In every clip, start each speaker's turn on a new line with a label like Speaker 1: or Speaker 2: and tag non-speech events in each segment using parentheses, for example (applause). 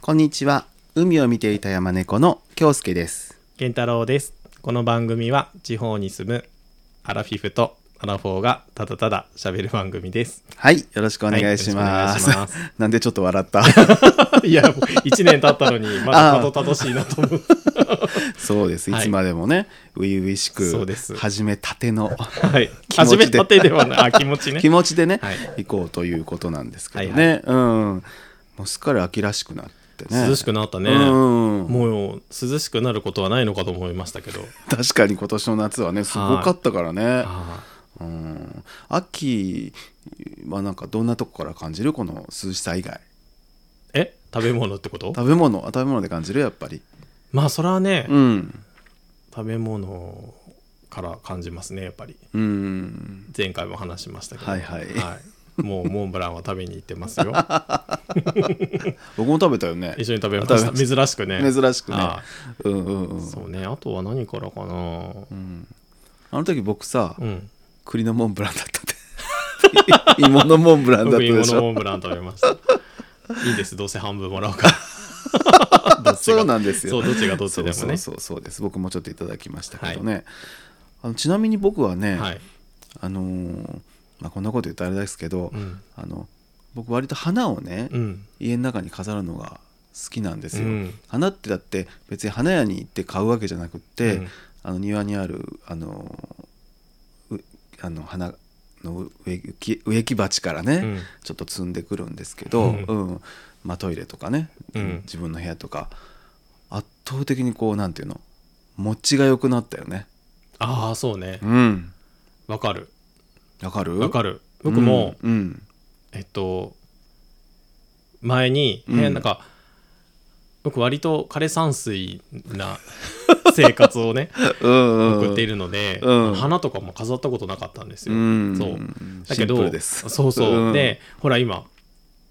Speaker 1: こんにちは。海を見ていた山猫の京介です。
Speaker 2: 健太郎ですこの番組は地方に住むアラフィフとアラフォーがただただ喋る番組です
Speaker 1: (laughs) はい、よろしくお願いします。
Speaker 2: はいよろしくお願いし
Speaker 1: (laughs) なんでちょっと笑った
Speaker 2: (laughs) いやもう1年経ったのにまだたどたどしいなと
Speaker 1: (laughs)
Speaker 2: 思う
Speaker 1: そうです。い
Speaker 2: はい
Speaker 1: つまでもね、初々し
Speaker 2: そう
Speaker 1: く
Speaker 2: です
Speaker 1: 始めたての
Speaker 2: はい
Speaker 1: 気持
Speaker 2: 初
Speaker 1: ちで
Speaker 2: めたてではないあ気持ちね
Speaker 1: 気持ちでね、
Speaker 2: はい
Speaker 1: 行こうということなんですけどね。う
Speaker 2: はい
Speaker 1: ん。もうすっかり秋らしくなってね。
Speaker 2: 涼しくなったね
Speaker 1: うん
Speaker 2: もう涼しくなることはないのかと思いましたけど
Speaker 1: 確かに今年の夏はね、すごかったからね。
Speaker 2: あ
Speaker 1: うん。秋はなんかどんなとこから感じるこの涼しさ以外。
Speaker 2: ーえ食べ物ってこと
Speaker 1: 食べ物、食べ物で感じるやっぱり。
Speaker 2: まあそれはね、
Speaker 1: うん。
Speaker 2: 食べ物から感じますねやっぱり
Speaker 1: うん。
Speaker 2: 前回も話しましたけど
Speaker 1: はいはい
Speaker 2: いもうモンブランは食べに行ってます
Speaker 1: (laughs)
Speaker 2: よ
Speaker 1: 僕も食べたよね。
Speaker 2: 一緒に食べました
Speaker 1: 食べまし
Speaker 2: 珍しくね
Speaker 1: 珍しくね
Speaker 2: あ。
Speaker 1: うんうんうん。
Speaker 2: そうねあとは何からかな
Speaker 1: あの時僕さ、
Speaker 2: うん
Speaker 1: 栗のモンブランだった (laughs) って。芋のモンブランだった
Speaker 2: 僕
Speaker 1: で
Speaker 2: 芋
Speaker 1: し
Speaker 2: の
Speaker 1: ょ。
Speaker 2: モンブラン食べましたいいですどうせ半分もら
Speaker 1: (laughs)
Speaker 2: おうからどっちが
Speaker 1: そうなんです
Speaker 2: そ
Speaker 1: よ
Speaker 2: う。どっちがどっちでもね
Speaker 1: そうそうそうそうです。僕もちょっといただきましたけどね。あのちなみに僕はね、
Speaker 2: はい、
Speaker 1: あのーまあこんなこと言ったらあれですけど、
Speaker 2: うん
Speaker 1: あの僕割と花をね、
Speaker 2: うん、
Speaker 1: 家の中に飾るのが好きなんですよ、
Speaker 2: うん
Speaker 1: 花ってだって別に花屋に行って買うわけじゃなくって、
Speaker 2: うん
Speaker 1: あの庭にあるあのうあの花の植木植木鉢からね、
Speaker 2: うん
Speaker 1: ちょっと摘んでくるんですけど、う
Speaker 2: うんん
Speaker 1: まあ、トイレとかね、
Speaker 2: うん
Speaker 1: 自分の部屋とか圧倒的にこうなんていうの持ちが良くなったよね。
Speaker 2: ああそうね
Speaker 1: うん、
Speaker 2: わかる
Speaker 1: わかる
Speaker 2: わかる僕も、
Speaker 1: うんうん
Speaker 2: えっと前に、
Speaker 1: うん
Speaker 2: えなんか僕割と枯山水な生活をね
Speaker 1: (laughs) うんうん
Speaker 2: 送っているので、
Speaker 1: うん
Speaker 2: 花とかも飾ったことなかったんですよ、
Speaker 1: うん
Speaker 2: そうだ
Speaker 1: シ
Speaker 2: け
Speaker 1: ンプ
Speaker 2: ど
Speaker 1: ルです
Speaker 2: そうそう、
Speaker 1: ん
Speaker 2: でほら今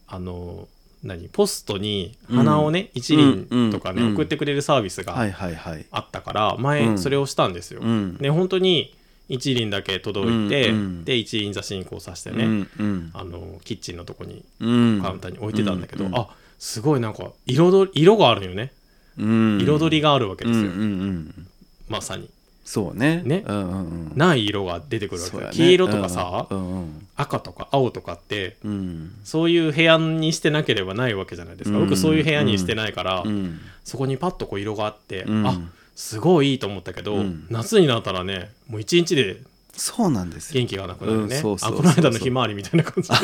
Speaker 2: あの何ポストに花をね、一輪とかね、
Speaker 1: うんうん
Speaker 2: 送ってくれるサービス
Speaker 1: は
Speaker 2: が
Speaker 1: いはいはい。
Speaker 2: あったから、
Speaker 1: う
Speaker 2: 前
Speaker 1: ん
Speaker 2: それをしたんですよ、
Speaker 1: うん
Speaker 2: で本当に一輪だけ届いて、
Speaker 1: うんうん
Speaker 2: で一輪挿しにこうさしてね、
Speaker 1: うん
Speaker 2: あのキッチンのとこに
Speaker 1: うん
Speaker 2: カウンターに置いてたんだけど、
Speaker 1: うん
Speaker 2: あすごいなんか彩り色があるよね
Speaker 1: うん
Speaker 2: 彩りがあるわけです
Speaker 1: う
Speaker 2: よ、
Speaker 1: んうんうん
Speaker 2: まさに
Speaker 1: そうね。
Speaker 2: ね
Speaker 1: うんうんうん。
Speaker 2: ない色が出てくるわけ
Speaker 1: そう
Speaker 2: よ、
Speaker 1: やね
Speaker 2: 黄色とかさ、
Speaker 1: うんうん
Speaker 2: 赤とか青とかって
Speaker 1: うんうん
Speaker 2: そういう部屋にしてなければないわけじゃないですか、
Speaker 1: うん
Speaker 2: 僕そういう部屋にしてないから、
Speaker 1: うん
Speaker 2: そこにパッとこう色があって、
Speaker 1: うん
Speaker 2: あすごいいいと思ったけど、
Speaker 1: うん
Speaker 2: 夏になったらねもう一日で
Speaker 1: そうなんですよ
Speaker 2: 元。気がなくなるね、
Speaker 1: うんそうそうそ
Speaker 2: あ
Speaker 1: う
Speaker 2: この間のひまわりみたいな
Speaker 1: (laughs)
Speaker 2: 感じで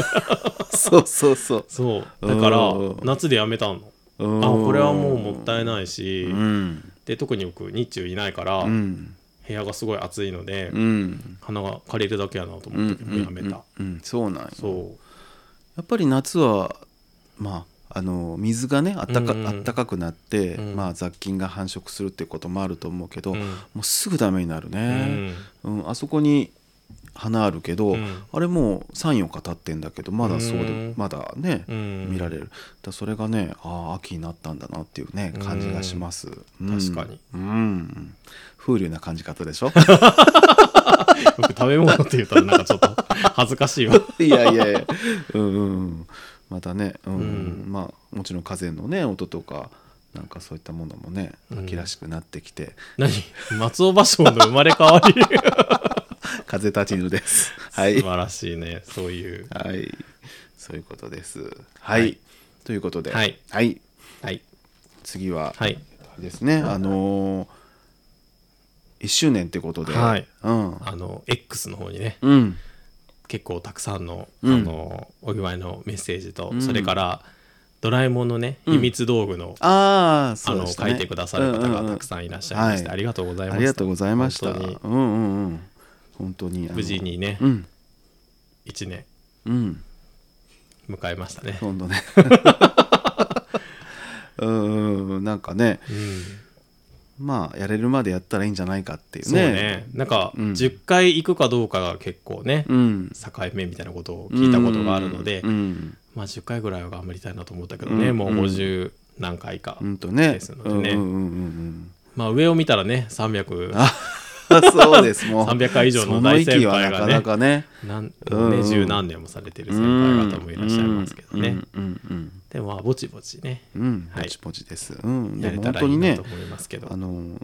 Speaker 1: そうそうそう。
Speaker 2: そうだから
Speaker 1: うん
Speaker 2: 夏でやめたの
Speaker 1: あ
Speaker 2: あこれはもうもったいないし、
Speaker 1: うん
Speaker 2: で特に僕日中いないから、
Speaker 1: うん
Speaker 2: 部屋がすごい暑いので、
Speaker 1: うん
Speaker 2: 花が枯れるだけやなと
Speaker 1: うんうん
Speaker 2: 思ったけど、やめた、
Speaker 1: うんうんそうなんよ
Speaker 2: そう
Speaker 1: やっぱり夏はまああの水がねあったか,、
Speaker 2: うんうん
Speaker 1: あったかくなって、
Speaker 2: うん
Speaker 1: まあ、雑菌が繁殖するっていうこともあると思うけど、
Speaker 2: うん
Speaker 1: もうすぐダメになる
Speaker 2: う
Speaker 1: ね、
Speaker 2: ん
Speaker 1: うんあそこに花あるけど、
Speaker 2: うん
Speaker 1: あれもう34日経ってんだけどまだそうで、
Speaker 2: うん
Speaker 1: まだね、
Speaker 2: うん
Speaker 1: 見られるだからそれがねああ秋になったんだなっていうね感じがします、うん
Speaker 2: 確かに
Speaker 1: うん風流な感じ方で
Speaker 2: (laughs)
Speaker 1: しょ
Speaker 2: 僕食べ物って言ったらなんかちょっと恥ずかしいわ
Speaker 1: いやいやいやうんうんまたね、うん
Speaker 2: うん
Speaker 1: まあもちろん風のね音とかなんかそういったものもね
Speaker 2: うん
Speaker 1: 秋らしくなってきて、
Speaker 2: 何松尾芭蕉の生まれ変わり
Speaker 1: 風立ちぬ
Speaker 2: (laughs)
Speaker 1: ですはい
Speaker 2: 素晴らしいねそういう
Speaker 1: はいそういうことですはい、
Speaker 2: はい
Speaker 1: ということで
Speaker 2: はい
Speaker 1: はい、
Speaker 2: はい
Speaker 1: 次は
Speaker 2: はい
Speaker 1: ですね、あのー、1周年ってことで、
Speaker 2: はい
Speaker 1: うん、
Speaker 2: あの X の方にね
Speaker 1: うん、
Speaker 2: 結構たくさんの,、
Speaker 1: うん
Speaker 2: あのお祝いのメッセージと、
Speaker 1: うん
Speaker 2: それから「ドラえもん」のね秘密道具の、
Speaker 1: ああ、
Speaker 2: あ
Speaker 1: そう
Speaker 2: の
Speaker 1: でした
Speaker 2: 書
Speaker 1: ね
Speaker 2: いてくださる方
Speaker 1: う
Speaker 2: が
Speaker 1: んうんう
Speaker 2: た
Speaker 1: ん
Speaker 2: くさんいらっしゃいまして、
Speaker 1: はい
Speaker 2: ありがとうございました
Speaker 1: ありがとうございました。
Speaker 2: 本当に
Speaker 1: うんうんうん、本当にあの
Speaker 2: 無事にね、
Speaker 1: うん、
Speaker 2: 1年
Speaker 1: うん、
Speaker 2: 迎えましたね、
Speaker 1: 今度ね。 (laughs) うんうんうん、なんかね、
Speaker 2: うん
Speaker 1: まあやれるまでやったらいいんじゃないかっていう
Speaker 2: そうね
Speaker 1: ね。
Speaker 2: なんか
Speaker 1: うん
Speaker 2: 10回行くかどうかが結構ね、
Speaker 1: うん、
Speaker 2: 境目みたいなことを聞いたことがあるので、
Speaker 1: うんうん、
Speaker 2: まあ、10回ぐらいは頑張りたいなと思ったけどね、
Speaker 1: うん
Speaker 2: もう50何回か、
Speaker 1: うんとね
Speaker 2: ですのでね
Speaker 1: うんうんうんうん、 (laughs)
Speaker 2: まあ、上を見たらね300
Speaker 1: あそうですもう
Speaker 2: 300回以上
Speaker 1: そ
Speaker 2: の
Speaker 1: の
Speaker 2: 大先
Speaker 1: 域は
Speaker 2: 輩
Speaker 1: な
Speaker 2: が
Speaker 1: か
Speaker 2: ね
Speaker 1: なかね
Speaker 2: なん
Speaker 1: うんうん
Speaker 2: ね、十何年もされてる先輩方もいらっしゃいますけどね、
Speaker 1: うんうんうんうん
Speaker 2: でもまあぼちぼちね
Speaker 1: うん、
Speaker 2: はい
Speaker 1: ぼちぼちです。うん、で
Speaker 2: やれ
Speaker 1: も
Speaker 2: た
Speaker 1: 本
Speaker 2: ら
Speaker 1: 当
Speaker 2: いい
Speaker 1: に
Speaker 2: な
Speaker 1: ね
Speaker 2: と、思いますけど、
Speaker 1: あの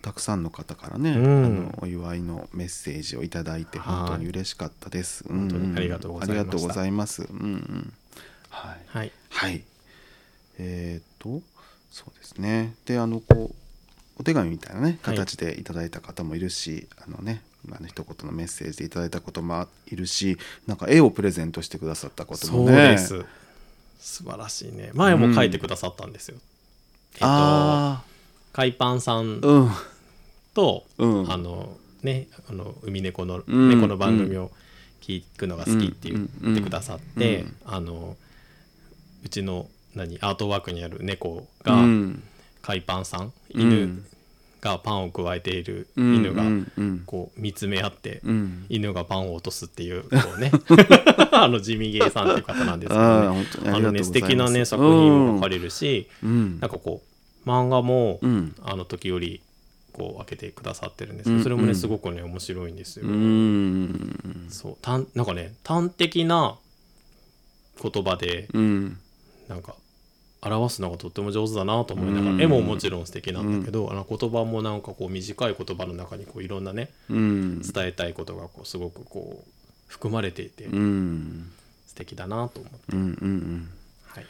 Speaker 1: たくさんの方からね、
Speaker 2: うん
Speaker 1: あのお祝いのメッセージをいただいて
Speaker 2: はい
Speaker 1: 本当に嬉しかったです。うん
Speaker 2: 本当にありがとうございました
Speaker 1: ありがとうございます。うんうん、はい、
Speaker 2: はい
Speaker 1: はい、えっ、とそうですね。であのこうお手紙みたいなね
Speaker 2: はい
Speaker 1: 形でいただいた方もいるし、あのねあの一言のメッセージでいただいたこともいるし、なんか絵をプレゼントしてくださったこと
Speaker 2: そ
Speaker 1: も
Speaker 2: う
Speaker 1: ね。
Speaker 2: です素晴らしいね前も書いてくださったんですよ、えっと
Speaker 1: あ
Speaker 2: 海パンさん
Speaker 1: あ、うん。
Speaker 2: と、
Speaker 1: うん
Speaker 2: あのねあの海猫の
Speaker 1: うん
Speaker 2: 猫の番組を聞くのが好きって言
Speaker 1: うん
Speaker 2: ってくださって、
Speaker 1: うん
Speaker 2: あのうちの何アートワークにある猫が、
Speaker 1: うん
Speaker 2: 海パンさん
Speaker 1: うん
Speaker 2: 犬がパンをくわえている
Speaker 1: うん
Speaker 2: 犬が
Speaker 1: うんうん
Speaker 2: こう見つめ合って
Speaker 1: うん
Speaker 2: 犬がパンを落とすっていうこ
Speaker 1: (laughs)
Speaker 2: うね (laughs) あの地味芸さんっていう方なんですけど
Speaker 1: ああ
Speaker 2: ね
Speaker 1: 本当にあ
Speaker 2: あ
Speaker 1: りがとうござい
Speaker 2: の
Speaker 1: ま
Speaker 2: ね
Speaker 1: す
Speaker 2: 素敵なね作品を書かれるし
Speaker 1: うん
Speaker 2: なんかこう漫画も
Speaker 1: うん
Speaker 2: あの時よりこう開けてくださってるんですけ
Speaker 1: う
Speaker 2: ど
Speaker 1: ん
Speaker 2: それも
Speaker 1: う
Speaker 2: ね
Speaker 1: ん
Speaker 2: すごくね面白いんですよ
Speaker 1: う。ん
Speaker 2: そうたんなんかね端的な言葉で
Speaker 1: うん
Speaker 2: なんか表すのがとっても上手だなと思いなが
Speaker 1: うん
Speaker 2: ら絵ももちろん素敵なんだけど、あの言葉もなんかこう短い言葉の中にこういろんなね
Speaker 1: うん
Speaker 2: 伝えたいことがこうすごくこう含まれていて
Speaker 1: うん
Speaker 2: 素敵だなと思って、
Speaker 1: うんうん
Speaker 2: はい、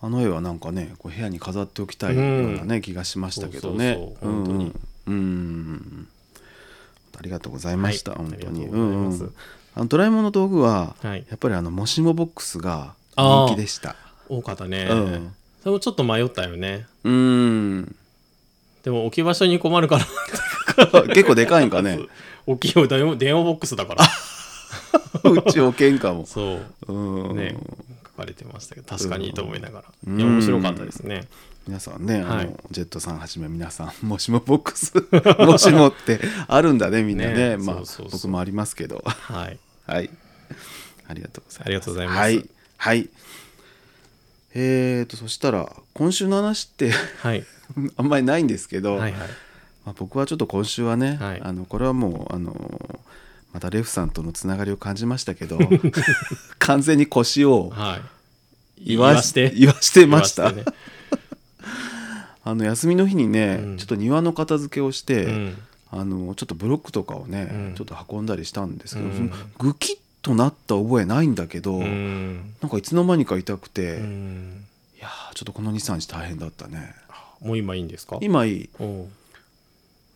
Speaker 1: あの絵はなんかねこう部屋に飾っておきたいようなね、気がしましたけどね
Speaker 2: そうそうそう本当に
Speaker 1: うんうん、うんありがとうございました、
Speaker 2: はい
Speaker 1: 本当に
Speaker 2: ありがとうございます
Speaker 1: うんうんあのドラえもんの道具は、
Speaker 2: はい
Speaker 1: やっぱりあのもしもボックスが人気でした
Speaker 2: 多かったね、
Speaker 1: うん
Speaker 2: それもちょっと迷ったよね (laughs)
Speaker 1: うん
Speaker 2: でも置き場所に困るから (laughs)
Speaker 1: 結構でかいんかね
Speaker 2: 大きいよ電話電話ボックス
Speaker 1: (laughs)
Speaker 2: だから
Speaker 1: うちおけんかも、
Speaker 2: そう
Speaker 1: うん
Speaker 2: ね書かれてましたけど確かにと思いながら、
Speaker 1: うん
Speaker 2: いや面白かったですね、
Speaker 1: 皆さんね、
Speaker 2: は
Speaker 1: あ
Speaker 2: い
Speaker 1: のジェットさんはじめ皆さんもしもボックスもしもってあるんだねみんなね
Speaker 2: ね
Speaker 1: まあ
Speaker 2: そうそうそう
Speaker 1: 僕もありますけど
Speaker 2: はい
Speaker 1: はいありがとうございます
Speaker 2: ありがとうございます
Speaker 1: はい、はい、えーとそしたら今週の話って (laughs)
Speaker 2: はい
Speaker 1: あんまりないんですけど、
Speaker 2: はいはい
Speaker 1: まあ、僕はちょっと今週はね、
Speaker 2: はい
Speaker 1: あのこれはもうあのまたレフさんとのつながりを感じました
Speaker 2: (laughs)
Speaker 1: けど完全に腰を
Speaker 2: はい
Speaker 1: 言わし
Speaker 2: 言
Speaker 1: 言わしてまし
Speaker 2: 言
Speaker 1: た
Speaker 2: わ。ね
Speaker 1: あの休みの日にね、
Speaker 2: うん
Speaker 1: ちょっと庭の片付けをして、
Speaker 2: うん
Speaker 1: あのちょっとブロックとかをね、
Speaker 2: うん
Speaker 1: ちょっと運んだりしたんですけど、
Speaker 2: うん
Speaker 1: そのグキッとなった覚えないんだけど、
Speaker 2: うん
Speaker 1: なんかいつの間にか痛くて、
Speaker 2: う
Speaker 1: い
Speaker 2: ん
Speaker 1: やーちょっとこの23日大変だったね
Speaker 2: もう今いいんですか
Speaker 1: 今いい
Speaker 2: おう
Speaker 1: も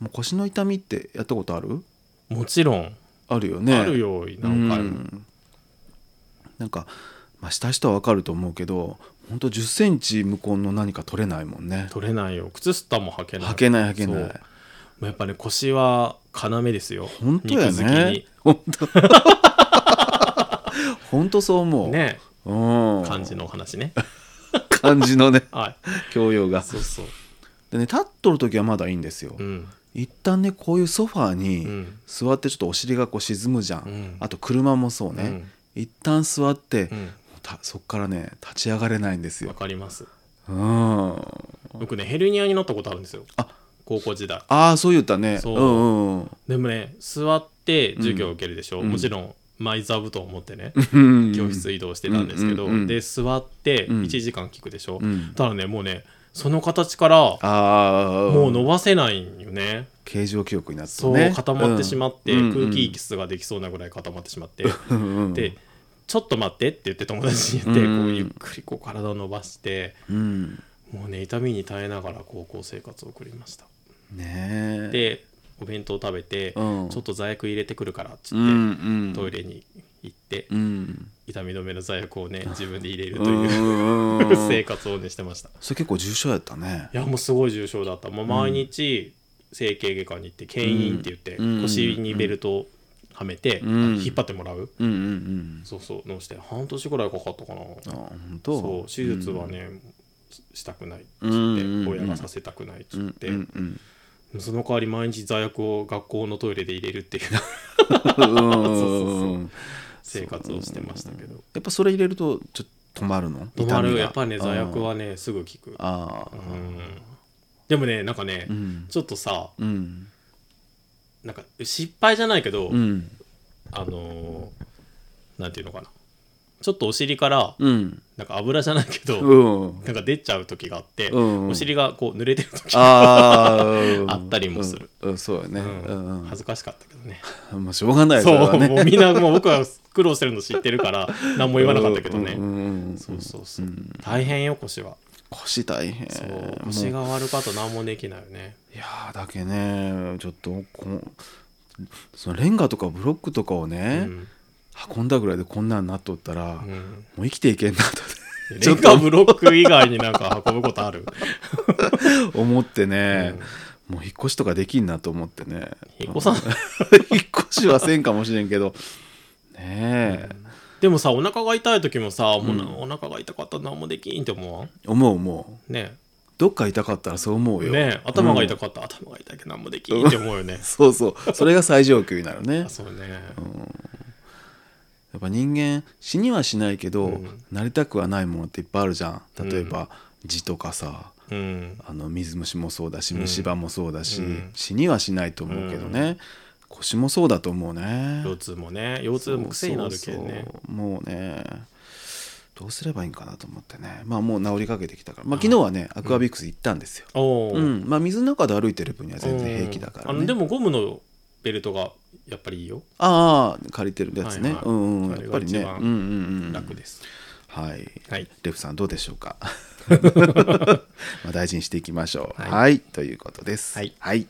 Speaker 1: う腰の痛みってやったことある
Speaker 2: もちろん、
Speaker 1: あるよね
Speaker 2: あるよ何回
Speaker 1: う
Speaker 2: も、
Speaker 1: んなんか、まあ、した人はわかると思うけどほんと1 0ンチ向こうの何か取れないもんね
Speaker 2: 取れないよ靴下も履けない
Speaker 1: 履けない履け
Speaker 2: そ
Speaker 1: な
Speaker 2: う
Speaker 1: い
Speaker 2: もうやっぱね腰は要ですよ
Speaker 1: 本当や
Speaker 2: 肉好
Speaker 1: ね本
Speaker 2: (laughs)
Speaker 1: 当本当そう思
Speaker 2: き
Speaker 1: う、
Speaker 2: にね
Speaker 1: うん、
Speaker 2: 感じのお話ね
Speaker 1: 感じ
Speaker 2: (laughs)
Speaker 1: のね
Speaker 2: はい
Speaker 1: 教養が
Speaker 2: そうそう
Speaker 1: でね立っとる時はまだいいんですよ、
Speaker 2: うん
Speaker 1: 一旦ねこういうソファー
Speaker 2: う
Speaker 1: に
Speaker 2: ん
Speaker 1: 座ってちょっとお尻がこう沈むじゃん、
Speaker 2: うん
Speaker 1: あと車もそうね、
Speaker 2: うん
Speaker 1: 一旦座って、
Speaker 2: うん
Speaker 1: たそっからね立ち上がれないんです
Speaker 2: わ
Speaker 1: よ、
Speaker 2: かります
Speaker 1: うん、あ
Speaker 2: 僕ねヘルニアになったことあるんですよ
Speaker 1: あ
Speaker 2: 高校時代
Speaker 1: あーそう言ったねう
Speaker 2: そうん
Speaker 1: うん
Speaker 2: でもね座って授業を受けるでしょ、
Speaker 1: うん
Speaker 2: もちろんマイ座布団を持ってね
Speaker 1: うん
Speaker 2: 教室移動してたんですけど、
Speaker 1: うんうんうん
Speaker 2: で座って
Speaker 1: うん
Speaker 2: 1時間聞くでしょ、
Speaker 1: うん
Speaker 2: ただねもうねその形から
Speaker 1: ああ
Speaker 2: もう伸ばせないんよね、
Speaker 1: 形状記憶になって
Speaker 2: そう、
Speaker 1: ね
Speaker 2: 固まってしまって、
Speaker 1: うん
Speaker 2: 空気吸ができそうなぐらい固まってしまって、
Speaker 1: うんうん
Speaker 2: でちょっと待ってって言って友達に言って、
Speaker 1: うん
Speaker 2: こうゆっくりこう体を伸ばして
Speaker 1: うん
Speaker 2: もうね痛みに耐えながら高校生活を送りました
Speaker 1: ねえ
Speaker 2: でお弁当食べて、
Speaker 1: うん
Speaker 2: ちょっと座薬入れてくるからって
Speaker 1: う
Speaker 2: 言って、
Speaker 1: んうん
Speaker 2: トイレに行って、
Speaker 1: うん
Speaker 2: 痛み止めの座薬をね
Speaker 1: (laughs)
Speaker 2: 自分で入れる
Speaker 1: う
Speaker 2: という、
Speaker 1: んうんうん
Speaker 2: (laughs) 生活をねしてました
Speaker 1: それ結構重症やったね
Speaker 2: いやもうすごい重症だったもう毎日整形外科に行って牽引って言って、
Speaker 1: うん
Speaker 2: 腰にベルトをはめて、
Speaker 1: うん
Speaker 2: あの引っ張ってもらう、
Speaker 1: うんうんうん
Speaker 2: そうそうのして半年ぐらいかかったかな
Speaker 1: あ本当
Speaker 2: そう手術はね、ししたくないっつって、
Speaker 1: うんうんうん
Speaker 2: 親がさせたくないっつ
Speaker 1: う
Speaker 2: っ
Speaker 1: ん
Speaker 2: て、
Speaker 1: うんうん
Speaker 2: その代わり毎日座薬を学校のトイレで入れるっていう (laughs)
Speaker 1: うん
Speaker 2: 生活をしてましたけど
Speaker 1: やっぱそれ入れるとちょっと止まるの
Speaker 2: 止ま
Speaker 1: 痛み
Speaker 2: る
Speaker 1: が
Speaker 2: やっぱね座薬はねすぐ効く
Speaker 1: あ
Speaker 2: う
Speaker 1: あ
Speaker 2: んでもねなんかね、
Speaker 1: うん
Speaker 2: ちょっとさ
Speaker 1: うん
Speaker 2: なんか失敗じゃないけど、
Speaker 1: うん
Speaker 2: あのーなんていうのかなちょっとお尻から
Speaker 1: うん
Speaker 2: なんか油じゃないけど、
Speaker 1: うん
Speaker 2: なんか出ちゃう時があって、
Speaker 1: うん
Speaker 2: お尻がこう濡れてる時
Speaker 1: あーうん
Speaker 2: あったりもする、
Speaker 1: うんうんそうやね、
Speaker 2: う
Speaker 1: うんんうん
Speaker 2: 恥ずかしかったけどね
Speaker 1: まあしょうがないよ
Speaker 2: そ
Speaker 1: れは
Speaker 2: う
Speaker 1: ね
Speaker 2: もうみんなもう僕は苦労してるの知ってるから何も言わなかったけどね、
Speaker 1: うんうんうん
Speaker 2: そうそうそう、大変よ腰は
Speaker 1: 腰大変
Speaker 2: そう
Speaker 1: もう
Speaker 2: 腰が悪かと何もできないよね
Speaker 1: いやーだけねちょっとこんそのレンガとかブロックとかを
Speaker 2: う
Speaker 1: ね、
Speaker 2: ん
Speaker 1: 運んだぐらいでこんなんなっとったら、
Speaker 2: う
Speaker 1: も
Speaker 2: ん
Speaker 1: う生きていけんな
Speaker 2: レンガブロック以外になんか運ぶこと
Speaker 1: (laughs)
Speaker 2: ある
Speaker 1: と (laughs) 思ってね、もう引っ越しとかできんなと思ってね
Speaker 2: 引っ越さん
Speaker 1: (laughs) 引っ越しはせんかもしれんけどねえ、
Speaker 2: でもさお腹が痛い時もさ、もうなお腹が痛かったら何もできんって思わん
Speaker 1: 思う思う
Speaker 2: ね
Speaker 1: どっか痛かったらそう思うよ
Speaker 2: ね頭が痛
Speaker 1: うん
Speaker 2: かった、頭が痛いけど何もできんって思うよね
Speaker 1: そうそうそれが最上級になるね
Speaker 2: (laughs) あそうね、
Speaker 1: やっぱ人間死にはしないけど、
Speaker 2: うん
Speaker 1: なりたくはないものっていっぱいあるじゃん例えば、字とかさ
Speaker 2: うん、
Speaker 1: あの水虫もそうだし
Speaker 2: うん
Speaker 1: 虫歯もそうだし、
Speaker 2: うん
Speaker 1: 死にはしないと思うけどね、腰もそうだと思うね
Speaker 2: 腰痛もね腰痛も癖になるけんね
Speaker 1: そうそうもうねどうすればいいんかなと思ってねまあもう治りかけてきたから、まあ、昨日はねアクアビクス行ったんですよ、
Speaker 2: お
Speaker 1: う
Speaker 2: ー
Speaker 1: んまあ、水の中で歩いてる分には全然平気だから、
Speaker 2: うんあ
Speaker 1: ね
Speaker 2: のでもゴムのベルトがやっぱりいいよ
Speaker 1: ああ借りてるやつね、
Speaker 2: はいはい
Speaker 1: うんうん
Speaker 2: そ
Speaker 1: や
Speaker 2: れ
Speaker 1: っ
Speaker 2: が
Speaker 1: ぱりね
Speaker 2: 一
Speaker 1: う
Speaker 2: 番
Speaker 1: んうんうん
Speaker 2: 楽です、
Speaker 1: はい
Speaker 2: はい
Speaker 1: レフさんどうでしょう
Speaker 2: (laughs)
Speaker 1: かまあ大事にしていきましょうは、
Speaker 2: はいい
Speaker 1: ということです
Speaker 2: はい
Speaker 1: はい、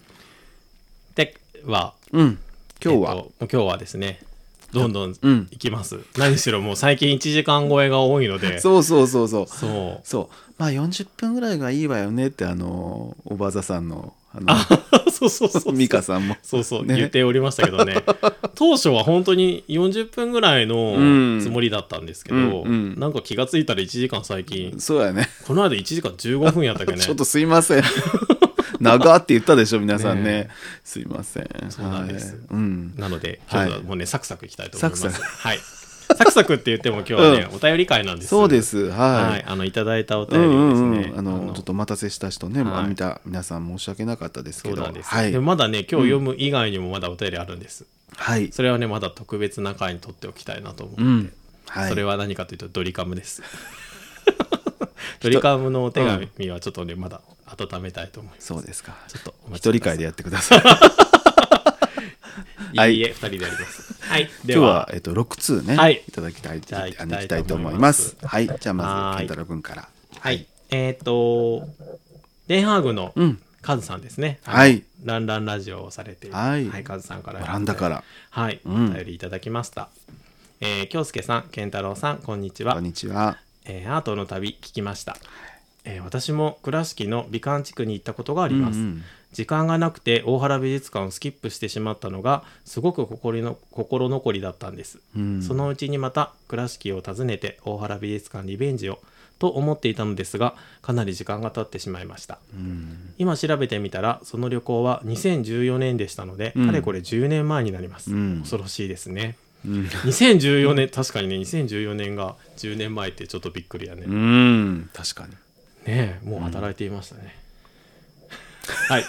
Speaker 2: では
Speaker 1: うん今日は、
Speaker 2: えっともう今日はですねどんどん
Speaker 1: うん
Speaker 2: 行きます、何しろもう最近1時間超えが多いの
Speaker 1: (laughs)
Speaker 2: で
Speaker 1: そうそうそうそう
Speaker 2: そう
Speaker 1: (laughs) そうまあ40分ぐらいがいいわよねってあのおばあざさんのあの
Speaker 2: そうそうそうそう
Speaker 1: 美香さんも
Speaker 2: そうそう、
Speaker 1: ね
Speaker 2: 言っておりましたけど
Speaker 1: (laughs)
Speaker 2: ね当初は本当に40分ぐらい
Speaker 1: うん
Speaker 2: のつもりだったんですけど、
Speaker 1: うんうん
Speaker 2: なんか気がついたら1時間最近
Speaker 1: そうやね
Speaker 2: この間1時間15分やったっけ
Speaker 1: (laughs)
Speaker 2: ね
Speaker 1: ちょっとすいません長って言ったでしょ皆さんね
Speaker 2: ね
Speaker 1: すいません
Speaker 2: そうなんです
Speaker 1: はいうん
Speaker 2: なので
Speaker 1: は
Speaker 2: 今
Speaker 1: い
Speaker 2: 日はもうね、サクサクいきたいと思います
Speaker 1: サクサ
Speaker 2: はい、サクサクって言っても今日はね、お便り会なんです
Speaker 1: そうですす
Speaker 2: はい、
Speaker 1: はい
Speaker 2: あのいただいたお
Speaker 1: う
Speaker 2: 便
Speaker 1: ん
Speaker 2: り
Speaker 1: う
Speaker 2: をです
Speaker 1: ん
Speaker 2: ね、
Speaker 1: うん、あのちょっとお待たせした人ね、まあ
Speaker 2: はい
Speaker 1: 見た皆さん申し訳なかったですけ
Speaker 2: そう
Speaker 1: ど
Speaker 2: なんです、
Speaker 1: はい
Speaker 2: でまだね今日読む以外にもまだお便りあるんです、
Speaker 1: はい。
Speaker 2: それはねまだ特別な回に取っておきたいなと思う、
Speaker 1: うん。はい。
Speaker 2: それは何かというとドリカムです
Speaker 1: (laughs)
Speaker 2: ドリカムのお手紙はちょっとねまだ温めたいと思います、
Speaker 1: そうですか。
Speaker 2: ちょっとお待
Speaker 1: 一
Speaker 2: ち
Speaker 1: 人
Speaker 2: くださ
Speaker 1: 会
Speaker 2: い
Speaker 1: でやってくだ
Speaker 2: (laughs)
Speaker 1: さい。はい
Speaker 2: いいえ二人でやりますはい
Speaker 1: 今
Speaker 2: で
Speaker 1: 日
Speaker 2: は
Speaker 1: (laughs) はえっと六通ね、
Speaker 2: はい
Speaker 1: いただきたい
Speaker 2: じゃあ
Speaker 1: あの
Speaker 2: 行
Speaker 1: 行きた
Speaker 2: きた
Speaker 1: い
Speaker 2: い
Speaker 1: と
Speaker 2: と
Speaker 1: 思
Speaker 2: 思
Speaker 1: い
Speaker 2: い
Speaker 1: ま
Speaker 2: ますす。
Speaker 1: はい。じゃあま
Speaker 2: は
Speaker 1: ず
Speaker 2: ー
Speaker 1: 健
Speaker 2: い
Speaker 1: 太郎君から。
Speaker 2: はいえっ、とデンハーグの
Speaker 1: うん。
Speaker 2: カズさんですね
Speaker 1: はい
Speaker 2: あのランランラジオをされている
Speaker 1: はい
Speaker 2: カズさんから
Speaker 1: オランダから。
Speaker 2: はい、
Speaker 1: うん
Speaker 2: お便りいただきました。えー、京介さん、健太郎さん、こんにち
Speaker 1: こ
Speaker 2: は
Speaker 1: ん。にちは。
Speaker 2: えーアートの旅聞きました。えー私も倉敷の美観地区に行ったことがあります。
Speaker 1: うんうん
Speaker 2: 時間がなくて大原美術館をスキップしてしまったのがすごく心の心残りだったんです、
Speaker 1: うん
Speaker 2: そのうちにまた倉敷を訪ねて大原美術館リベンジをと思っていたのですがかなり時間が経ってしまいました
Speaker 1: うん。
Speaker 2: 今調べてみたらその旅行は2014年でしたので、
Speaker 1: うん
Speaker 2: かれこれ10年前になります、
Speaker 1: うん
Speaker 2: 恐ろしいですね
Speaker 1: うん。
Speaker 2: 2014年確かにね2014年が10年前ってちょっとびっくりやね、
Speaker 1: う
Speaker 2: ね
Speaker 1: ん。確かに。
Speaker 2: えもう働いていましたね、 (laughs) はい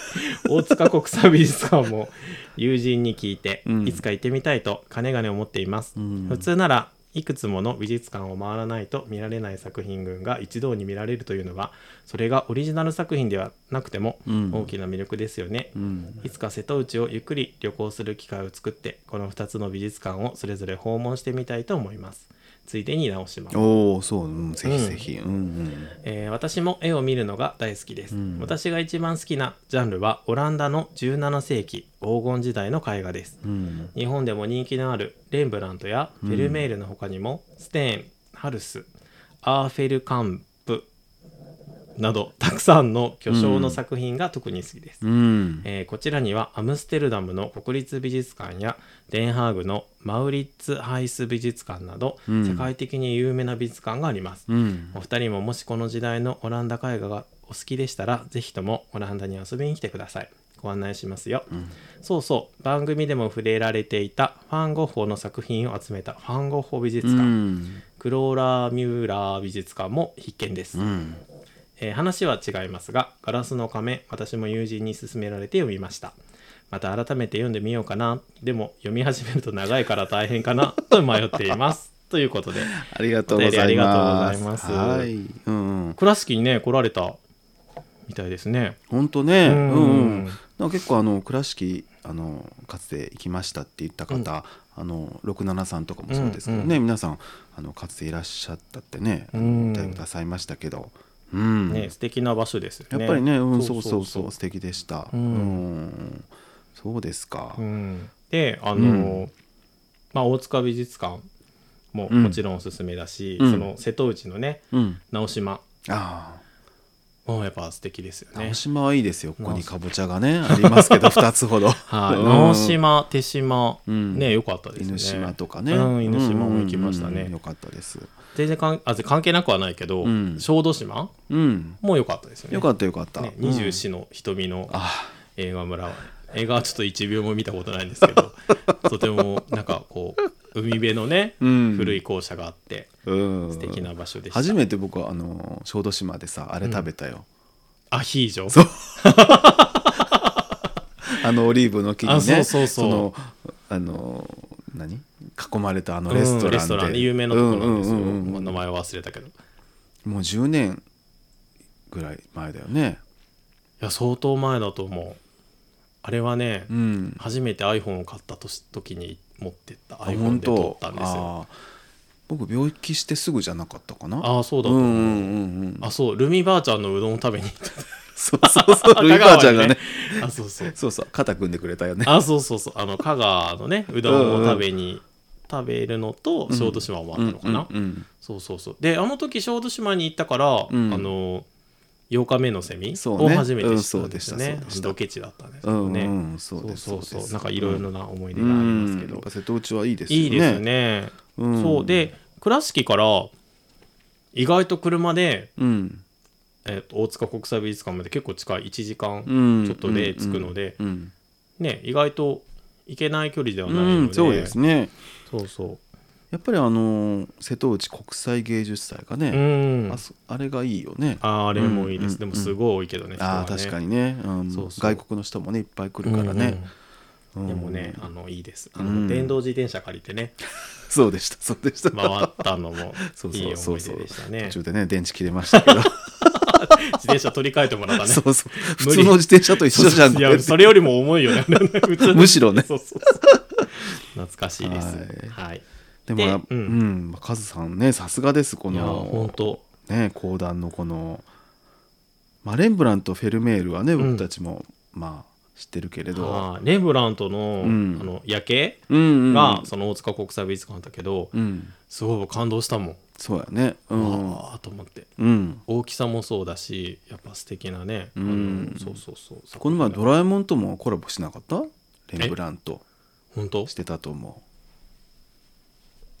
Speaker 2: 大塚国際美術館も友人に聞いて、
Speaker 1: うん
Speaker 2: いつか行ってみたいとかねがね思っています、
Speaker 1: うん
Speaker 2: 普通ならいくつもの美術館を回らないと見られない作品群が一堂に見られるというのはそれがオリジナル作品ではなくても
Speaker 1: うん
Speaker 2: 大きな魅力ですよね、
Speaker 1: うん。
Speaker 2: いつか瀬戸内をゆっくり旅行する機会を作ってこの2つの美術館をそれぞれ訪問してみたいと思いますついでに直します、
Speaker 1: おお、そう。うんぜひぜひ。うん
Speaker 2: えー私も絵を見るのが大好きです、
Speaker 1: うん
Speaker 2: 私が一番好きなジャンルはオランダの17世紀黄金時代の絵画です
Speaker 1: うん。うん。
Speaker 2: 日本でも人気のあるレンブラントやフェルメールの他にも、ステーンハルスアーフェルカンプなどたくさんの巨匠の作品が特に好きです、
Speaker 1: うん。
Speaker 2: えーこちらにはアムステルダムの国立美術館やデンハーグのマウリッツハイス美術館など、
Speaker 1: うん
Speaker 2: 世界的に有名な美術館があります、
Speaker 1: うん。
Speaker 2: お二人ももしこの時代のオランダ絵画がお好きでしたらぜひともオランダに遊びに来てくださいご案内しますよ、そうそう番組でも触れられていたファン・ゴッホの作品を集めたファン・ゴッホ美術館、
Speaker 1: うん。
Speaker 2: クローラー・ミューラー美術館も必見です、
Speaker 1: うん。
Speaker 2: えー話は違いますが「ガラスの仮面」私も友人に勧められて読みましたまた改めて読んでみようかなでも読み始めると長いから大変かなと迷っていますということで
Speaker 1: ありがとうございます。
Speaker 2: お便りありがとうございます
Speaker 1: はい、うん、うん、
Speaker 2: 倉敷にね来られたみたいですね
Speaker 1: 本当ね、
Speaker 2: う
Speaker 1: うんん、うん、なんか結構あの倉敷あのかつて行きましたって言った方、あの六七さんとかもそうですけど
Speaker 2: うん
Speaker 1: ね、皆さんあのかつていらっしゃったってね、
Speaker 2: う
Speaker 1: お
Speaker 2: ん
Speaker 1: 便りくださいましたけど、うん、
Speaker 2: ね素敵な場所ですよ
Speaker 1: やっ
Speaker 2: ね
Speaker 1: ぱりね、うん、そうそうそう素敵でした。う
Speaker 2: う
Speaker 1: んん、そうですか。
Speaker 2: うん、であの、
Speaker 1: うん
Speaker 2: まあ、大塚美術館も
Speaker 1: うん
Speaker 2: もちろんおすすめだし、
Speaker 1: うん
Speaker 2: その瀬戸内のね
Speaker 1: うん、
Speaker 2: 直島
Speaker 1: ああ。
Speaker 2: もやっぱ素敵ですよね
Speaker 1: 直。島はいいですよ、ここにかぼちゃがね、あります
Speaker 2: (laughs)
Speaker 1: けど、2つほど。
Speaker 2: はい、
Speaker 1: うん
Speaker 2: 直島手島、
Speaker 1: うん
Speaker 2: ね良かったですね。
Speaker 1: 犬島とかね、
Speaker 2: うん、犬島も行きましたね。
Speaker 1: うんうんうんよかったです。
Speaker 2: 全然かんあ関係なくはないけど、
Speaker 1: うん
Speaker 2: 小豆島
Speaker 1: うん、
Speaker 2: も良かったですよね。
Speaker 1: よかったよかった。
Speaker 2: ね、二十四の瞳の映画村は、映画はちょっと1秒も見たことないんです
Speaker 1: (laughs)
Speaker 2: けどとてもなんかこう海辺のね、
Speaker 1: うん
Speaker 2: 古い校舎があって
Speaker 1: うん、
Speaker 2: 素敵な場所でした、
Speaker 1: 初めて僕はあの小豆島でさあれ食べたよ、
Speaker 2: アヒージョ
Speaker 1: あのオリーブの木にね
Speaker 2: あそうそうそう
Speaker 1: のあの何囲まれたあ
Speaker 2: う
Speaker 1: の
Speaker 2: ん
Speaker 1: レストランで、
Speaker 2: 有名なところなんですよ、
Speaker 1: うんうんうん
Speaker 2: まあ名前は忘れたけどい
Speaker 1: もう10年ぐらい前だよね
Speaker 2: や相当前だと思うあれはね、
Speaker 1: うん
Speaker 2: 初めて iPhone を買ったとし時に持ってった iPhone
Speaker 1: 本
Speaker 2: で
Speaker 1: 当
Speaker 2: 撮ったんですよ
Speaker 1: あー僕病気してすぐじゃなかったかな
Speaker 2: ああそうだ
Speaker 1: う
Speaker 2: と
Speaker 1: んう
Speaker 2: 思う、
Speaker 1: んうんうん
Speaker 2: あそうルミばあちゃんのうどんを食べに行った
Speaker 1: そう (laughs) そうそうルイばあちゃんがね
Speaker 2: あそうそう
Speaker 1: そうそう肩組んでくれたよね
Speaker 2: (laughs) あそうそうそうあの香川のねうどんを食べに食べるのと
Speaker 1: ん
Speaker 2: 小豆島もあったのかな、
Speaker 1: うんうん
Speaker 2: そうそうそうであの時小豆島に行ったから、
Speaker 1: うん
Speaker 2: あの8日目のセミ
Speaker 1: そうね
Speaker 2: を初めて知ったんです
Speaker 1: う
Speaker 2: よ
Speaker 1: ん
Speaker 2: ね
Speaker 1: そうでしたそうでした
Speaker 2: ドケチだったんですけ
Speaker 1: うん
Speaker 2: どね、
Speaker 1: うんうんそう
Speaker 2: そ
Speaker 1: で
Speaker 2: う
Speaker 1: す
Speaker 2: そうそう
Speaker 1: です
Speaker 2: なんかいろいろな思い出
Speaker 1: う
Speaker 2: がありま
Speaker 1: ん
Speaker 2: すけど、
Speaker 1: やっぱ瀬戸内はいいですよね
Speaker 2: いいですよね、
Speaker 1: うん
Speaker 2: そうで倉敷から意外と車で、
Speaker 1: うん
Speaker 2: えーと大塚国際美術館まで結構近い1時間
Speaker 1: うん
Speaker 2: ちょっとで着くので、
Speaker 1: うんうん
Speaker 2: ね意外と行けない距離では
Speaker 1: う
Speaker 2: ないので、
Speaker 1: んそうですね
Speaker 2: そうそ
Speaker 1: やっぱりあのー瀬戸内国際芸術祭が
Speaker 2: う。う
Speaker 1: ね、
Speaker 2: ん
Speaker 1: あ。そあれがいいよね
Speaker 2: あーあれもいいです。
Speaker 1: うん
Speaker 2: でもすごい多いけどね。人
Speaker 1: あ
Speaker 2: は
Speaker 1: あ確か
Speaker 2: ね。
Speaker 1: にね、うん、
Speaker 2: そうそう
Speaker 1: 外国の人もねいっぱい来るからね、
Speaker 2: うんうん。
Speaker 1: う
Speaker 2: で
Speaker 1: ん
Speaker 2: もね、あのいいです。あ
Speaker 1: う
Speaker 2: の
Speaker 1: ん
Speaker 2: 電動自転車借りてね、
Speaker 1: そうでしたそうでした、
Speaker 2: 回ったのも
Speaker 1: そう
Speaker 2: いい
Speaker 1: そうそ
Speaker 2: 思
Speaker 1: うそう
Speaker 2: い出でしたね。
Speaker 1: 途中でね電池切れましたけど
Speaker 2: 自転車取り替えてもらったね
Speaker 1: そ。う
Speaker 2: (laughs)
Speaker 1: そう普通の自転車と一緒じゃん
Speaker 2: いやそれよりも重いよね。普通の
Speaker 1: (laughs) むしろね
Speaker 2: そうそうそう懐かしいです。
Speaker 1: はい
Speaker 2: はい。
Speaker 1: でもや
Speaker 2: で
Speaker 1: う
Speaker 2: うん
Speaker 1: ん、まあカズさんねさすがですこ
Speaker 2: いや本
Speaker 1: の
Speaker 2: 当。
Speaker 1: ね講談のこの、まあ、レンブラントフェルメールはね
Speaker 2: ん
Speaker 1: 僕たちも、まあ知ってるけれど、
Speaker 2: あーレブラントのあ
Speaker 1: うん
Speaker 2: の夜景
Speaker 1: うんうん、
Speaker 2: がその大塚国際美術館だけど、
Speaker 1: うん、
Speaker 2: すごい感動したもん。
Speaker 1: そうやねうん、
Speaker 2: わあと思って
Speaker 1: うん、
Speaker 2: 大きさもそうだしやっぱ素敵なね、あの
Speaker 1: うん
Speaker 2: そうそうそう
Speaker 1: この前「ドラえもん」ともコラボしなかったレンブラント
Speaker 2: 本当
Speaker 1: してたと思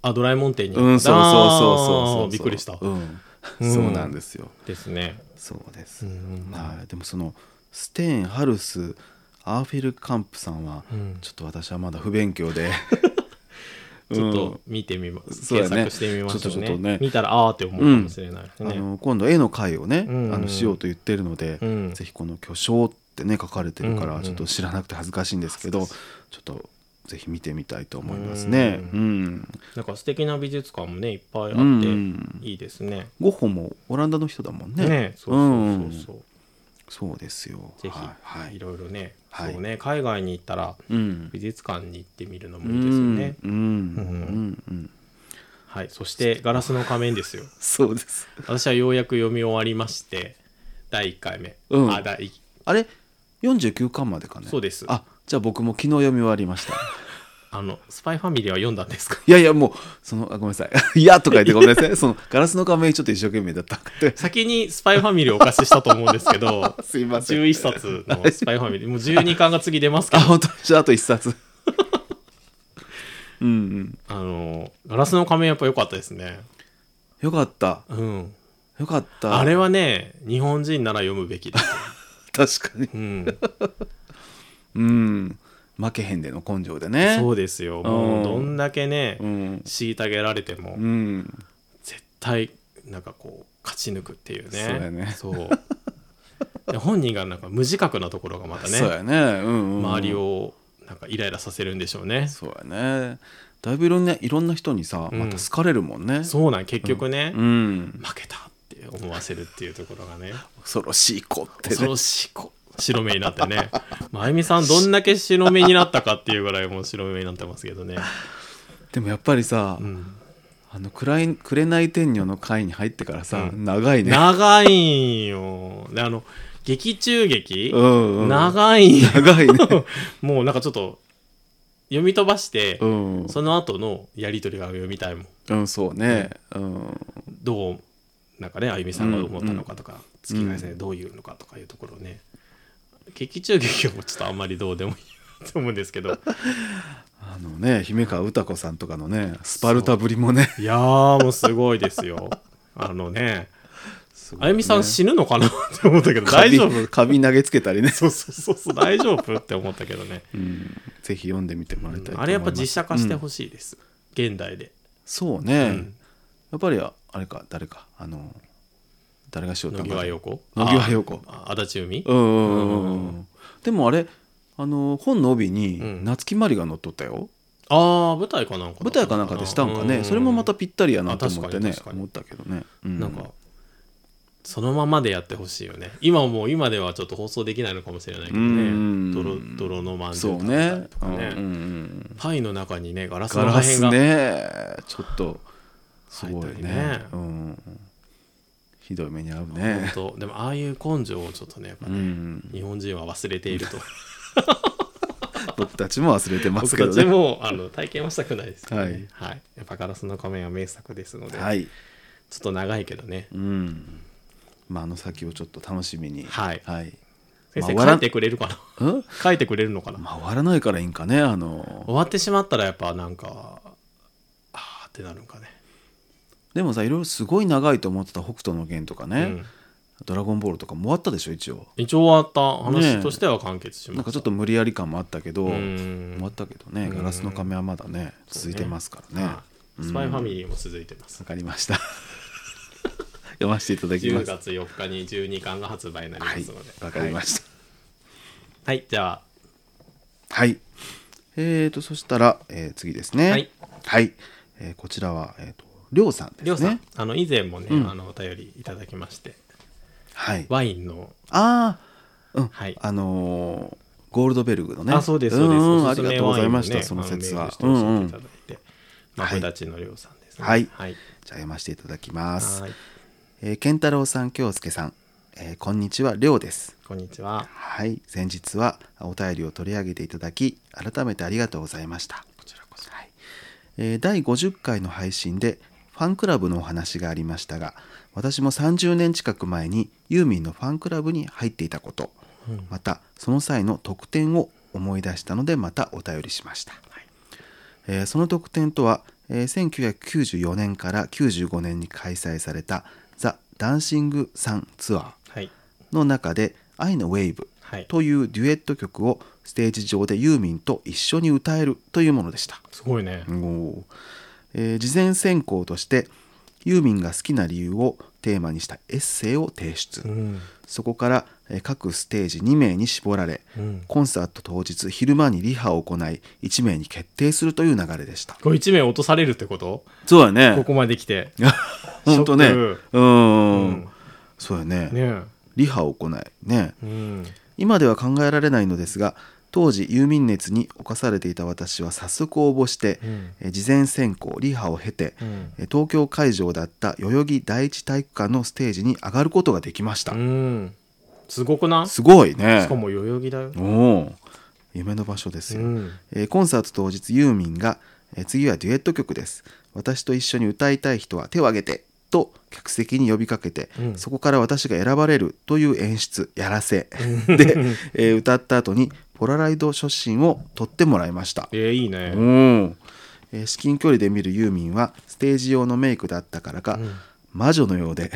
Speaker 2: あドラえもん店に
Speaker 1: ううんそうそうそうそう
Speaker 2: あ
Speaker 1: そ
Speaker 2: ー
Speaker 1: う
Speaker 2: びっくりした、
Speaker 1: うん
Speaker 2: うん
Speaker 1: そうなんですよ
Speaker 2: ですね
Speaker 1: そうです、
Speaker 2: ん
Speaker 1: はい、でもそのステーンハルスアーフィル・カンプさんは、
Speaker 2: うん
Speaker 1: ちょっと私はまだ不勉強
Speaker 2: (laughs)
Speaker 1: で
Speaker 2: ちょっと
Speaker 1: う
Speaker 2: 見てみま、
Speaker 1: そう
Speaker 2: 検
Speaker 1: だね
Speaker 2: 索してみましょう
Speaker 1: ちょ
Speaker 2: ね
Speaker 1: っとね
Speaker 2: 見たらああって思うかもしれないです
Speaker 1: んあ
Speaker 2: ね、
Speaker 1: の今度絵の回をね、
Speaker 2: うん
Speaker 1: あのしようと言ってるので、
Speaker 2: うん
Speaker 1: ぜひこの「巨匠」ってね書かれてるから、
Speaker 2: うんうん
Speaker 1: ちょっと知らなくて恥ずかしいんですけど、
Speaker 2: 恥ず
Speaker 1: ちょっとぜひ見てみたいと思いますね。
Speaker 2: う
Speaker 1: うんん
Speaker 2: なんか素敵な美術館もねいっぱいあって、
Speaker 1: うん
Speaker 2: いいですね
Speaker 1: ゴッホもオランダの人だもんね。
Speaker 2: ねそうそうそうそう、
Speaker 1: そうですよ。
Speaker 2: ぜひ、、
Speaker 1: はいはいい。
Speaker 2: ろいろね、
Speaker 1: はい
Speaker 2: そうね海外に行ったら
Speaker 1: うん。
Speaker 2: 美術館に行ってみるのもいいですよね、
Speaker 1: うん
Speaker 2: う
Speaker 1: うんんうんうん。
Speaker 2: はいそしてガラスの仮面ですよ
Speaker 1: そうです。
Speaker 2: 私はようやく読み終わりまして第1回目、
Speaker 1: うん
Speaker 2: あ第一
Speaker 1: あれ49巻までかね。
Speaker 2: そうです
Speaker 1: あじゃあ僕も昨日読み終わりました。
Speaker 2: あのスパイファミリーは読んだんですか (laughs)
Speaker 1: いやいやもうそのあごめんなさい。いやとか言ってごめんなさい。そのガラスの仮面ちょっと一生懸命だったって。
Speaker 2: 先にスパイファミリーをお貸ししたと思うんですけど
Speaker 1: (laughs) すいません。
Speaker 2: 11冊のスパイファミリーもう12巻が次出ますけ
Speaker 1: あ
Speaker 2: ど
Speaker 1: 本当じゃああと一冊。うんうん。
Speaker 2: あのガラスの仮面やっぱ良かったですね
Speaker 1: よかった。
Speaker 2: うん
Speaker 1: よかった。
Speaker 2: あれはね日本人なら読むべきだ、
Speaker 1: 確かに。 (laughs)
Speaker 2: うん、
Speaker 1: うん。負けへんでの根性でね。。
Speaker 2: そううですよもうどんだけね、
Speaker 1: ん。
Speaker 2: 虐げられても、
Speaker 1: うん。
Speaker 2: 絶対なんかこう勝ち抜くっていうね
Speaker 1: そうやね
Speaker 2: そうで本人がなんか無自覚なところがまたね
Speaker 1: そうやね。うんうんうん。
Speaker 2: 周りをなんかイライラさせるんでしょうね。
Speaker 1: そうやねだいぶいろんないろんな人にさ
Speaker 2: うん
Speaker 1: また好かれるもんね、
Speaker 2: そうなん結局ね、
Speaker 1: うん
Speaker 2: 負けたって思わせるっていうとこ
Speaker 1: (laughs)
Speaker 2: ろがね
Speaker 1: 恐ろしい子って
Speaker 2: 恐
Speaker 1: ね
Speaker 2: ろしい子白目になってねまあゆみさんどんだけ白目になったかっていうぐらいもう白目になってますけどね、
Speaker 1: でもやっぱりさ、
Speaker 2: うん、
Speaker 1: あの暗い「紅天女」の会に入ってからさ、
Speaker 2: うん
Speaker 1: 長いね
Speaker 2: 長いんよであの劇中劇、
Speaker 1: うんうん、
Speaker 2: 長いんよ
Speaker 1: 長い
Speaker 2: (laughs)
Speaker 1: ね
Speaker 2: もうなんかちょっと読み飛ばして、
Speaker 1: うん
Speaker 2: その後のやり取りが読みたいもん
Speaker 1: うん、そうね、うん、
Speaker 2: どうなんかねあゆみさんが思ったのかとか、月替えさんでどういうのかとかいうところをね、劇中劇はもうちょっとあんまりどうでもいいと思うんですけど
Speaker 1: あのね姫川歌子さんとかのねスパルタぶりもね
Speaker 2: いやーもうすごいですよあのねあゆみさん死ぬのかなって思ったけど大丈夫
Speaker 1: 夫 (laughs) カビ投げつけたりね、
Speaker 2: そうそうそうそう大丈夫って思ったけどね、
Speaker 1: うん、ぜひ読んでみてもらいたいと思います、
Speaker 2: あれやっぱ実写化して
Speaker 1: うん
Speaker 2: ほしいです、現代で、
Speaker 1: そう
Speaker 2: う
Speaker 1: ね、
Speaker 2: ん、
Speaker 1: やっぱりああれか誰かあの誰がしよう
Speaker 2: 野際陽子
Speaker 1: 野際陽子
Speaker 2: あ足立海
Speaker 1: うんうんうんう
Speaker 2: うん
Speaker 1: ん
Speaker 2: う
Speaker 1: うんんでもあれあの本の帯に
Speaker 2: うん
Speaker 1: 夏木マリが載っとったよ、
Speaker 2: あー舞台かなんかだった
Speaker 1: 舞台かなんかでしたんかね、
Speaker 2: う
Speaker 1: それもまたぴったりやなと思って
Speaker 2: あ
Speaker 1: ね
Speaker 2: 確かに確かに
Speaker 1: 思ったけどね、う
Speaker 2: なんかそのままでやってほしいよね今もう今ではちょっと放送できないのかもしれないけど
Speaker 1: うん
Speaker 2: ね泥泥のまんじゅ
Speaker 1: そうう
Speaker 2: 食べたり
Speaker 1: ね
Speaker 2: とかね
Speaker 1: うんうんうん
Speaker 2: パイの中にねガラス
Speaker 1: ガ
Speaker 2: の破
Speaker 1: ラ
Speaker 2: 片
Speaker 1: ス
Speaker 2: が、
Speaker 1: ねちょっとすご
Speaker 2: 入っ
Speaker 1: いね
Speaker 2: たりね
Speaker 1: うん、ひどい目に遭うね、
Speaker 2: 本当でもああいう根性をちょっとねやっぱ
Speaker 1: う
Speaker 2: ね、
Speaker 1: ん、
Speaker 2: 日本人は忘れていると
Speaker 1: 僕たちも (laughs) 忘れてます
Speaker 2: 僕
Speaker 1: け
Speaker 2: た
Speaker 1: ど
Speaker 2: ち
Speaker 1: ね
Speaker 2: もあの体験はしたくないですけどね
Speaker 1: はい、
Speaker 2: はい、やっぱ「ガラスの仮面」は名作ですので、
Speaker 1: はい、
Speaker 2: ちょっと長いけどね
Speaker 1: うんまあ、あの先をちょっと楽しみに
Speaker 2: はい
Speaker 1: はい
Speaker 2: 先生、
Speaker 1: まあ
Speaker 2: 書いてくれるかな (laughs)
Speaker 1: うん
Speaker 2: 書いてくれるのかな、
Speaker 1: まあ、終わらないからいいんかねあの
Speaker 2: 終わってしまったらやっぱなんかあーってなるんかね
Speaker 1: でもさいろいろすごい長いと思ってた「北斗の拳」とかね、
Speaker 2: うん
Speaker 1: ドラゴンボール」とかも終わったでしょ一応
Speaker 2: 一応終わった
Speaker 1: ね
Speaker 2: 話
Speaker 1: え
Speaker 2: としては完結しました、
Speaker 1: なんかちょっと無理やり感もあったけど、
Speaker 2: うん
Speaker 1: 終わったけどね「ガラスの仮面」はまだね、続いてますからねわ、
Speaker 2: はいスパイファミリーも続いてます
Speaker 1: かりました (laughs) 読ませていただきま
Speaker 2: 10
Speaker 1: す
Speaker 2: 月4日に12巻が発売になりま
Speaker 1: はい
Speaker 2: すので
Speaker 1: わかりま
Speaker 2: はい
Speaker 1: した
Speaker 2: はいじゃあ
Speaker 1: はい、えーとそしたら、えー次ですね
Speaker 2: はい、
Speaker 1: はいえーこちらはえーとりょうさんですね
Speaker 2: りょうさん、あの以前もね、あのお便りいただきまして
Speaker 1: はい
Speaker 2: ワインの
Speaker 1: ああうん、
Speaker 2: はい
Speaker 1: あのーゴールドベルグのね
Speaker 2: あそうですそ
Speaker 1: ん
Speaker 2: うです、
Speaker 1: ん
Speaker 2: お
Speaker 1: あ
Speaker 2: す
Speaker 1: り
Speaker 2: す
Speaker 1: が
Speaker 2: め
Speaker 1: とうご
Speaker 2: ワ
Speaker 1: ざ
Speaker 2: イ
Speaker 1: い
Speaker 2: ンをね
Speaker 1: ました、その説
Speaker 2: あ
Speaker 1: は
Speaker 2: のメール
Speaker 1: うんう
Speaker 2: して
Speaker 1: ん
Speaker 2: 教えていただいて、まあ
Speaker 1: はい
Speaker 2: ブダチのりょうさんですね
Speaker 1: はい
Speaker 2: はい
Speaker 1: じゃあ読ませていただきます
Speaker 2: はい
Speaker 1: えー、健太郎さん京介さん、えーこんにちはりょうです
Speaker 2: こんにちは
Speaker 1: はい先日はお便りを取り上げていただき改めてありがとうございました
Speaker 2: こちらこそ
Speaker 1: はいえー第50回の配信でファンクラブのお話がありましたが私も30年近く前にユーミンのファンクラブに入っていたこと、またその際の特典を思い出したのでまたお便りしました、えーその特典とは、えー1994年から95年に開催された「ザ・ダンシング・サン・ツア
Speaker 2: はい
Speaker 1: ー」の中で「愛のウェイブ
Speaker 2: はい」
Speaker 1: というデュエット曲をステージ上でユーミンと一緒に歌えるというものでした。
Speaker 2: すごいね
Speaker 1: おーえー事前選考としてユーミンが好きな理由をテーマにしたエッセイを提出、
Speaker 2: うん
Speaker 1: そこからえー各ステージ2名に絞られ、
Speaker 2: うん
Speaker 1: コンサート当日昼間にリハを行い1名に決定するという流れでした
Speaker 2: これ1名落とされるってこと
Speaker 1: そうやね
Speaker 2: ここまで来て
Speaker 1: (laughs) 本当ね
Speaker 2: シ
Speaker 1: う
Speaker 2: ョッ
Speaker 1: ん、
Speaker 2: うん
Speaker 1: そうやね
Speaker 2: ね
Speaker 1: リハを行いね
Speaker 2: えうん
Speaker 1: 今では考えられないのですが当時ユーミン熱に侵されていた私は早速応募して、
Speaker 2: うん
Speaker 1: えー事前選考リハを経て、
Speaker 2: うん
Speaker 1: えー東京会場だった代々木第一体育館のステージに上がることができました、
Speaker 2: うんすごくないし
Speaker 1: すごいね
Speaker 2: かも代々木だよ、
Speaker 1: おー夢の場所です
Speaker 2: う
Speaker 1: よ、
Speaker 2: ん、
Speaker 1: えーコンサート当日ユーミンが、えー次はデュエット曲です私と一緒に歌いたい人は手を挙げてと客席に呼びかけて、
Speaker 2: うん
Speaker 1: そこから私が選ばれるという演出やら
Speaker 2: (laughs)
Speaker 1: せで、えー歌った後にポラライド写真を撮ってもらいました
Speaker 2: えー、いいね
Speaker 1: うん、えー至近距離で見るユーミンはステージ用のメイクだったからか、魔女のよう
Speaker 2: (laughs)
Speaker 1: で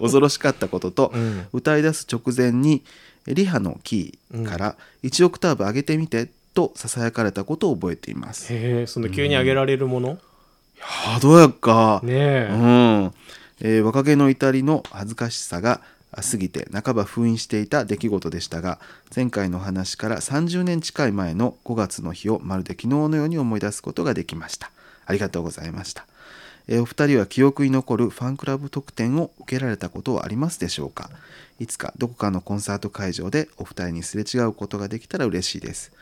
Speaker 1: 恐ろしかったことと、
Speaker 2: うん
Speaker 1: 歌い出す直前にリハのキーから1オクターブ上げてみてとささやかれたことを覚えています。
Speaker 2: へえその急に上げられるもの、
Speaker 1: はどやか、
Speaker 2: ねえ、
Speaker 1: うんえー若気の至りの恥ずかしさが過ぎて半ば封印していた出来事でしたが前回のお話から30年近い前の5月の日をまるで昨日のように思い出すことができましたありがとうございましたえーお二人は記憶に残るファンクラブ特典を受けられたことはありますでしょうかいつかどこかのコンサート会場でお二人にすれ違うことができたら嬉しいです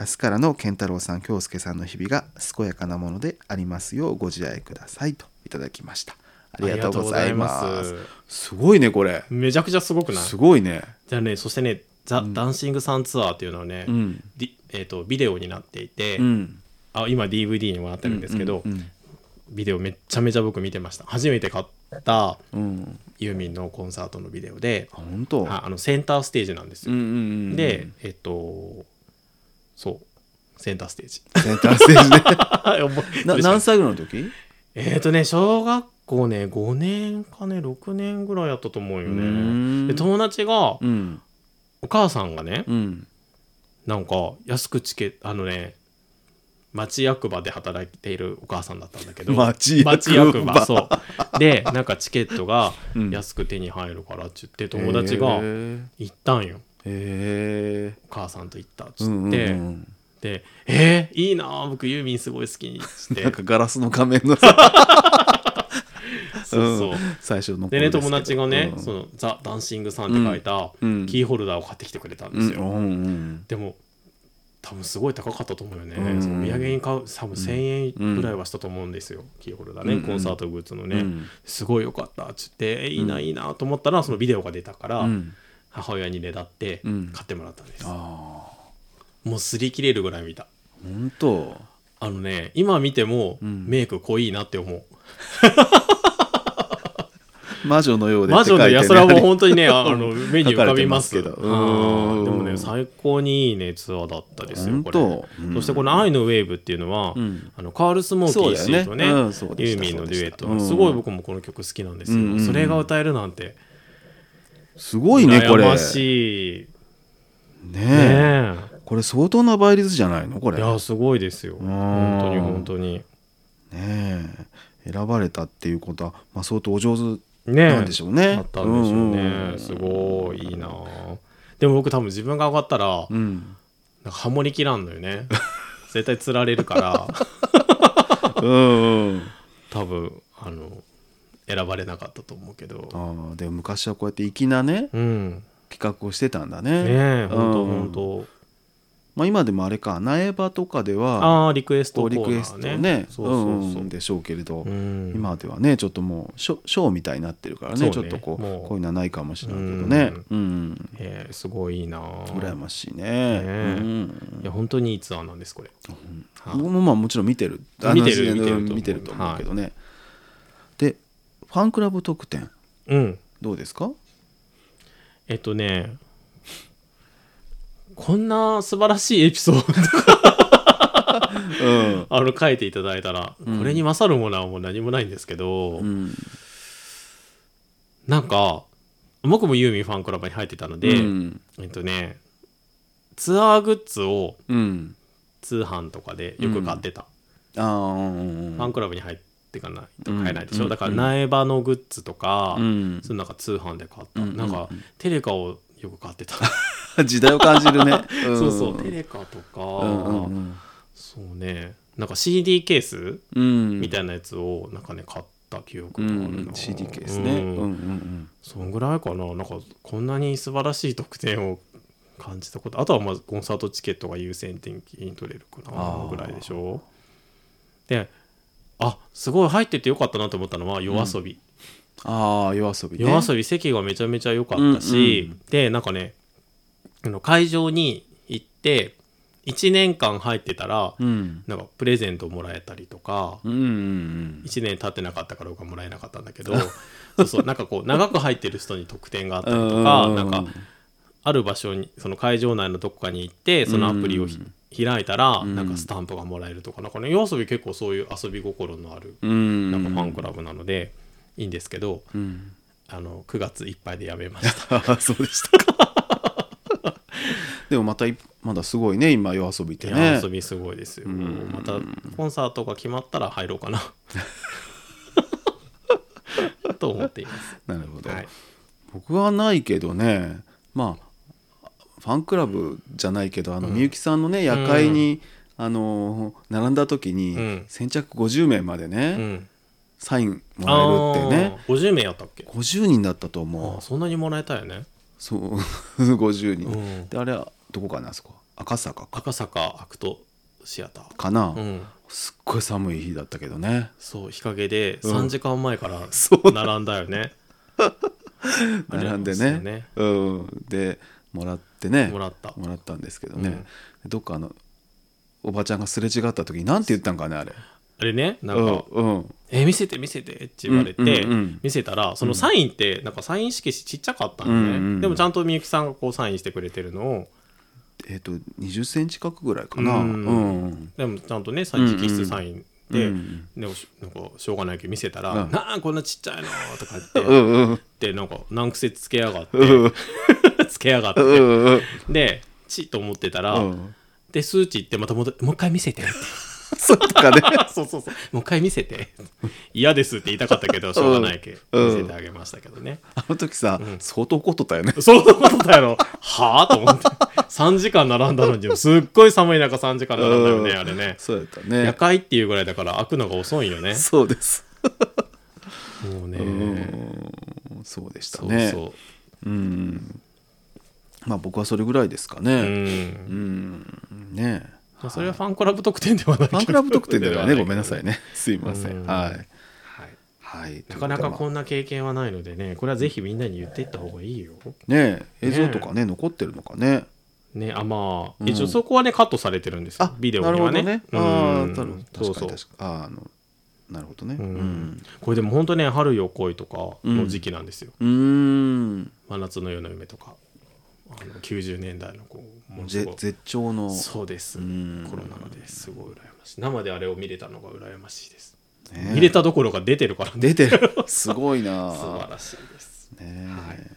Speaker 1: 明日からの健太郎さん京介さんの日々が健やかなものでありますようご自愛くださいといただきましたありがとうございます
Speaker 2: ありがとうございます
Speaker 1: ごいねこれ
Speaker 2: めちゃくちゃすごくない
Speaker 1: すごいね
Speaker 2: じゃあねそしてね「ザ・ダンシング・サンツアー」っていうのはね、
Speaker 1: うん
Speaker 2: ディえー、とビデオになっていて、
Speaker 1: うん
Speaker 2: あ今 DVD にもなってるんですけど、
Speaker 1: うんうん
Speaker 2: ビデオめっちゃめちゃ僕見てました初めて買った
Speaker 1: うん
Speaker 2: ユーミンのコンサートのビデオで
Speaker 1: あ本当
Speaker 2: ああのセンターステージなんです
Speaker 1: う
Speaker 2: よ、
Speaker 1: んうんうん
Speaker 2: でえっとそうセンターステージ (laughs)
Speaker 1: センターステージね
Speaker 2: 覚え
Speaker 1: な何歳ぐらいの時
Speaker 2: えっ、とね小学校ね5年かね6年ぐらいやったと思うよ
Speaker 1: うーん
Speaker 2: ねで友達が
Speaker 1: うん
Speaker 2: お母さんがね
Speaker 1: うん
Speaker 2: なんか安くチケあのね町役場で働いているお母さんだったんだけど
Speaker 1: (laughs) 町役場
Speaker 2: 町役場そうでなんかチケットが
Speaker 1: うん
Speaker 2: 安く手に入るからって言って友達が
Speaker 1: へー
Speaker 2: 行ったんよ、
Speaker 1: へ
Speaker 2: お母さんと行ったっ
Speaker 1: え
Speaker 2: つって、で「えー、いいなあ僕ユーミンすごい好き」っつっ
Speaker 1: なん
Speaker 2: て
Speaker 1: かガラスの画面のさ
Speaker 2: そうそう、
Speaker 1: ん最初の
Speaker 2: でね
Speaker 1: 頃すけど
Speaker 2: 友達がね「
Speaker 1: うん
Speaker 2: そのザ・ダンシングさん」って書いた
Speaker 1: うん
Speaker 2: キーホルダーを買ってきてくれた
Speaker 1: う
Speaker 2: んで
Speaker 1: ん
Speaker 2: すよ、
Speaker 1: うんうん
Speaker 2: でも多分すごい高かったと思うよね、
Speaker 1: うん
Speaker 2: そのお土産に買う多分1,000円ぐらいはしたと思うんですよ、キーホルダーね、
Speaker 1: うんうん
Speaker 2: コンサートグッズの
Speaker 1: う
Speaker 2: ね、
Speaker 1: ん
Speaker 2: すごいよかったっつってえいいないいなと思ったらそのビデオが出たから、
Speaker 1: うん
Speaker 2: 母親にねだって
Speaker 1: うん
Speaker 2: 買ってもらったんです、
Speaker 1: あ
Speaker 2: もう擦り切れるぐらい見た
Speaker 1: ーほんと
Speaker 2: あのね今見ても
Speaker 1: うん
Speaker 2: メイク濃いなって思う、
Speaker 1: 魔女のようで
Speaker 2: 魔女の
Speaker 1: 世界
Speaker 2: や
Speaker 1: で
Speaker 2: それはもう本当
Speaker 1: (laughs)
Speaker 2: にねあの目に浮かびます
Speaker 1: 書かれてますけど
Speaker 2: はいでも
Speaker 1: う
Speaker 2: ね
Speaker 1: ん
Speaker 2: 最高にいいねツアーだったですよ
Speaker 1: 本
Speaker 2: これ、
Speaker 1: 当うん
Speaker 2: そしてこの「愛のウェーブ」っていうのは、
Speaker 1: うん
Speaker 2: あのカール・スモーキー氏
Speaker 1: そ
Speaker 2: とね
Speaker 1: うだよねうんそうで
Speaker 2: ユ
Speaker 1: し
Speaker 2: ー
Speaker 1: た
Speaker 2: ミンのデュエット、
Speaker 1: そうでした
Speaker 2: すごい僕もこの曲好きなんですよ、
Speaker 1: うんうんうん
Speaker 2: それが歌えるなんて
Speaker 1: すごいねこれ
Speaker 2: 羨ましい
Speaker 1: ね
Speaker 2: ね
Speaker 1: えこれ相当な倍率じゃないのこ
Speaker 2: え
Speaker 1: れ
Speaker 2: い
Speaker 1: ね
Speaker 2: やすごいですよ本当に本当に
Speaker 1: え選ばれたっていうことは、まあ、相当お上手
Speaker 2: ねえ
Speaker 1: なんでしょうね
Speaker 2: だったんでしょうね、
Speaker 1: うんうん
Speaker 2: すごいいいなでも僕多分自分が上がったら、
Speaker 1: うん
Speaker 2: なんかハモりきらんのよね (laughs) 絶対釣られるから
Speaker 1: うんうん
Speaker 2: 多分あの選ばれなかったと思うけど
Speaker 1: あーでも昔はこうやって粋なね
Speaker 2: うんね
Speaker 1: 企画をしてたんだね
Speaker 2: え本当
Speaker 1: うん
Speaker 2: 本当
Speaker 1: まあ、今でもあれか苗場とかでは
Speaker 2: ああリクエスト
Speaker 1: こ
Speaker 2: コ
Speaker 1: う
Speaker 2: ーナ
Speaker 1: リ
Speaker 2: ー、ね、
Speaker 1: クエストをね
Speaker 2: そうそうそう
Speaker 1: うんでしょうけれど、
Speaker 2: うん
Speaker 1: 今ではねちょっともうショショーみたいになってるからねち
Speaker 2: そ
Speaker 1: ょっ
Speaker 2: うね
Speaker 1: とこう
Speaker 2: も
Speaker 1: こ
Speaker 2: う
Speaker 1: ういうのはないかもしれないけどねうん、
Speaker 2: えーすごいいいな
Speaker 1: 羨ましいね
Speaker 2: え
Speaker 1: うん
Speaker 2: いや本当にいいツアーなんですこれ、はい
Speaker 1: 僕もまあもちろん見てる
Speaker 2: あ見てる
Speaker 1: あの
Speaker 2: 見てると思う
Speaker 1: 見てると思うけどね、でファンクラブ特典
Speaker 2: うん
Speaker 1: どうですか
Speaker 2: えっとねこんな素晴らしいエピソード
Speaker 1: うん、
Speaker 2: あの書いていただいたら、これに勝るものはもう何もないんですけど、
Speaker 1: うん
Speaker 2: なんか僕もユーミンファンクラブに入ってたので、
Speaker 1: うん
Speaker 2: えっとねツアーグッズを
Speaker 1: うん、
Speaker 2: 通販とかでよく買ってた、
Speaker 1: ああうん
Speaker 2: ファンクラブに入ってかないと
Speaker 1: うん
Speaker 2: 買えないでしょ、
Speaker 1: うん
Speaker 2: だから苗場のグッズとか、
Speaker 1: うん (laughs)
Speaker 2: そのなんか通販で買った、
Speaker 1: うん
Speaker 2: なんかテレカをよく買ってた、
Speaker 1: 時代を感じる
Speaker 2: (laughs)
Speaker 1: ね、ん
Speaker 2: そうそうテレカとか、
Speaker 1: うんうんうん
Speaker 2: そうねなんか CD ケース
Speaker 1: うん
Speaker 2: みたいなやつをなんかね買った記憶
Speaker 1: う
Speaker 2: があるな、
Speaker 1: ん、CD ケースね、う
Speaker 2: う
Speaker 1: う
Speaker 2: んん
Speaker 1: んうん、
Speaker 2: そんぐらいかななんかこんなに素晴らしい特典を感じたことあとはまずコンサートチケットが優先的に取れるか
Speaker 1: あ
Speaker 2: な
Speaker 1: ー
Speaker 2: ぐらいでしょであすごい入っててよかったなと思ったのは夜遊び、
Speaker 1: ああ夜遊びね
Speaker 2: 夜遊び席がめちゃめちゃ良かったし、
Speaker 1: うんう
Speaker 2: でなんかねあの会場に行って1年間入ってたら、
Speaker 1: うん
Speaker 2: なんかプレゼントもらえたりとか、
Speaker 1: うんうん
Speaker 2: 1年経ってなかったから僕はもらえなかったんだけどそうそうなんかこう長く入ってる人に特典があったりとか、
Speaker 1: うんうん
Speaker 2: な
Speaker 1: うん
Speaker 2: んかある場所にその会場内のどこかに行ってそのアプリをひ、開いたら、
Speaker 1: ん
Speaker 2: なんかスタンプがもらえるとかなんかね夜遊び結構そういう遊び心のある
Speaker 1: うんうん
Speaker 2: なんかファンクラブなので、いいんですけど
Speaker 1: うん
Speaker 2: あの9月いっぱいでやめました
Speaker 1: あー (laughs) そうでしたかでもまたいまだすごいね今夜遊びってね
Speaker 2: 夜遊びすごいですよ、またコンサートが決まったら入ろ
Speaker 1: (laughs)
Speaker 2: うかなと思っています
Speaker 1: なるほど、
Speaker 2: はい
Speaker 1: 僕はないけどねまあファンクラブじゃないけどあのみゆきさんのね夜会に、あの並んだ時に、
Speaker 2: うん
Speaker 1: 先着50名までね、
Speaker 2: うん
Speaker 1: サインもらえるってね
Speaker 2: あー50名やったっけ
Speaker 1: 50人だったと
Speaker 2: あ
Speaker 1: 思
Speaker 2: ー
Speaker 1: う
Speaker 2: そんなにもらえたよね
Speaker 1: そう (laughs) 50人、
Speaker 2: うん
Speaker 1: であれはどこかなあそこ赤坂か
Speaker 2: 赤坂アクトシアター
Speaker 1: かな、
Speaker 2: うん
Speaker 1: すっごい寒い日だったけどね
Speaker 2: そう日陰で
Speaker 1: うん
Speaker 2: 3時間前から
Speaker 1: そう
Speaker 2: 並んだよね、あれ
Speaker 1: 並んで
Speaker 2: そう
Speaker 1: ね
Speaker 2: よね
Speaker 1: うん、でもらってね
Speaker 2: もらった
Speaker 1: もらったんですけどね、どっかあのおばちゃんがすれ違った時に何て言ったんかねあれ
Speaker 2: あれねなんか
Speaker 1: うんうん
Speaker 2: 「え見せて見せて」って言われて、
Speaker 1: うんうんうん
Speaker 2: 見せたらそのサインってなんかサイン色紙ちっちゃかったのね、
Speaker 1: うんうん
Speaker 2: でもちゃんとみゆきさんがこうサインしてくれてるのを
Speaker 1: えっ、と20センチ角ぐらいかな
Speaker 2: う
Speaker 1: うんん、
Speaker 2: でもちゃんとねサイン
Speaker 1: うんうん
Speaker 2: 直筆サインで、
Speaker 1: うん
Speaker 2: でもしなんかしょうがないけど見せたら「
Speaker 1: うん
Speaker 2: なあこんなちっちゃいの」とか言
Speaker 1: う
Speaker 2: って。
Speaker 1: んうん
Speaker 2: でなんか難癖つけやがって
Speaker 1: うん
Speaker 2: (laughs) つけやがって、
Speaker 1: うんうん
Speaker 2: でチッと思ってたら、
Speaker 1: うん
Speaker 2: で数値ってまた戻ってもう一回見せてって
Speaker 1: そうとかね
Speaker 2: (laughs) そうそうそう。もう一回見せて。嫌ですって言いたかったけど、しょうがないけ、
Speaker 1: うん
Speaker 2: 見せてあげましたけどね。
Speaker 1: あの時さ、
Speaker 2: うん
Speaker 1: 相当怒っとったよね
Speaker 2: そういうことだよ。はあと思って。3時間並んだのに、すっごい寒い中3時間並んだよね、
Speaker 1: うん
Speaker 2: あれね。
Speaker 1: そうやった
Speaker 2: 夜
Speaker 1: ね
Speaker 2: 会っていうぐらいだから開くのが遅いよね。
Speaker 1: そうです、
Speaker 2: もうね。
Speaker 1: うんそうでした
Speaker 2: そう
Speaker 1: ね
Speaker 2: そう
Speaker 1: うんまあ僕はそれぐらいですか
Speaker 2: う。う
Speaker 1: ね
Speaker 2: ん。
Speaker 1: うんねえ
Speaker 2: まあ、それはファンクラブ特典ではない
Speaker 1: ファンクラブ特典ではね、ごめんなさい
Speaker 2: ね。
Speaker 1: ね。すいませ
Speaker 2: うん
Speaker 1: ん。はい。
Speaker 2: はい
Speaker 1: はい。
Speaker 2: なかなかこ
Speaker 1: うん
Speaker 2: な経験はないのでね、これはぜひみんなに言っていった方がいいよ。
Speaker 1: ねえ映像とかね、残ってるのかね。
Speaker 2: ね、あまあ、
Speaker 1: うん
Speaker 2: 一応そこはねカットされてるんですよ
Speaker 1: あ、
Speaker 2: ビデオには
Speaker 1: なるほど
Speaker 2: ねう
Speaker 1: ね。ああ、
Speaker 2: ん
Speaker 1: なるほど確か
Speaker 2: そうそう
Speaker 1: に確かに。ああ、あの、なるほどね。
Speaker 2: う
Speaker 1: うんん。
Speaker 2: これでも本当ね「春よ来い」とかの時期なんですよ「
Speaker 1: うーん。
Speaker 2: 真夏の夜の夢」とかあの90年代のこうものす
Speaker 1: ぜ
Speaker 2: ごい
Speaker 1: 絶頂の。
Speaker 2: そうです
Speaker 1: うん
Speaker 2: コロナ禍ですごい羨ましい生であれを見れたのが羨ましいです、
Speaker 1: ねえ
Speaker 2: 見れたどころか出てるからね
Speaker 1: 出て
Speaker 2: (laughs)
Speaker 1: る。すごいな。
Speaker 2: 素晴らしいです
Speaker 1: ね
Speaker 2: は
Speaker 1: え。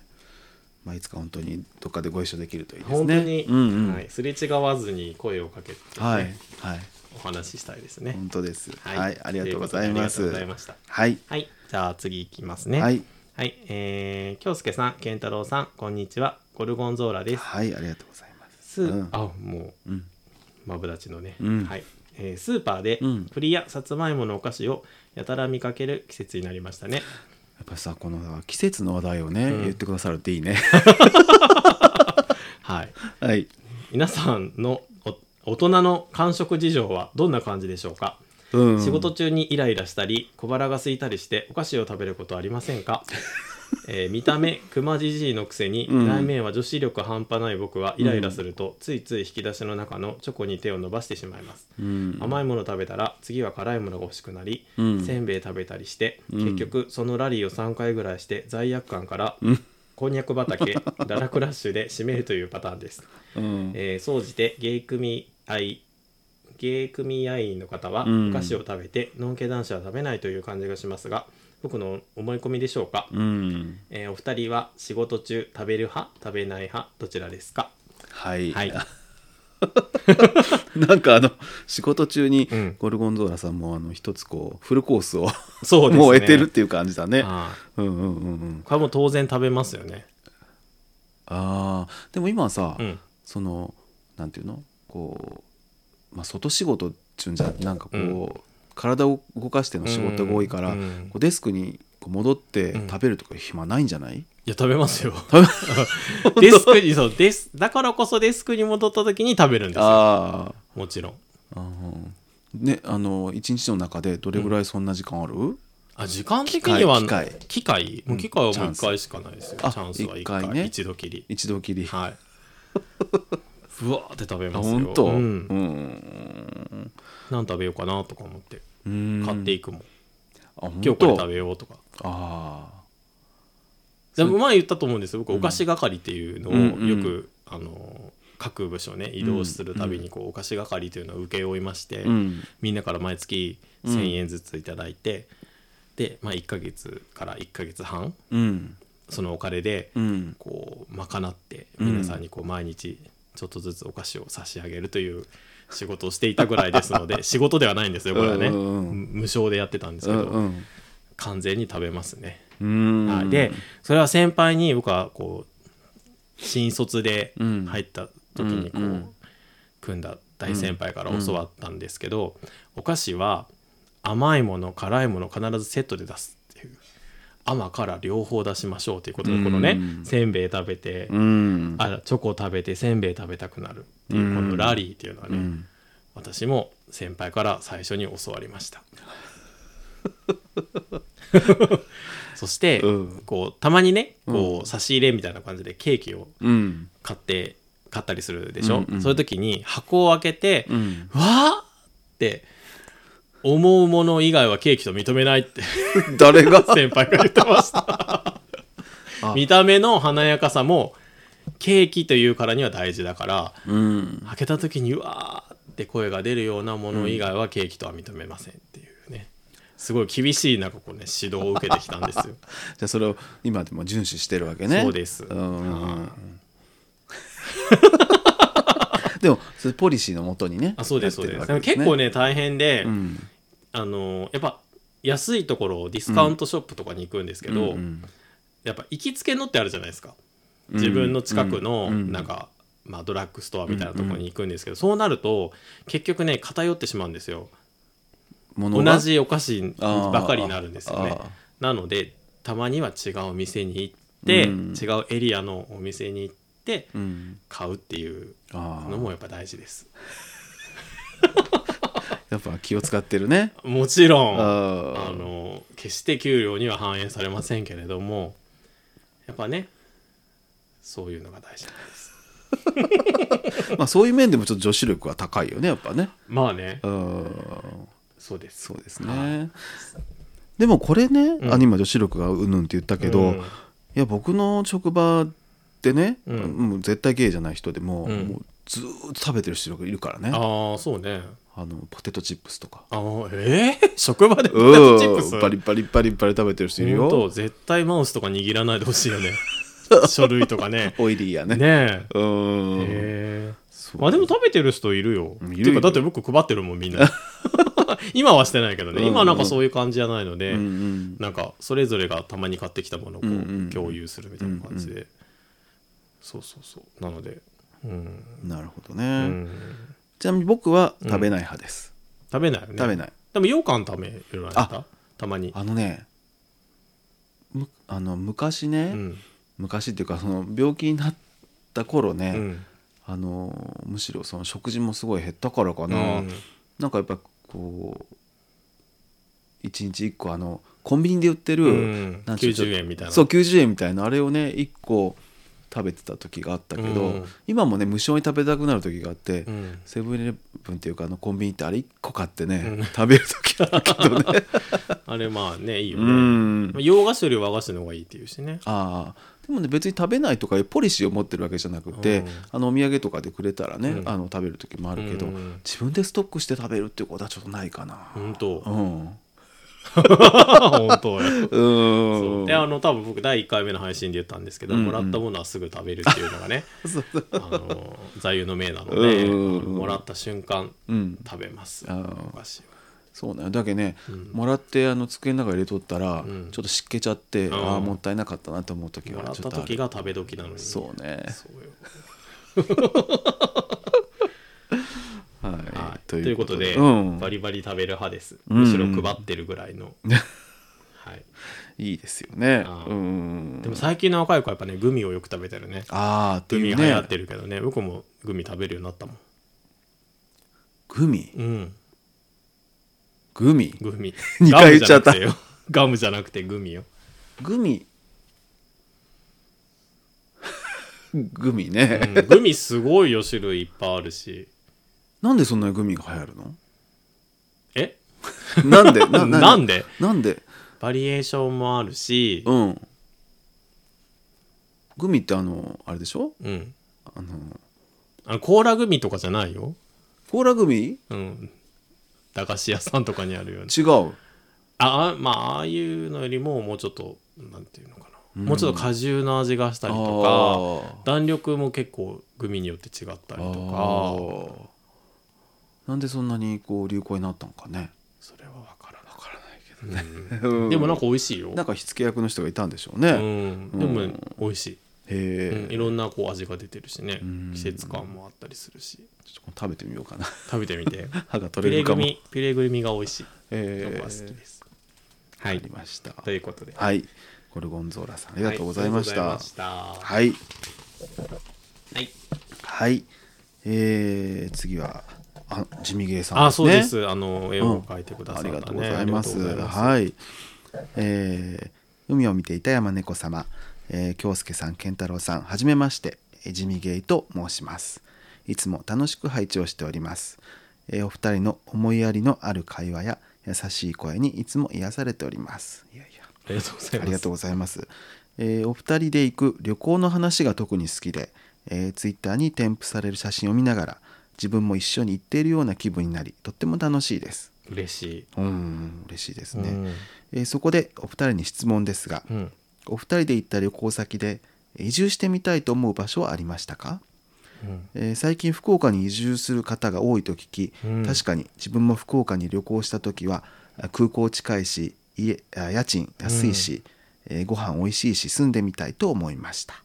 Speaker 1: まあ、いつか本当にどっかでご一緒できるといいですね。
Speaker 2: 本当に、
Speaker 1: うんうん。
Speaker 2: はい、すれ違わずに声をかけて、ね
Speaker 1: はい。はい。
Speaker 2: お話ししたいですね、
Speaker 1: 本当です。はい。ありがとうございま
Speaker 2: という
Speaker 1: す
Speaker 2: ことでありがとうござい。ました
Speaker 1: はい。
Speaker 2: はい、じゃあ次いきますね。
Speaker 1: はい。
Speaker 2: はい、えー、京介さん、健太郎さん、こんにちは。ゴルゴンゾーラです。
Speaker 1: はい。ありがとうございます。
Speaker 2: スー
Speaker 1: うん
Speaker 2: あ、もう、
Speaker 1: うん。
Speaker 2: マブダチのね。
Speaker 1: うん
Speaker 2: はい、えースーパーで
Speaker 1: うん、
Speaker 2: 栗やさつまいものお菓子をやたら見かける季節になりましたね。
Speaker 1: やっぱさこの季節の話題をね、
Speaker 2: ん
Speaker 1: 言ってくださるっていい
Speaker 2: (laughs)
Speaker 1: ね
Speaker 2: はい、
Speaker 1: はい
Speaker 2: 皆さんのお大人の間食事情はどんな感じでしょうか
Speaker 1: うん
Speaker 2: 仕事中にイライラしたり小腹が空いたりしてお菓子を食べることありませ
Speaker 1: (laughs)
Speaker 2: んか、えー見た目クマじじいのくせに
Speaker 1: うん
Speaker 2: 内面は女子力半端ない僕はイライラするとついつい引き出しの中のチョコに手を伸ばしてしまいます、
Speaker 1: うん
Speaker 2: 甘いもの食べたら次は辛いものが欲しくなり、
Speaker 1: うん
Speaker 2: せんべい食べたりして、
Speaker 1: うん
Speaker 2: 結局そのラリーを3回ぐらいして罪悪感から、
Speaker 1: うん
Speaker 2: こんにゃく畑堕落ラッシュで締めるというパターンです
Speaker 1: うん
Speaker 2: えー総じてゲイ組合ゲイ組合員の方は
Speaker 1: うん
Speaker 2: お菓子を食べて、ノン系男子は食べないという感じがしますが僕の思い込みでしょうか、
Speaker 1: うん
Speaker 2: えーお二人は仕事中食べる派食べない派どちらですか
Speaker 1: はい、
Speaker 2: はい
Speaker 1: (laughs) なんかあの仕事中に
Speaker 2: うん
Speaker 1: ゴルゴンゾーラさんもあの一つこうフルコースを
Speaker 2: そうですね
Speaker 1: もう得てるっていう感じだね
Speaker 2: あ
Speaker 1: うんうんうんうん
Speaker 2: ーこれはもう当然食べますよね
Speaker 1: あーでも今さ、
Speaker 2: うん
Speaker 1: そのなんていうのこう、まあ、外仕事っちゅうんじゃなんかこう、
Speaker 2: うん
Speaker 1: 体を動かしての仕事が多いから、
Speaker 2: うん
Speaker 1: こうデスクにこう戻って
Speaker 2: うん
Speaker 1: 食べるとか暇ないんじゃない、
Speaker 2: いや食べますよ (laughs) デスクにそうデスだからこそデスクに戻った時に食べるんです
Speaker 1: (laughs)
Speaker 2: よ
Speaker 1: あ
Speaker 2: もちろん
Speaker 1: あうんねあの一日の中でどれぐらいそんな時間ある、
Speaker 2: あ時間的には
Speaker 1: 機械
Speaker 2: 機械もう機械はもう1回しかないですよ、
Speaker 1: うん
Speaker 2: チャンスは1
Speaker 1: あ
Speaker 2: 回
Speaker 1: 一回ね
Speaker 2: 一度きり
Speaker 1: 一度きりあ
Speaker 2: はい
Speaker 1: (laughs)
Speaker 2: ふわーって食べますよ
Speaker 1: 本当
Speaker 2: う、
Speaker 1: うんん
Speaker 2: 何食べようかなとか思って
Speaker 1: うん
Speaker 2: 買って
Speaker 1: い
Speaker 2: いくもん、
Speaker 1: あ本当
Speaker 2: 今日これ食べようとか
Speaker 1: あ
Speaker 2: でも前言ったと思うんですよ僕お菓子係っていうのを
Speaker 1: うんうん
Speaker 2: よく、あの各部署ね移動するたびにこうお菓子係というのを請け負いまして、
Speaker 1: あうん
Speaker 2: みんなから毎月
Speaker 1: うん
Speaker 2: 1,000円ずついただいて、で、まあ、1ヶ月から1ヶ月半
Speaker 1: うん
Speaker 2: そのお金で
Speaker 1: うん
Speaker 2: こう賄って
Speaker 1: うん
Speaker 2: 皆さんにこう毎日ちょっとずつお菓子を差し上げるという仕事をしていたぐらいですの
Speaker 1: (laughs)
Speaker 2: で仕事ではないんですよこれはね
Speaker 1: うんうんうん
Speaker 2: 無無償でやってたんです
Speaker 1: う
Speaker 2: け
Speaker 1: ん
Speaker 2: ど
Speaker 1: うん
Speaker 2: 完全に食べますね
Speaker 1: うーん
Speaker 2: はい、でそれは先輩に僕はこう新卒で
Speaker 1: うん
Speaker 2: 入った時にこう、
Speaker 1: うんうん
Speaker 2: 組んだ大先輩から教わったんですけど、お菓子は甘いもの辛いもの必ずセットで出すっていう甘辛両方出しましょうということで、このね
Speaker 1: うん
Speaker 2: せんべい食べて、
Speaker 1: うん
Speaker 2: あチョコ食べてせんべい食べたくなるっていう、
Speaker 1: うん
Speaker 2: このラリーっていうのは
Speaker 1: う
Speaker 2: ね、
Speaker 1: ん
Speaker 2: 私も先輩から最初に教わりました
Speaker 1: (laughs)
Speaker 2: そして、
Speaker 1: うん
Speaker 2: こうたまにねこう、差し入れみたいな感じでケーキを
Speaker 1: うん
Speaker 2: 買って買ったりするでし
Speaker 1: う
Speaker 2: ょ、
Speaker 1: んうん
Speaker 2: そういう時に箱を開けて、
Speaker 1: う
Speaker 2: わ
Speaker 1: ん
Speaker 2: あって思うもの以外はケーキと認めないって
Speaker 1: 誰が
Speaker 2: 先輩が言ってました
Speaker 1: あ
Speaker 2: 見た目の華やかさもケーキというからには大事だから
Speaker 1: うん
Speaker 2: 開けた時にうわーって声が出るようなもの以外はケーキとは認めませんっていうねすごい厳しいなんかこうね指導を受けてきたん
Speaker 1: (laughs)
Speaker 2: ですよ
Speaker 1: じゃあそれを今でも遵守してるわけね
Speaker 2: そうです
Speaker 1: うんでもそれポリシーのもとにね
Speaker 2: あそうですそうです
Speaker 1: やって
Speaker 2: で
Speaker 1: るわけ
Speaker 2: も結構
Speaker 1: ね
Speaker 2: ね大変で、
Speaker 1: うん
Speaker 2: あのやっぱ安いところディスカウントショップとかに行くんですけど、
Speaker 1: うんうん
Speaker 2: やっぱ行きつけのってあるじゃないですか自分の近くの
Speaker 1: うん
Speaker 2: なんか、まあ、ドラッグストアみたいなところに行くんですけど、そうなると結局ね偏ってしまうんですよ
Speaker 1: 物が
Speaker 2: 同じお菓子ばかりになるんですよね
Speaker 1: あーあー
Speaker 2: なのでたまには違うお店に行って、
Speaker 1: うん
Speaker 2: 違うエリアのお店に行って
Speaker 1: うん
Speaker 2: 買うっていう
Speaker 1: あ
Speaker 2: の
Speaker 1: あ
Speaker 2: もやっぱ大事です
Speaker 1: やっぱ気を使ってるね
Speaker 2: もちろん
Speaker 1: あ
Speaker 2: あの決して給料には反映されませんけれどもやっぱねそういうのが大事なんです
Speaker 1: まあそういう面でもちょっと女子力は高いよねやっぱね
Speaker 2: まあね
Speaker 1: うん
Speaker 2: そうです
Speaker 1: そうです
Speaker 2: はい
Speaker 1: ねでもこれね、
Speaker 2: ん
Speaker 1: あ今女子力がうんぬんって言ったけど、
Speaker 2: うん
Speaker 1: いや僕の職場でね、
Speaker 2: うん
Speaker 1: もう絶対ゲイじゃない人でも,、
Speaker 2: うん
Speaker 1: もうずーっと食べてる人がいるからねあ
Speaker 2: ああそうね
Speaker 1: のポテトチップスとか
Speaker 2: あのえー、職場でポテトチッ
Speaker 1: う
Speaker 2: プス
Speaker 1: んバリバリバリバリ食べてる人いる
Speaker 2: ほんと
Speaker 1: よ
Speaker 2: 絶対マウスとか握らないでほしい
Speaker 1: (laughs)
Speaker 2: よね書類とかね
Speaker 1: オイリーやね
Speaker 2: ね
Speaker 1: う
Speaker 2: え
Speaker 1: ん、
Speaker 2: へ
Speaker 1: そ
Speaker 2: ー
Speaker 1: う
Speaker 2: まあでも食べてる人いるよ
Speaker 1: うんいる
Speaker 2: ていう
Speaker 1: よ
Speaker 2: かだって僕配ってるもんみ
Speaker 1: (laughs)
Speaker 2: んな今はしてないけどね今はなんかそういう感じじゃないので、
Speaker 1: うんうん
Speaker 2: なんかそれぞれがたまに買ってきたものをこ
Speaker 1: うんうんうん
Speaker 2: う共有するみたいな感じで、そうそうそうなので、うん
Speaker 1: なるほど
Speaker 2: う
Speaker 1: ね、
Speaker 2: ん
Speaker 1: ちなみに僕は食べない派です、
Speaker 2: 食べないよね
Speaker 1: 食べない
Speaker 2: でも羊羹食べるのあったたまに
Speaker 1: あのねむあの昔ね、
Speaker 2: うん
Speaker 1: 昔っていうかその病気になった頃
Speaker 2: う
Speaker 1: ね、
Speaker 2: ん
Speaker 1: あのむしろその食事もすごい減ったからか
Speaker 2: う
Speaker 1: な、
Speaker 2: ん
Speaker 1: なんかやっぱこう一日一個あのコンビニで売ってる、
Speaker 2: うん
Speaker 1: なんていうの
Speaker 2: 90円みたいな
Speaker 1: そう90円みたいなあれをね一個食べてた時があったけど、
Speaker 2: うん
Speaker 1: 今もね無償に食べたくなる時があって、
Speaker 2: うん
Speaker 1: セブンイレブンっていうかあのコンビニってあれ一個買ってね、
Speaker 2: うん
Speaker 1: 食べる時あるけどね
Speaker 2: あれまあねいいよ
Speaker 1: う
Speaker 2: ね
Speaker 1: ん
Speaker 2: 洋菓子より和菓子の方がいいっていうしね
Speaker 1: ああでもね別に食べないとかいうポリシーを持ってるわけじゃなくて、
Speaker 2: うん
Speaker 1: あのお土産とかでくれたらね、
Speaker 2: うん
Speaker 1: あの食べる時もあるけど、
Speaker 2: うん
Speaker 1: 自分でストックして食べるっていうことはちょっとないかな。
Speaker 2: 本当
Speaker 1: (laughs) うん
Speaker 2: 本当よ
Speaker 1: う
Speaker 2: そ
Speaker 1: ん
Speaker 2: うであの多分僕第1回目の配信で言ったんですけど、
Speaker 1: うんうん
Speaker 2: もらったものはすぐ食べるっていうのがねあの座右の銘なので、
Speaker 1: うんうんうん
Speaker 2: もらった瞬間
Speaker 1: うん
Speaker 2: 食べます
Speaker 1: あ
Speaker 2: お
Speaker 1: ー
Speaker 2: 菓子
Speaker 1: そうなのだけどね、
Speaker 2: うん
Speaker 1: もらってあの机の中入れとったら、
Speaker 2: うん
Speaker 1: ちょっと湿気ちゃって、
Speaker 2: ん
Speaker 1: ああもったいなかったなと思う時
Speaker 2: も
Speaker 1: は
Speaker 2: らっ
Speaker 1: ちょ
Speaker 2: た
Speaker 1: っとあ
Speaker 2: 時
Speaker 1: る
Speaker 2: が食べ時なのに
Speaker 1: そうね
Speaker 2: そうよ
Speaker 1: はい、
Speaker 2: はいということで、
Speaker 1: うん、
Speaker 2: バリバリ食べる派です
Speaker 1: うん
Speaker 2: むしろ配ってるぐら
Speaker 1: (laughs)
Speaker 2: いの、はい、
Speaker 1: いいですよね
Speaker 2: あー
Speaker 1: うん
Speaker 2: でも最近の若い子はやっぱねグミをよく食べてるね
Speaker 1: ああって
Speaker 2: グ
Speaker 1: い
Speaker 2: ミ
Speaker 1: う
Speaker 2: 流行
Speaker 1: ね
Speaker 2: ってるけどね僕もグミ食べるようになったもん
Speaker 1: グミ
Speaker 2: うん
Speaker 1: グミ
Speaker 2: グミ
Speaker 1: (laughs) 二回言っちゃった
Speaker 2: ガムじなくてよガムじゃなくてグミよ
Speaker 1: グミグミね、
Speaker 2: うん (laughs) グミすごいよ種類いっぱいあるし
Speaker 1: なんでそんなにグミが流行るの
Speaker 2: え
Speaker 1: なんでな
Speaker 2: なんで
Speaker 1: なんで
Speaker 2: バリエーションもあるし、
Speaker 1: うんグミってあのあれでしょ
Speaker 2: うん、
Speaker 1: あの
Speaker 2: あのコーラグミとかじゃないよ、
Speaker 1: コーラグミ
Speaker 2: うん、駄菓子屋さんとかにあるような
Speaker 1: 違う
Speaker 2: ああまあああいうのよりももうちょっとなんていうのかな、もうちょっと果汁の味がしたり
Speaker 1: あ
Speaker 2: とか弾力も結構グミによって違ったり
Speaker 1: ーあ
Speaker 2: とか
Speaker 1: ーなんでそんなにこう流行になったんかね
Speaker 2: それは分からない
Speaker 1: わからないけどうん
Speaker 2: でもなんか美味しいよ
Speaker 1: なんか火付け役の人がいたんでしょうね、
Speaker 2: う
Speaker 1: へ
Speaker 2: んでも美味しい、
Speaker 1: え、
Speaker 2: うんいろんなこう味が出てるしね
Speaker 1: ん
Speaker 2: 季節感もあったりするし
Speaker 1: ちょっと食べてみようかな
Speaker 2: 食べて
Speaker 1: (laughs)
Speaker 2: みて
Speaker 1: 歯が
Speaker 2: ピ
Speaker 1: 取れ
Speaker 2: レ
Speaker 1: るか
Speaker 2: グ
Speaker 1: も
Speaker 2: ミピレグミが美味しい僕
Speaker 1: え
Speaker 2: は好
Speaker 1: ー
Speaker 2: きですは
Speaker 1: あ
Speaker 2: い
Speaker 1: りました
Speaker 2: ということであ
Speaker 1: はいゴルゴンゾーラさんありがとうございました、
Speaker 2: は
Speaker 1: はい
Speaker 2: いはい
Speaker 1: はい、えー、次はあジミゲーさん
Speaker 2: あそうで
Speaker 1: ね
Speaker 2: すあの絵
Speaker 1: うん
Speaker 2: を描いてくださ
Speaker 1: あ
Speaker 2: っ
Speaker 1: り
Speaker 2: た
Speaker 1: がとうご
Speaker 2: ね
Speaker 1: ざいます。
Speaker 2: ありがとうございます
Speaker 1: はい、えー海を見ていた山猫様、えー京介さん、健太郎さん、はじめまして、えージミゲイと申します。いつも楽しく拝聴しております。えーお二人の思いやりのある会話や優しい声にいつも癒されております。いやいや。
Speaker 2: ありがとうございます
Speaker 1: ありがとうございます。えーお二人で行く旅行の話が特に好きで、えー、ツイッターに添付される写真を見ながら自分も一緒に行っているような気分になりとっても楽しいです。
Speaker 2: 嬉しい
Speaker 1: うん嬉しいですね、
Speaker 2: うん
Speaker 1: えーそこでお二人に質問ですが、
Speaker 2: うん
Speaker 1: お二人で行った旅行先で移住してみたいと思う場所はありましたか、
Speaker 2: うん
Speaker 1: えー最近福岡に移住する方が多いと聞き、
Speaker 2: うん
Speaker 1: 確かに自分も福岡に旅行した時はあ空港近いし家あ家賃安いし、えーご飯美味しいし住んでみたいと思いました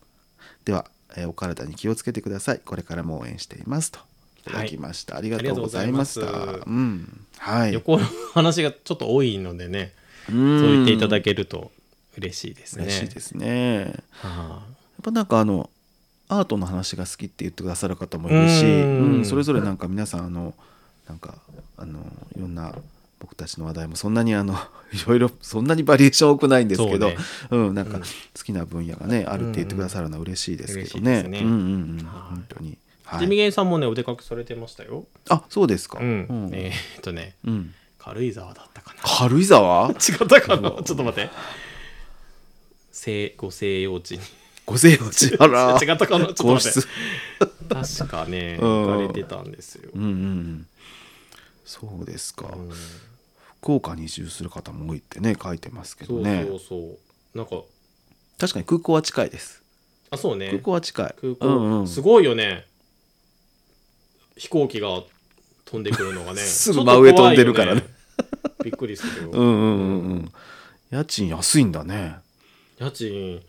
Speaker 1: では、えーお体に気をつけてくださいこれからも応援していますといただきました、ありがとうございました
Speaker 2: ありがとうございます
Speaker 1: うんはい
Speaker 2: 旅行の話がちょっと多いのでね
Speaker 1: うん
Speaker 2: そう言っていただけると嬉しいですね
Speaker 1: 嬉しいですねやっ
Speaker 2: は
Speaker 1: ぱなんかあのアートの話が好きって言ってくださる方もいるし、
Speaker 2: うん
Speaker 1: うんそれぞれなんか皆さんあのなんかあのいろんな僕たちの話題もそんなにあの (laughs) いろいろそんなにバリエーション多くないんですけど
Speaker 2: そううね,、
Speaker 1: ん、なんか好きな分野がね、あるって言ってくださるのは嬉しいですけど
Speaker 2: 嬉
Speaker 1: ね。
Speaker 2: しいです
Speaker 1: う
Speaker 2: ね
Speaker 1: んうんうん
Speaker 2: はい
Speaker 1: 本当に、
Speaker 2: あ
Speaker 1: は
Speaker 2: ジミ
Speaker 1: い、
Speaker 2: ゲンさんもねお出かけされてましたよ
Speaker 1: あそうですか。
Speaker 2: うん
Speaker 1: うん
Speaker 2: えーっとね
Speaker 1: うん
Speaker 2: 軽井沢だったかな (laughs)
Speaker 1: 軽井沢
Speaker 2: 違ったかなちょっと待って西ご西洋地に
Speaker 1: ご西洋地あら
Speaker 2: (laughs) 違ったかなちょっと
Speaker 1: 皇
Speaker 2: 待って
Speaker 1: 室。
Speaker 2: 確かね
Speaker 1: うん
Speaker 2: 行かれてたんですよ、
Speaker 1: うんうんうんそうですか。
Speaker 2: うん
Speaker 1: 福岡に移住する方も多いってね書いてますけど
Speaker 2: そう
Speaker 1: ね
Speaker 2: そうそうなんか
Speaker 1: 確かに空港は近いです
Speaker 2: あそうね
Speaker 1: 空港は近い
Speaker 2: 空港
Speaker 1: うんうん
Speaker 2: すごいよね飛行機が飛んでくる
Speaker 1: (laughs)
Speaker 2: のがね
Speaker 1: すぐ真上飛んでるからね
Speaker 2: ちょっと (laughs) 怖いよねびっくりするよ、
Speaker 1: うんうんうんうん家賃安いんだね
Speaker 2: 家賃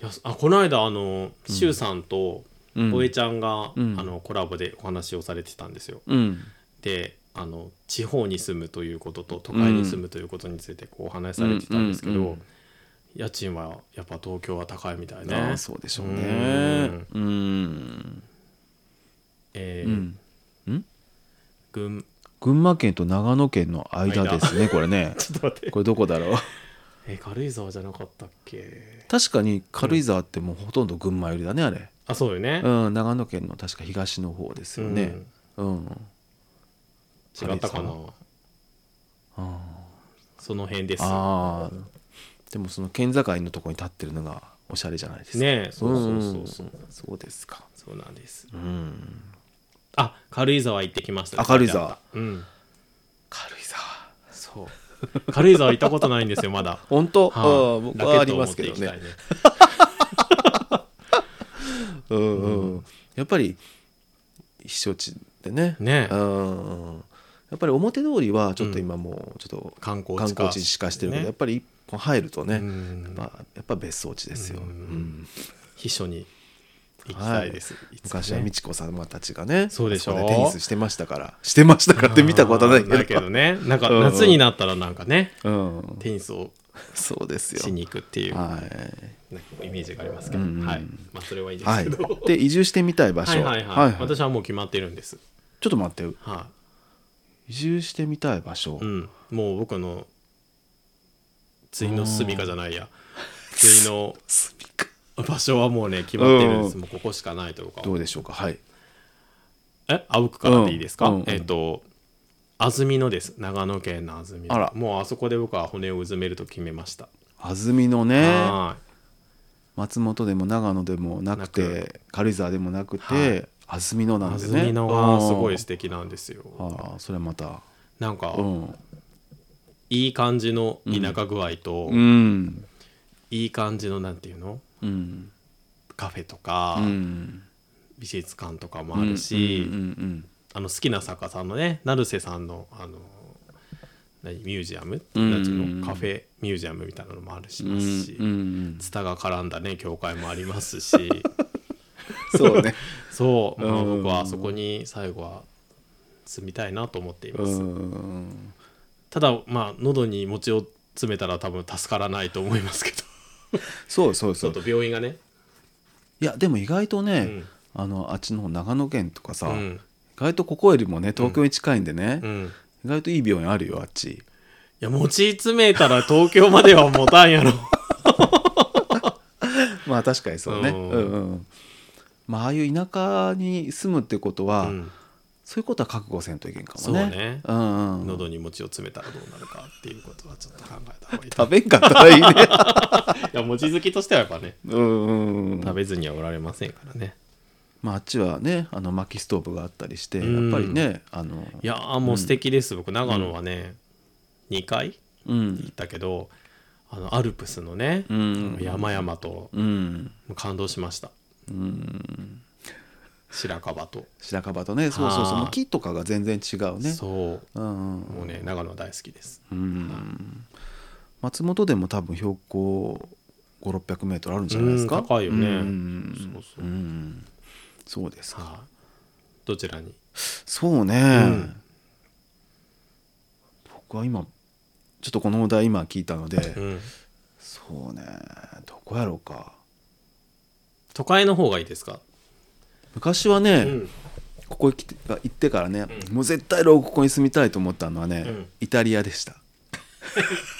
Speaker 2: やすあこの間あの柊、さんと
Speaker 1: うん
Speaker 2: ボエちゃんが、
Speaker 1: うん
Speaker 2: あのコラボでお話をされてたんですよ
Speaker 1: うん
Speaker 2: であの地方に住むということと都会に住むということについてこうお話しされてたんですけど、
Speaker 1: うんうんうん
Speaker 2: 家賃はやっぱ東京は高いみたい
Speaker 1: あ
Speaker 2: ね
Speaker 1: あそうでしょうねうん
Speaker 2: え
Speaker 1: う
Speaker 2: ー
Speaker 1: んうん
Speaker 2: 群 (laughs)
Speaker 1: 群馬県と長野県の間ですねこれ
Speaker 2: (laughs)
Speaker 1: ね
Speaker 2: ちょっと待って
Speaker 1: これどこだろう
Speaker 2: え軽井沢じゃなかったっけ
Speaker 1: 確かに軽井沢ってもうほとんど群馬寄りだねあれ
Speaker 2: あそうよね、
Speaker 1: うん長野県の確か東の方ですよねうん
Speaker 2: うん違ったかな
Speaker 1: あ
Speaker 2: その辺です
Speaker 1: あーでもその県境のところに立ってるのがおしゃれじゃないですか
Speaker 2: ねえそうそうそうそう、
Speaker 1: んそうですか
Speaker 2: そうなんです
Speaker 1: うん
Speaker 2: あ軽井沢行ってきました
Speaker 1: あ軽井沢
Speaker 2: うん
Speaker 1: 軽井沢
Speaker 2: そう軽井沢行ったことないんですよ
Speaker 1: (laughs)
Speaker 2: まだ
Speaker 1: 本当、
Speaker 2: は
Speaker 1: あ
Speaker 2: あ
Speaker 1: あ、僕
Speaker 2: ラケ
Speaker 1: はあ
Speaker 2: ッ
Speaker 1: り
Speaker 2: トを
Speaker 1: ます
Speaker 2: 持っ
Speaker 1: け
Speaker 2: て
Speaker 1: ど
Speaker 2: いきた
Speaker 1: ね
Speaker 2: いね
Speaker 1: うんうんやっぱり避暑地でね
Speaker 2: ね
Speaker 1: う
Speaker 2: え
Speaker 1: んうんやっぱり表通りはちょっと今もうちょっと
Speaker 2: 観光地
Speaker 1: 観光地にしかしてるけど、
Speaker 2: ね
Speaker 1: やっぱり一本入るとね、
Speaker 2: うん
Speaker 1: まあ、やっぱ別荘地ですよ、
Speaker 2: うん
Speaker 1: うん
Speaker 2: 秘書に行きたいです、いつかね
Speaker 1: 昔は美智子様たちがね
Speaker 2: そうでしょ
Speaker 1: あそこテニスしてましたからしてましたからって見たことはないけど
Speaker 2: だけどねなんか
Speaker 1: うんうん
Speaker 2: 夏になったらなんかね
Speaker 1: うん、
Speaker 2: テニスを
Speaker 1: そうですよ
Speaker 2: しに行くっていう
Speaker 1: はい
Speaker 2: なんかイメージがありますけど、
Speaker 1: うんうん
Speaker 2: はいまあそれはいいで
Speaker 1: は
Speaker 2: す
Speaker 1: い
Speaker 2: けど、、
Speaker 1: で移住してみたい場所
Speaker 2: はいはいはい、私はもう決まってるんです
Speaker 1: ちょっと待って
Speaker 2: は
Speaker 1: 移住してみたい場所、
Speaker 2: い、うん、もう僕のついの住みかじゃないやついの
Speaker 1: 住みか
Speaker 2: 場所はもうね決まってるんです、
Speaker 1: うん
Speaker 2: もうここしかないというか
Speaker 1: どうでしょうかはい
Speaker 2: えあ僕からでいいですか、
Speaker 1: うんうん
Speaker 2: えっ、と安曇野です長野県の安曇野
Speaker 1: あら
Speaker 2: もうあそこで僕は骨をうずめると決めました、
Speaker 1: 安曇野ね
Speaker 2: は
Speaker 1: 松本でも長野でもなくて
Speaker 2: な
Speaker 1: 軽井沢でもなくて、
Speaker 2: はい
Speaker 1: 安曇野
Speaker 2: い
Speaker 1: なんで
Speaker 2: 安
Speaker 1: ね
Speaker 2: 曇野はすごい素敵なんですよ
Speaker 1: あーあーそれはまた
Speaker 2: なんか、
Speaker 1: うん、
Speaker 2: いい感じの田舎具合と、
Speaker 1: うん
Speaker 2: いい感じのなんていうの
Speaker 1: うん
Speaker 2: カフェとか、
Speaker 1: うん、
Speaker 2: 美術館とかもあるし、
Speaker 1: うんうん
Speaker 2: あの好きな作家さんのね成瀬さんのあの何ミュージアム、
Speaker 1: うん
Speaker 2: なんていうのカフェミュージアムみたいなのもあるしますし、
Speaker 1: うんうん
Speaker 2: ツタが絡んだね教会もありますし
Speaker 1: (laughs) そうね。
Speaker 2: そう、
Speaker 1: うん
Speaker 2: まあ僕はあそこに最後は住みたいなと思っています、
Speaker 1: うん
Speaker 2: ただまあ喉に餅を詰めたら多分助からないと思いますけど
Speaker 1: そうそう
Speaker 2: ち
Speaker 1: そ
Speaker 2: ょ
Speaker 1: う
Speaker 2: っ。と病院がね
Speaker 1: いやでも意外とね、
Speaker 2: ん
Speaker 1: あのあっちの方長野県とかさ、
Speaker 2: うん
Speaker 1: 意外とここよりもね東京に近いんでね、
Speaker 2: うんい
Speaker 1: 意外といい病院あるよあっ
Speaker 2: (laughs)
Speaker 1: ち。
Speaker 2: や餅詰めたら東京までは持たんやろ
Speaker 1: まあ確かにそうね。う
Speaker 2: うんん
Speaker 1: うん。まあああいう田舎に住むってことは、
Speaker 2: うん
Speaker 1: そういうことは覚悟せんといけんかもね。
Speaker 2: そうね
Speaker 1: うんうん。
Speaker 2: 喉に餅を詰めたらどうなるかっていうことはちょっと考えた方がいいと
Speaker 1: 食べんかったらいいね。
Speaker 2: (laughs) いや餅好きとしてはやっぱね
Speaker 1: うんうんうん。
Speaker 2: 食べずにはおられませんからね
Speaker 1: まああっちはねあの薪ストーブがあったりして、
Speaker 2: うん
Speaker 1: やっぱりねあの
Speaker 2: いやーもう素敵です、僕長野はね、2回
Speaker 1: うん
Speaker 2: 行ったけどあのアルプスのね、
Speaker 1: うん
Speaker 2: 山々と
Speaker 1: うん
Speaker 2: 感動しました、白樺と、
Speaker 1: 白樺とねそうそうそう
Speaker 2: はい
Speaker 1: もう木とかが全然違うね。
Speaker 2: そう
Speaker 1: うんうん。
Speaker 2: うもうね長野は大好きです
Speaker 1: うん松本でも多分標高5 6 0 0メートルあるんじゃないですか
Speaker 2: うん高いよね
Speaker 1: うん
Speaker 2: そうそう
Speaker 1: うんそうですか
Speaker 2: はいどちらに
Speaker 1: そうね、
Speaker 2: ん
Speaker 1: 僕は今ちょっとこのお題今聞いたので、
Speaker 2: うん
Speaker 1: そうねどこやろうか
Speaker 2: 都会の方がいいですか、
Speaker 1: 昔はね、
Speaker 2: うん
Speaker 1: ここへ来て行ってからね、もう絶対老後ここに住みたいと思ったのはね、
Speaker 2: うん
Speaker 1: イタリアでした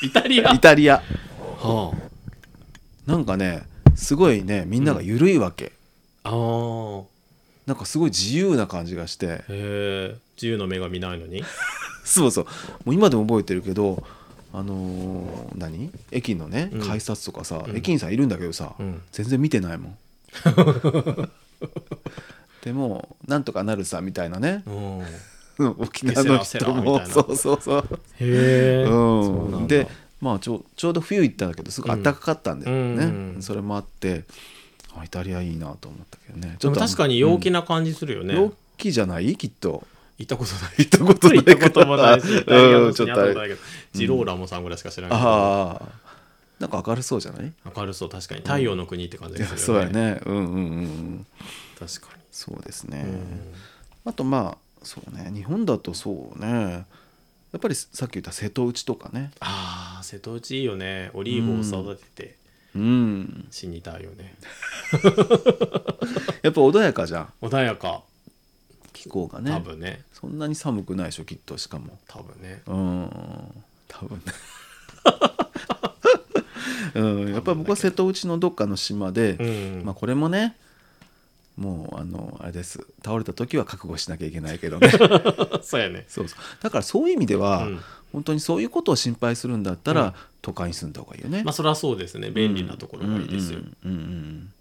Speaker 2: イタリア、
Speaker 1: イタリア
Speaker 2: は
Speaker 1: なんかねすごいねみんなが緩いわけ、
Speaker 2: あ、あー
Speaker 1: なんかすごい自由な感じがして
Speaker 2: へえ自由の女神ないのに
Speaker 1: (laughs) そうそうもう今でも覚えてるけどあのー何駅のね
Speaker 2: うん
Speaker 1: 改札とかさ、
Speaker 2: うん
Speaker 1: 駅員さんいるんだけどさ、
Speaker 2: うん
Speaker 1: 全然見てないも
Speaker 2: (laughs)
Speaker 1: んでもなんとかなるさみたいなね
Speaker 2: うんへ
Speaker 1: うん沖縄の人
Speaker 2: セラセラみたい
Speaker 1: も
Speaker 2: な
Speaker 1: そうそうそう、
Speaker 2: え、そう
Speaker 1: う、
Speaker 2: なんんだ
Speaker 1: でまあちょちょうど冬行ったんだけどすごい暖かかったんだよね、
Speaker 2: うんうん
Speaker 1: それもあってあイタリアいいなと思ったけどね
Speaker 2: でも確かに陽気な感じするよ
Speaker 1: うん
Speaker 2: ね、
Speaker 1: 陽気じゃないきっ
Speaker 2: (laughs)
Speaker 1: と
Speaker 2: 行ったことない
Speaker 1: 行ったことない
Speaker 2: 行ったことも
Speaker 1: (laughs)
Speaker 2: ないし、イタリア
Speaker 1: う
Speaker 2: の
Speaker 1: んちょ
Speaker 2: 人
Speaker 1: っとあ
Speaker 2: に会った
Speaker 1: れ
Speaker 2: ことないけど、ジローラモさんぐらいしか知らないけど、
Speaker 1: ああなんか明るそうじゃない
Speaker 2: 明るそう、確かに。太陽の国って感じ
Speaker 1: いや
Speaker 2: がす
Speaker 1: そう
Speaker 2: る
Speaker 1: や
Speaker 2: よね。
Speaker 1: ねうんうんうんうん
Speaker 2: 確かに。
Speaker 1: そうですね、あとまあそうね日本だとそうねやっぱりさっき言った瀬戸内とかね
Speaker 2: ああ、瀬戸内いいよね。オリーブを育てて
Speaker 1: うん
Speaker 2: 死にたいよね。
Speaker 1: やっぱ穏やかじゃん
Speaker 2: 穏やか、
Speaker 1: 気候が
Speaker 2: 多
Speaker 1: ね
Speaker 2: 分ね。
Speaker 1: そんなに寒くないでしょきっとしかも
Speaker 2: 多分ね。
Speaker 1: うん多分ね (laughs) うん、やっぱり僕は瀬戸内のどっかの島で、
Speaker 2: うん。
Speaker 1: まあ、これもねもうあのあれです倒れた時は覚悟しなきゃいけないけどね
Speaker 2: (laughs) そうやね。
Speaker 1: そうそうだからそういう意味では、
Speaker 2: うん
Speaker 1: 本当にそういうことを心配するんだったら、
Speaker 2: うん
Speaker 1: 都会に住んだ方がいいよね。
Speaker 2: まあ、そりゃそうですね。便利なところがいいですよ。
Speaker 1: うんうんうんうん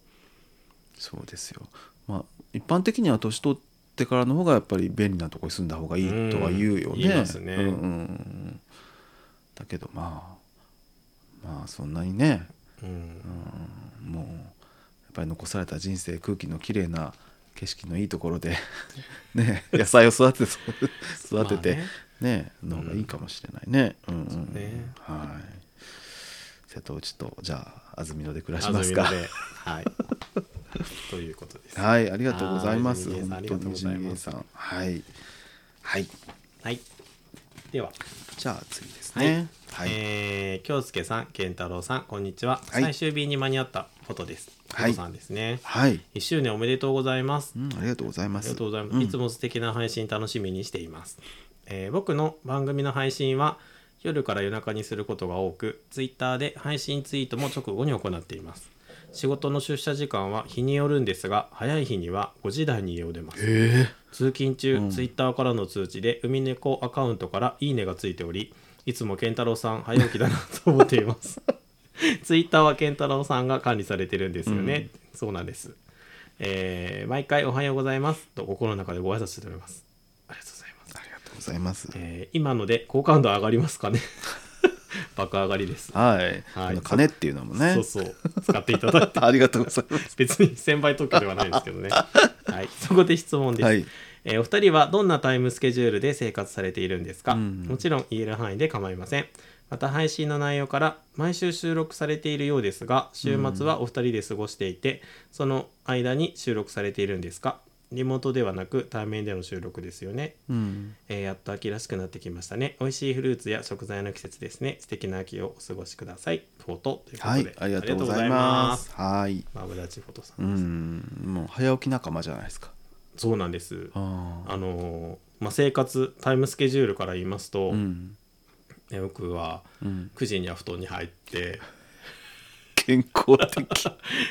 Speaker 1: そうですよ。まあ一般的には年取ってからの方がやっぱり便利なとこに住んだ方がいいとは言うよね。
Speaker 2: うん言いますね
Speaker 1: うんうんうんだけどまあまあそんなにね
Speaker 2: うん。
Speaker 1: もうやっぱり残された人生空気のきれいな景色のいいところ
Speaker 2: (laughs)
Speaker 1: でね野菜を育てて育てて
Speaker 2: ま
Speaker 1: ねの方がいいかもしれないね。うんうんうん
Speaker 2: ね
Speaker 1: はい瀬戸内とじゃあ安曇野で暮らし
Speaker 2: 安
Speaker 1: ま
Speaker 2: 曇
Speaker 1: す
Speaker 2: 野
Speaker 1: か。
Speaker 2: で。はい。 (laughs) ということです。は
Speaker 1: はい、ありがとうございます。
Speaker 2: はい
Speaker 1: 本当に
Speaker 2: ありがとうございます
Speaker 1: ジンゲンさん。はい。はい。
Speaker 2: い。では。
Speaker 1: じゃあ次です
Speaker 2: はい
Speaker 1: ね。はい。
Speaker 2: えー京介さん、健太郎さん、こんにちは。
Speaker 1: はい
Speaker 2: 最終日に間に合ったことです。
Speaker 1: はい
Speaker 2: ことさんですね。
Speaker 1: はい。
Speaker 2: 1周年おめでとうございます。
Speaker 1: うん、ありがとうございま
Speaker 2: あり
Speaker 1: す。
Speaker 2: がとうございます。いつも素敵な配信楽しみにしています。えー僕の番組の配信は夜から夜中にすることが多く、Twitter で配信ツイートも直後に行っています。仕事の出社時間は日によるんですが、早い日には5時台に家を出ます。
Speaker 1: え
Speaker 2: 通勤中、ツイッターからの通知で海猫アカウントからいいねがついておりいつも健太郎さん早起きだなと思っています (laughs) ツイッターは健太郎さんが管理されてるんですよね、そうなんです、えー毎回おはようございますと心の中でご挨拶しておりますありがとうございます、
Speaker 1: ありがとうございます。
Speaker 2: えー今ので好感度上がりますかね (laughs) 爆上がりです、
Speaker 1: はい。あ
Speaker 2: はい
Speaker 1: の金っていうのもね
Speaker 2: そう。そう使って
Speaker 1: (laughs)
Speaker 2: いただいて (laughs)
Speaker 1: ありがとうございます。
Speaker 2: 別に専売特許ではないですけどねはいそこで質問
Speaker 1: (laughs)
Speaker 2: です、
Speaker 1: はい
Speaker 2: えーお二人はどんなタイムスケジュールで生活されているんですか、
Speaker 1: うん
Speaker 2: もちろん言える範囲で構いませんまた配信の内容から毎週収録されているようですが週末はお二人で過ごしていて、その間に収録されているんですかリモートではなく対面での収録ですよね
Speaker 1: うん
Speaker 2: えーやっと秋らしくなってきましたね。美味しいフルーツや食材の季節ですね。素敵な秋をお過ごしください。フォトということ
Speaker 1: は
Speaker 2: で、
Speaker 1: いありがとうございます
Speaker 2: ありがとうございま
Speaker 1: はい
Speaker 2: すマブダチフォトさん、
Speaker 1: うんもう早起き仲間じゃないですか
Speaker 2: そうなんです。
Speaker 1: ああ
Speaker 2: あのーまあ、生活タイムスケジュールから言いますと、
Speaker 1: うん
Speaker 2: え僕は
Speaker 1: うん
Speaker 2: 9時には布団に入って、 (laughs)
Speaker 1: 健康 (laughs) 的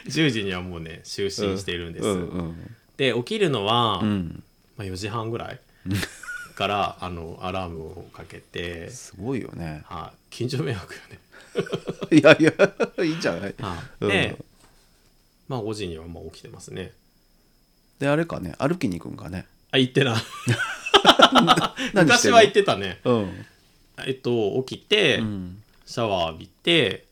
Speaker 2: 10時にはもうね就寝しているんです。
Speaker 1: うんうん
Speaker 2: で起きるのは、
Speaker 1: うん
Speaker 2: まあ、4時半
Speaker 1: (laughs)
Speaker 2: ぐらいからあのアラームをかけて、
Speaker 1: すごいよね
Speaker 2: はい近所迷惑よね。
Speaker 1: (laughs) いやいやいいんじゃない
Speaker 2: はい
Speaker 1: うん
Speaker 2: で、まあ5時にはもう起きてますね。
Speaker 1: であれかね歩きに行くんか (laughs) ね
Speaker 2: あ、行ってない。
Speaker 1: 何して
Speaker 2: 昔
Speaker 1: んの
Speaker 2: は行ってたね。
Speaker 1: うん
Speaker 2: えっと、起きて、
Speaker 1: (laughs) うん
Speaker 2: シャワー浴びて、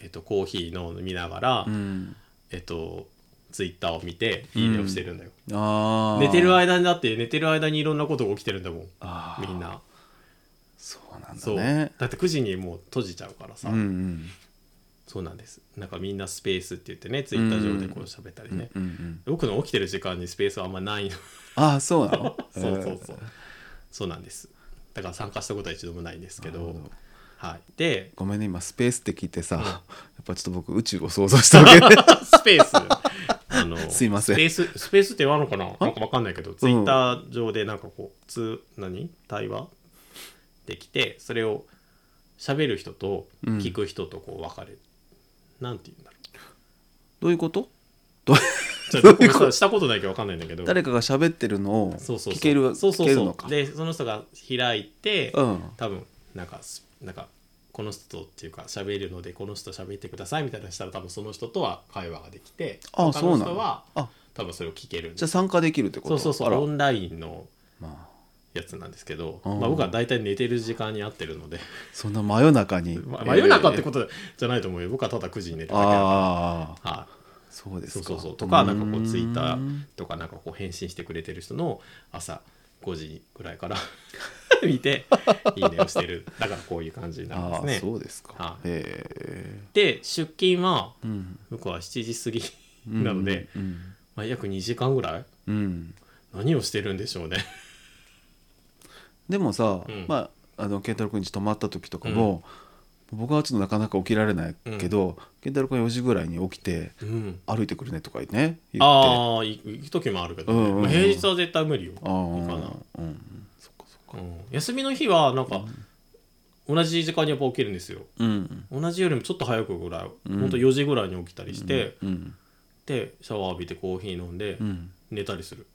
Speaker 2: えっと、コーヒー飲みながら、
Speaker 1: うん
Speaker 2: えっと、ツイッターを見て、いいねをしてるんだよ。
Speaker 1: ああ
Speaker 2: 寝てる間にだって、寝てる間にいろんなことが起きてるんだもん。
Speaker 1: あー
Speaker 2: みんな。
Speaker 1: そうなんだ
Speaker 2: そう。
Speaker 1: ね
Speaker 2: だって9時にもう閉じちゃうからさ。
Speaker 1: うんうん
Speaker 2: そうなんです。なんかみんなスペースって言ってね、ツイッター上でこう喋ったりね。
Speaker 1: うんうん
Speaker 2: 僕の起きてる時間にスペースはあんまないの。
Speaker 1: ああ (laughs) そうなの
Speaker 2: そうそうそう。そうなんです。だから参加したことは一度もないんですけ
Speaker 1: なる
Speaker 2: ど
Speaker 1: ほど。
Speaker 2: はい。で、
Speaker 1: ごめんね今スペースって聞いてさ、やっぱちょっと僕宇宙を想像したわけ
Speaker 2: (laughs)
Speaker 1: で
Speaker 2: スペース。あの
Speaker 1: (laughs) すいません
Speaker 2: スペース、スペースって言わんのかななんかわかんないけど、ツイッター上でなんかこう、つ、何対話できて、それを喋る人と
Speaker 1: うん
Speaker 2: 聞く人とこう分かれる。なんて言うんだろ
Speaker 1: (laughs)
Speaker 2: う。
Speaker 1: どういうこと
Speaker 2: ちょっとごめんなさいしたことないけどわかんないんだけど。
Speaker 1: 誰かが喋ってるのを
Speaker 2: そうそうそう
Speaker 1: 聞ける
Speaker 2: そうそ
Speaker 1: 聞け
Speaker 2: う
Speaker 1: るの
Speaker 2: そ
Speaker 1: か
Speaker 2: う。で、その人が開いて、
Speaker 1: うん
Speaker 2: 多分なんかすなんかこの人とっていうか喋るのでこの人と喋ってくださいみたいなのしたら多分その人とは会話ができて
Speaker 1: ああ
Speaker 2: 他
Speaker 1: そ
Speaker 2: の
Speaker 1: うな
Speaker 2: 人
Speaker 1: の
Speaker 2: は
Speaker 1: あ
Speaker 2: 多分それを聞けるん
Speaker 1: じゃ
Speaker 2: で
Speaker 1: あ参加できるってこ
Speaker 2: そ
Speaker 1: と
Speaker 2: うそうそ
Speaker 1: あ
Speaker 2: う
Speaker 1: ら
Speaker 2: オンラインの
Speaker 1: ま
Speaker 2: やつなんですけど、
Speaker 1: うん
Speaker 2: まあ、僕は大体寝てる時間に合ってる
Speaker 1: (laughs)
Speaker 2: ので
Speaker 1: あ、そんな真夜中に、
Speaker 2: ま真夜中ってこととじゃないと思うよ僕はただ9時に寝てるだけだか
Speaker 1: ああ
Speaker 2: らはい
Speaker 1: そうです
Speaker 2: そう
Speaker 1: か
Speaker 2: そうそうとかなんかこ
Speaker 1: うー
Speaker 2: うんツイッターとかなんかこう返信してくれてる人の朝5時ぐらいから (laughs) 見ていいねをしてるだからこういう感じなん
Speaker 1: あ
Speaker 2: で
Speaker 1: あ、
Speaker 2: すね。
Speaker 1: そうですか、
Speaker 2: はい
Speaker 1: へえ
Speaker 2: で出勤は
Speaker 1: うん
Speaker 2: 僕は7時過ぎなので、
Speaker 1: うん、
Speaker 2: まあ、約2時間ぐらい
Speaker 1: うん、
Speaker 2: 何をしてるんでしょうね
Speaker 1: でもさ、
Speaker 2: うん
Speaker 1: まああの健太郎君家泊まった時とかも、僕はちょっとなかなか起きられないけど、健太郎君4時ぐらいに起きて
Speaker 2: うん
Speaker 1: 歩いてくるねとかね言って
Speaker 2: ああ行く時もあるけど、ね
Speaker 1: うんうんうん
Speaker 2: まあ平日は絶対無理よ、
Speaker 1: あー
Speaker 2: かな
Speaker 1: うんそっかそっか
Speaker 2: うん休みの日はなんか、同じ時間にやっぱ起きるんですよ
Speaker 1: うん
Speaker 2: 同じよりもちょっと早くぐらい、
Speaker 1: ん
Speaker 2: ほんと4時ぐらいに起きたりして、
Speaker 1: うん
Speaker 2: でシャワー浴びてコーヒー飲んで、
Speaker 1: うん
Speaker 2: 寝たりする、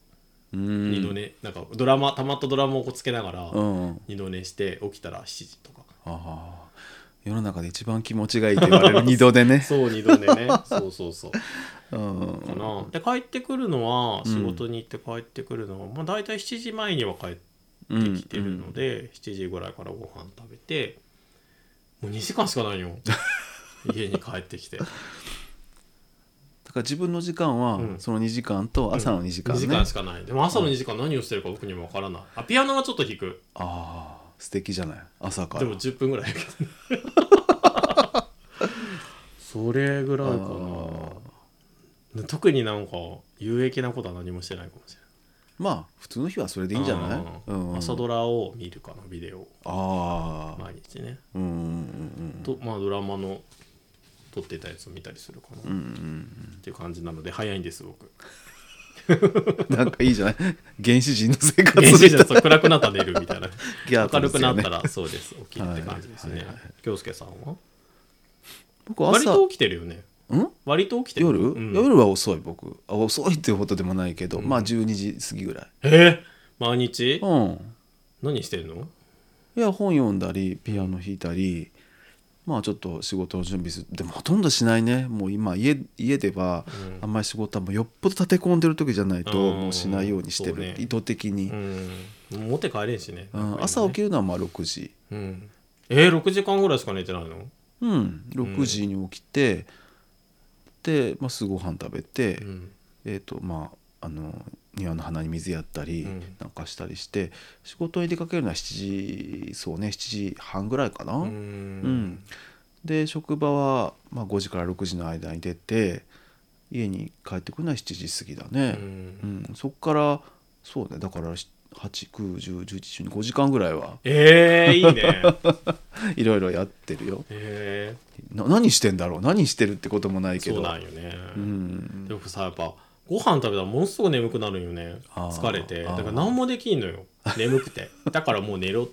Speaker 1: うん
Speaker 2: 二度寝なんかドラマたまったドラマをこうつけながら、
Speaker 1: うん
Speaker 2: 二度寝して起きたら7時とか
Speaker 1: ああ世の中で一番気持ちがいいって言われ
Speaker 2: (laughs)
Speaker 1: る二度でね
Speaker 2: そう二度寝
Speaker 1: (laughs)
Speaker 2: ねそうそうそう
Speaker 1: うん
Speaker 2: かな、で帰ってくるのは仕事に行って帰ってくるのは、まあ、大体7時前には帰って
Speaker 1: うん
Speaker 2: きてるので、7時ぐらいからご飯食べてもう2時間し
Speaker 1: (laughs)
Speaker 2: かないよ家に帰ってきて
Speaker 1: だから自分の時間は
Speaker 2: うん
Speaker 1: その2時間と朝の2時間
Speaker 2: 2
Speaker 1: ね
Speaker 2: 時間しかないでも朝の2時間何をしてるか僕にもわからないあピアノはちょっと弾く
Speaker 1: ああ素敵じゃない朝か
Speaker 2: で
Speaker 1: ら
Speaker 2: も10分ぐらいだけどねそれぐらいかな特になんか有益なことは何もしてないかもしれない
Speaker 1: まあ普通の日はそれでいいんじゃない
Speaker 2: うん
Speaker 1: うん
Speaker 2: 朝ドラを見るかなビデオを
Speaker 1: ああ
Speaker 2: 毎日ね
Speaker 1: うんうん
Speaker 2: とまあドラマの撮ってたやつを見たりするか
Speaker 1: うんう
Speaker 2: なっ
Speaker 1: ん
Speaker 2: ていう感じなので早いんで
Speaker 1: (laughs)
Speaker 2: す僕
Speaker 1: うんなんかいいじゃない原始人の生活
Speaker 2: 原始人
Speaker 1: み
Speaker 2: は
Speaker 1: た
Speaker 2: そう暗くなったら寝るみた
Speaker 1: (laughs)
Speaker 2: いな
Speaker 1: いや
Speaker 2: 明るくなっ
Speaker 1: そ
Speaker 2: た
Speaker 1: うですよね
Speaker 2: らそうです起きるって感じです
Speaker 1: はい
Speaker 2: ね
Speaker 1: はいはい
Speaker 2: 京介さんは
Speaker 1: 僕
Speaker 2: 割
Speaker 1: 朝
Speaker 2: と起きてるよね
Speaker 1: ん
Speaker 2: 割と起きてる
Speaker 1: 夜、
Speaker 2: うん、
Speaker 1: 夜は遅い僕あ遅いっていうことでもないけど、まあ12時過ぎぐらい
Speaker 2: えー毎日
Speaker 1: うん
Speaker 2: 何してんの
Speaker 1: いや本読んだりピアノ弾いたりまあちょっと仕事の準備するでもほとんどしないねもう今家家では
Speaker 2: うん
Speaker 1: あんまり仕事はもうよっぽど立て込んでる時じゃないと
Speaker 2: うん
Speaker 1: もうしないようにして
Speaker 2: そう
Speaker 1: る、
Speaker 2: ね
Speaker 1: 意図的に、
Speaker 2: うん持って帰れんしね
Speaker 1: うん朝起き
Speaker 2: る
Speaker 1: るのはまあ6時
Speaker 2: うんえー、6時間ぐらいしか寝てないの
Speaker 1: うん6時に起きて、で、まあ、すぐご飯食べて、
Speaker 2: うん
Speaker 1: えっ、とまああの庭の花に水やったり
Speaker 2: うん
Speaker 1: なんかしたりして、仕事に出かけるのは7時そうね7時半ぐらいかな、
Speaker 2: う
Speaker 1: うん
Speaker 2: ん、
Speaker 1: で職場は、まあ、5時から6時の間に出て家に帰ってくるのは7時過ぎだ
Speaker 2: う
Speaker 1: ね、
Speaker 2: ん
Speaker 1: うんそっからそうねだから891011112時間ぐらいは
Speaker 2: えー、いい
Speaker 1: (laughs)
Speaker 2: ね
Speaker 1: いろいろやってるよ
Speaker 2: え
Speaker 1: な何してんだろう何してるってこともない
Speaker 2: ー、
Speaker 1: けど
Speaker 2: そうなんよね、
Speaker 1: うん
Speaker 2: でもさやっぱご飯食べたらものすごく眠くなるんよね
Speaker 1: あー
Speaker 2: 疲れて
Speaker 1: あー
Speaker 2: だから何もできんのよ眠くてだからもう寝ろっ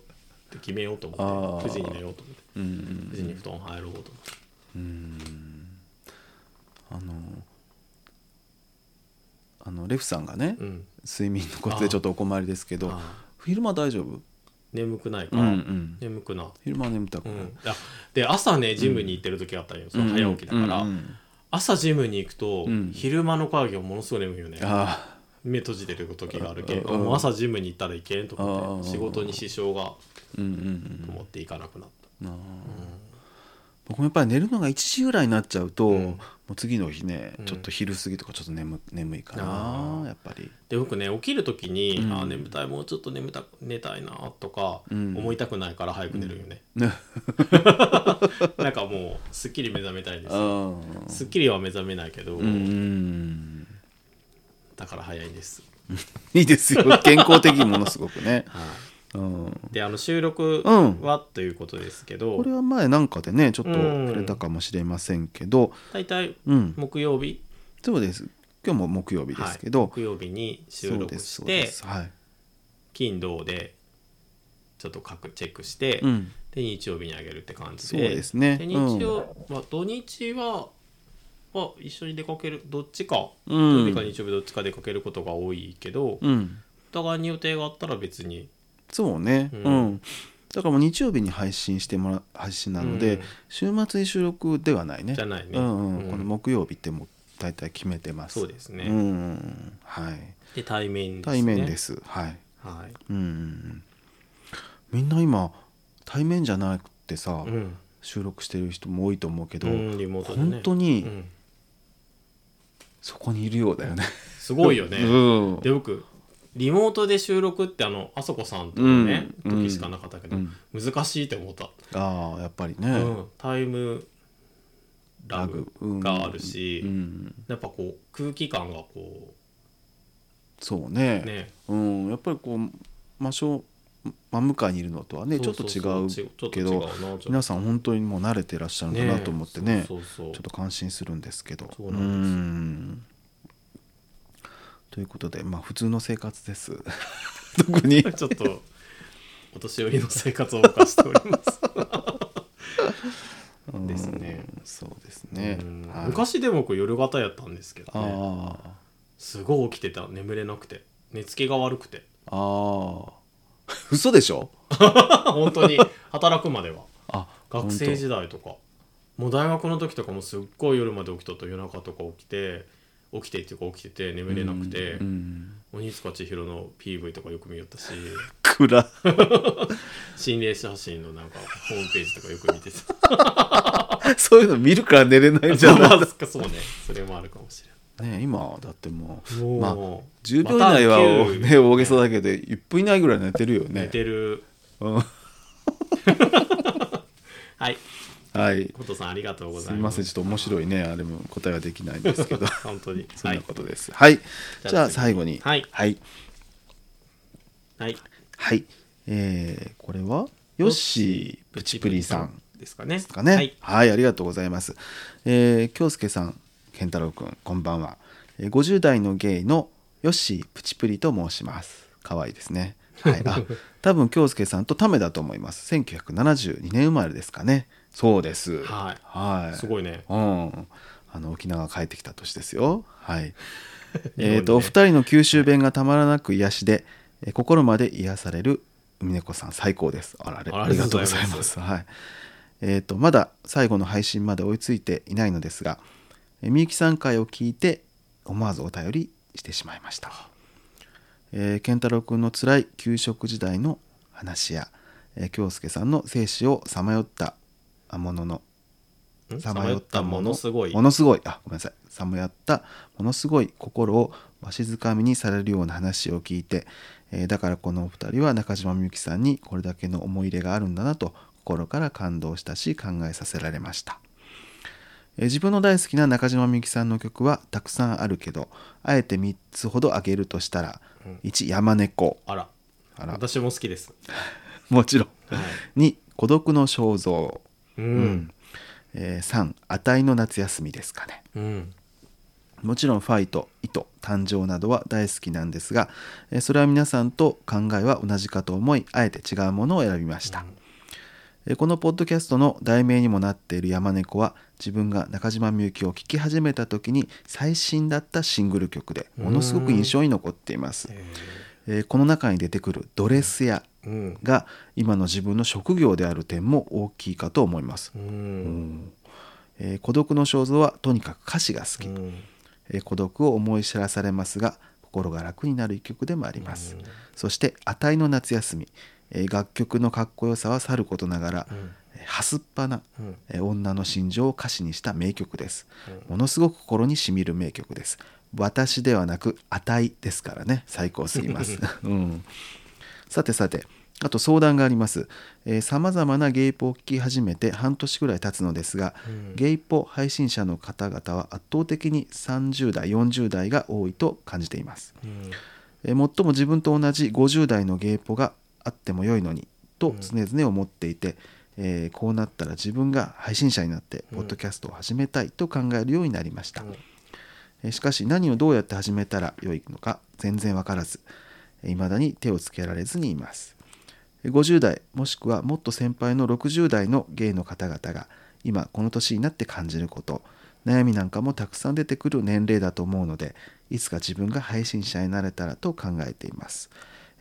Speaker 2: て決めようと思って
Speaker 1: あー
Speaker 2: 9時に寝ようと思って
Speaker 1: うんうん
Speaker 2: 9時に布団入ろうと思って
Speaker 1: あのあのレフさんがね、
Speaker 2: うん
Speaker 1: 睡眠のことでちょっとお困りですけど
Speaker 2: あ
Speaker 1: 昼間大丈夫
Speaker 2: ー眠くないか、
Speaker 1: うんうん
Speaker 2: 眠くない
Speaker 1: 昼間は眠たく
Speaker 2: う
Speaker 1: ない、
Speaker 2: ん、あで朝ねジムに行ってる時あったんよ、その早起きだから、
Speaker 1: うんうんうん
Speaker 2: 朝ジムに行くと、
Speaker 1: うん
Speaker 2: 昼間の会議はものすごい眠いよね
Speaker 1: あ
Speaker 2: 目閉じてる時があるけ
Speaker 1: うん
Speaker 2: ど、もう朝ジムに行ったらいけんと思って
Speaker 1: うん
Speaker 2: 仕事に支障が
Speaker 1: ーうんうん
Speaker 2: と思って行かなくなっ
Speaker 1: うんあー僕もやっぱり寝るのが1時ぐらいになっちゃうと、
Speaker 2: うん
Speaker 1: もう次の日ね、
Speaker 2: うん
Speaker 1: ちょっと昼過ぎとかちょっと眠眠いか
Speaker 2: あ
Speaker 1: な
Speaker 2: ー
Speaker 1: やっぱり
Speaker 2: で僕ね起きる時に、
Speaker 1: うん
Speaker 2: あー眠たいもうちょっと眠た寝たいなとか
Speaker 1: うん
Speaker 2: 思いたくないから早く寝るよね、
Speaker 1: ね
Speaker 2: (laughs) なんかもうすっきり目覚めたいです
Speaker 1: う
Speaker 2: よ
Speaker 1: ん
Speaker 2: すっきりは目覚めないけど、
Speaker 1: うんうん
Speaker 2: だから早いです、
Speaker 1: いいですよ健康的にものすごくね、
Speaker 2: はい、
Speaker 1: うん、
Speaker 2: であの収録
Speaker 1: うん
Speaker 2: はということですけど、
Speaker 1: これは前なんかでねちょっと
Speaker 2: うん
Speaker 1: 触れたかもしれませんけど、
Speaker 2: 大体
Speaker 1: うん
Speaker 2: 木曜日
Speaker 1: そうです今日も木曜日ですけ
Speaker 2: はい、
Speaker 1: ど、
Speaker 2: 木曜日に
Speaker 1: そ
Speaker 2: 収
Speaker 1: う
Speaker 2: 録
Speaker 1: ですそ
Speaker 2: し
Speaker 1: うで
Speaker 2: て
Speaker 1: すはい、
Speaker 2: 金土でちょっと各チェックして、
Speaker 1: うん、
Speaker 2: で日曜日にあげるって感じ
Speaker 1: そう
Speaker 2: で
Speaker 1: ですね
Speaker 2: で日曜、まあ、土日は、まあ、一緒に出かけるどっちか
Speaker 1: う
Speaker 2: 土曜
Speaker 1: ん
Speaker 2: 日か日曜日どっちか出かけることが多いけど、
Speaker 1: うん、
Speaker 2: お互いに予定があったら別に
Speaker 1: そうね、
Speaker 2: う
Speaker 1: うんんだからもう日曜日に配信してもら配信なので、
Speaker 2: うん
Speaker 1: 週末に収録ではないね
Speaker 2: じゃないね、
Speaker 1: うんうん
Speaker 2: うん
Speaker 1: この木曜日ってもう大体決めてます
Speaker 2: そうですね、
Speaker 1: うんはい
Speaker 2: で対面です、ね、
Speaker 1: 対面ですはい
Speaker 2: はい、
Speaker 1: うんうんうんみんな今対面じゃなくてさ、
Speaker 2: うん
Speaker 1: 収録してる人も多いと思うけど、
Speaker 2: うんリモートでね
Speaker 1: 本当
Speaker 2: う
Speaker 1: に
Speaker 2: ん
Speaker 1: そこにいるようだよね。
Speaker 2: すごいよね、
Speaker 1: うん
Speaker 2: で僕リモートで収録ってあのあそこさんとかね、
Speaker 1: うん
Speaker 2: 時しかなかったけど、
Speaker 1: うん
Speaker 2: 難しいって思った、
Speaker 1: ああやっぱりね、
Speaker 2: うんタイムラグ
Speaker 1: うん
Speaker 2: があるし、
Speaker 1: うん
Speaker 2: やっぱこう空気感がこ
Speaker 1: そうね
Speaker 2: うね
Speaker 1: うん、やっぱりこう真正真向かいにいるのとはねち
Speaker 2: そ
Speaker 1: ょ
Speaker 2: う
Speaker 1: っと
Speaker 2: そう
Speaker 1: 違
Speaker 2: そう
Speaker 1: う
Speaker 2: ちょっと
Speaker 1: け
Speaker 2: 違う
Speaker 1: ど
Speaker 2: なちょっと
Speaker 1: 皆さん本当にもう慣れてらっしゃるんだなと思ってね
Speaker 2: そうそう
Speaker 1: ちょっと感心するんですけど。
Speaker 2: そうなんですよ
Speaker 1: んということでまあ普通の生活です。 (laughs) 特に
Speaker 2: (laughs) ちょっとお年寄りの生活を犯しております、ですね
Speaker 1: うんそうです (laughs) ね
Speaker 2: うん。
Speaker 1: はい
Speaker 2: 昔でもこう夜型やったんですけどね
Speaker 1: ああ
Speaker 2: すごい起きてた眠れなくて寝つきが悪くて (laughs)
Speaker 1: ああ (laughs) 嘘でしょ
Speaker 2: 本当に働くまでは
Speaker 1: あ
Speaker 2: 学生時代とかもう大学の時とかもすっごい夜まで起きとった夜中とか起きて起きてっていうか起きてて
Speaker 1: 本
Speaker 2: 眠
Speaker 1: 当
Speaker 2: れなくて、
Speaker 1: うんうん
Speaker 2: 鬼塚千尋の PV とかよく見
Speaker 1: (laughs)
Speaker 2: よったし
Speaker 1: 暗い (laughs)
Speaker 2: 心霊写真のなんかホームページとかよく見てた
Speaker 1: そういうの見るから寝れないんじゃない
Speaker 2: まあ (laughs) そうねそれもあるかもし
Speaker 1: (laughs) ね今だっても、
Speaker 2: れないう
Speaker 1: まあ、
Speaker 2: もう
Speaker 1: 10秒以内は、
Speaker 2: また急
Speaker 1: ね、大げさだけど1分以内ぐらい寝てるよね
Speaker 2: 寝てる
Speaker 1: うん
Speaker 2: はい
Speaker 1: はい
Speaker 2: コトさんありがとうご
Speaker 1: す
Speaker 2: ざい
Speaker 1: み
Speaker 2: ま
Speaker 1: ますせんちょっと面白いねあれも答えはできないんですけど
Speaker 2: 本当に
Speaker 1: そ
Speaker 2: (laughs) は
Speaker 1: んないことですはい、
Speaker 2: じゃあ
Speaker 1: じゃあ
Speaker 2: 次
Speaker 1: 最後に
Speaker 2: はい
Speaker 1: はい、
Speaker 2: はい
Speaker 1: はいえーこれはヨッシープチプリさん
Speaker 2: ですかね
Speaker 1: ですかね。
Speaker 2: は
Speaker 1: はいい、ありがとうございます。えー、京介さん、健太郎くん、こんばんは。えー50代のゲイのヨッシープチプリと申します。可愛いですね。はい、
Speaker 2: (laughs)
Speaker 1: あ、多分京介さんとタメだと思います。1972年生まれですかね。そうです。
Speaker 2: はい
Speaker 1: はい。
Speaker 2: すごいね
Speaker 1: うん。あの沖縄帰ってきた年ですよ。 (laughs) はい。
Speaker 2: 日本にね
Speaker 1: えっとお二人の九州弁がたまらなく癒しで、えー心まで癒される海猫さん最高です。あられ
Speaker 2: あら
Speaker 1: ありがとうございます。はい。えっ、とまだ最後の配信まで追いついていないのですが、えーみゆきさん会を聞いて思わずお便りしてしまいました。えー、健太郎くんの辛い給食時代の話や、えー、京介さんの生死をさまよったものの
Speaker 2: ん
Speaker 1: さまよったもの
Speaker 2: すごい
Speaker 1: ものすごいあごめんなさいさまよったものすごい心をわしづかみにされるような話を聞いて、えーだからこのお二人は中島みゆきさんにこれだけの思い入れがあるんだなと心から感動したし考えさせられました。えー自分の大好きな中島みゆきさんの曲はたくさんあるけどあえて3つほど挙げるとしたら、1山猫
Speaker 2: あら
Speaker 1: あら
Speaker 2: 私も好きです、
Speaker 1: もちろん
Speaker 2: はい
Speaker 1: 2孤独の肖像、
Speaker 2: うん
Speaker 1: え3あたいの夏休みですかね
Speaker 2: うん
Speaker 1: もちろん「ファイト」「糸」「誕生」などは大好きなんですがえーそれは皆さんと考えは同じかと思いあえて違うものを選びました、えーこのポッドキャストの題名にもなっている「山猫」は自分が中島みゆきを聴き始めた時に最新だったシングル曲でものすごく印象に残っています、
Speaker 2: え
Speaker 1: えーこの中に出てくる「ドレス屋」
Speaker 2: ーうん
Speaker 1: が今の自分の職業である点も大きいかと思います
Speaker 2: う、ん
Speaker 1: えー孤独の肖像はとにかく歌詞が好き、
Speaker 2: うん
Speaker 1: えー孤独を思い知らされますが心が楽になる一曲でもあります、そして「値の夏休み」えー楽曲のかっこよさはさることながら、えーはすっぱな、
Speaker 2: うん
Speaker 1: えー女の心情を歌詞にした名曲です、ものすごく心にしみる名曲です私ではなく「値」ですからね最高すぎ
Speaker 2: (laughs)
Speaker 1: ます、うん、さてさてあと相談がありますさまざまなゲイポを聞き始めて半年ぐらい経つのですが、ゲイポ配信者の方々は圧倒的に30代40代が多いと感じています、
Speaker 2: うん
Speaker 1: えー最も自分と同じ50代のゲイポがあってもよいのにと常々思っていて、えーこうなったら自分が配信者になってポッドキャストを始めたいと考えるようになりました、えーしかし何をどうやって始めたらよいのか全然わからずいまだに手をつけられずにいますえー50代もしくはもっと先輩の60代のゲイの方々が今この年になって感じること悩みなんかもたくさん出てくる年齢だと思うのでいつか自分が配信者になれたらと考えています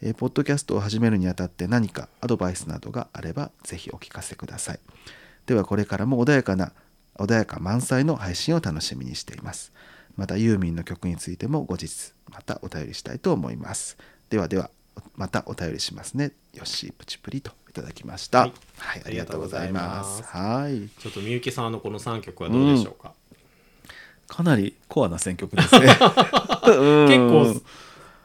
Speaker 1: えーポッドキャストを始めるにあたって何かアドバイスなどがあればぜひお聞かせくださいではこれからも穏やかな穏やか満載の配信を楽しみにしていますまたユーミンの曲についても後日またお便りしたいと思いますではではまたお便りしますねよっしープチプリといただきましたは
Speaker 2: はいい、
Speaker 1: ありがとうございます
Speaker 2: ありがとうご
Speaker 1: はい
Speaker 2: ちょっとみゆきさんのこの3曲はどうでしょうか、
Speaker 1: かなりコアな選曲 (laughs) ですね結
Speaker 2: 結構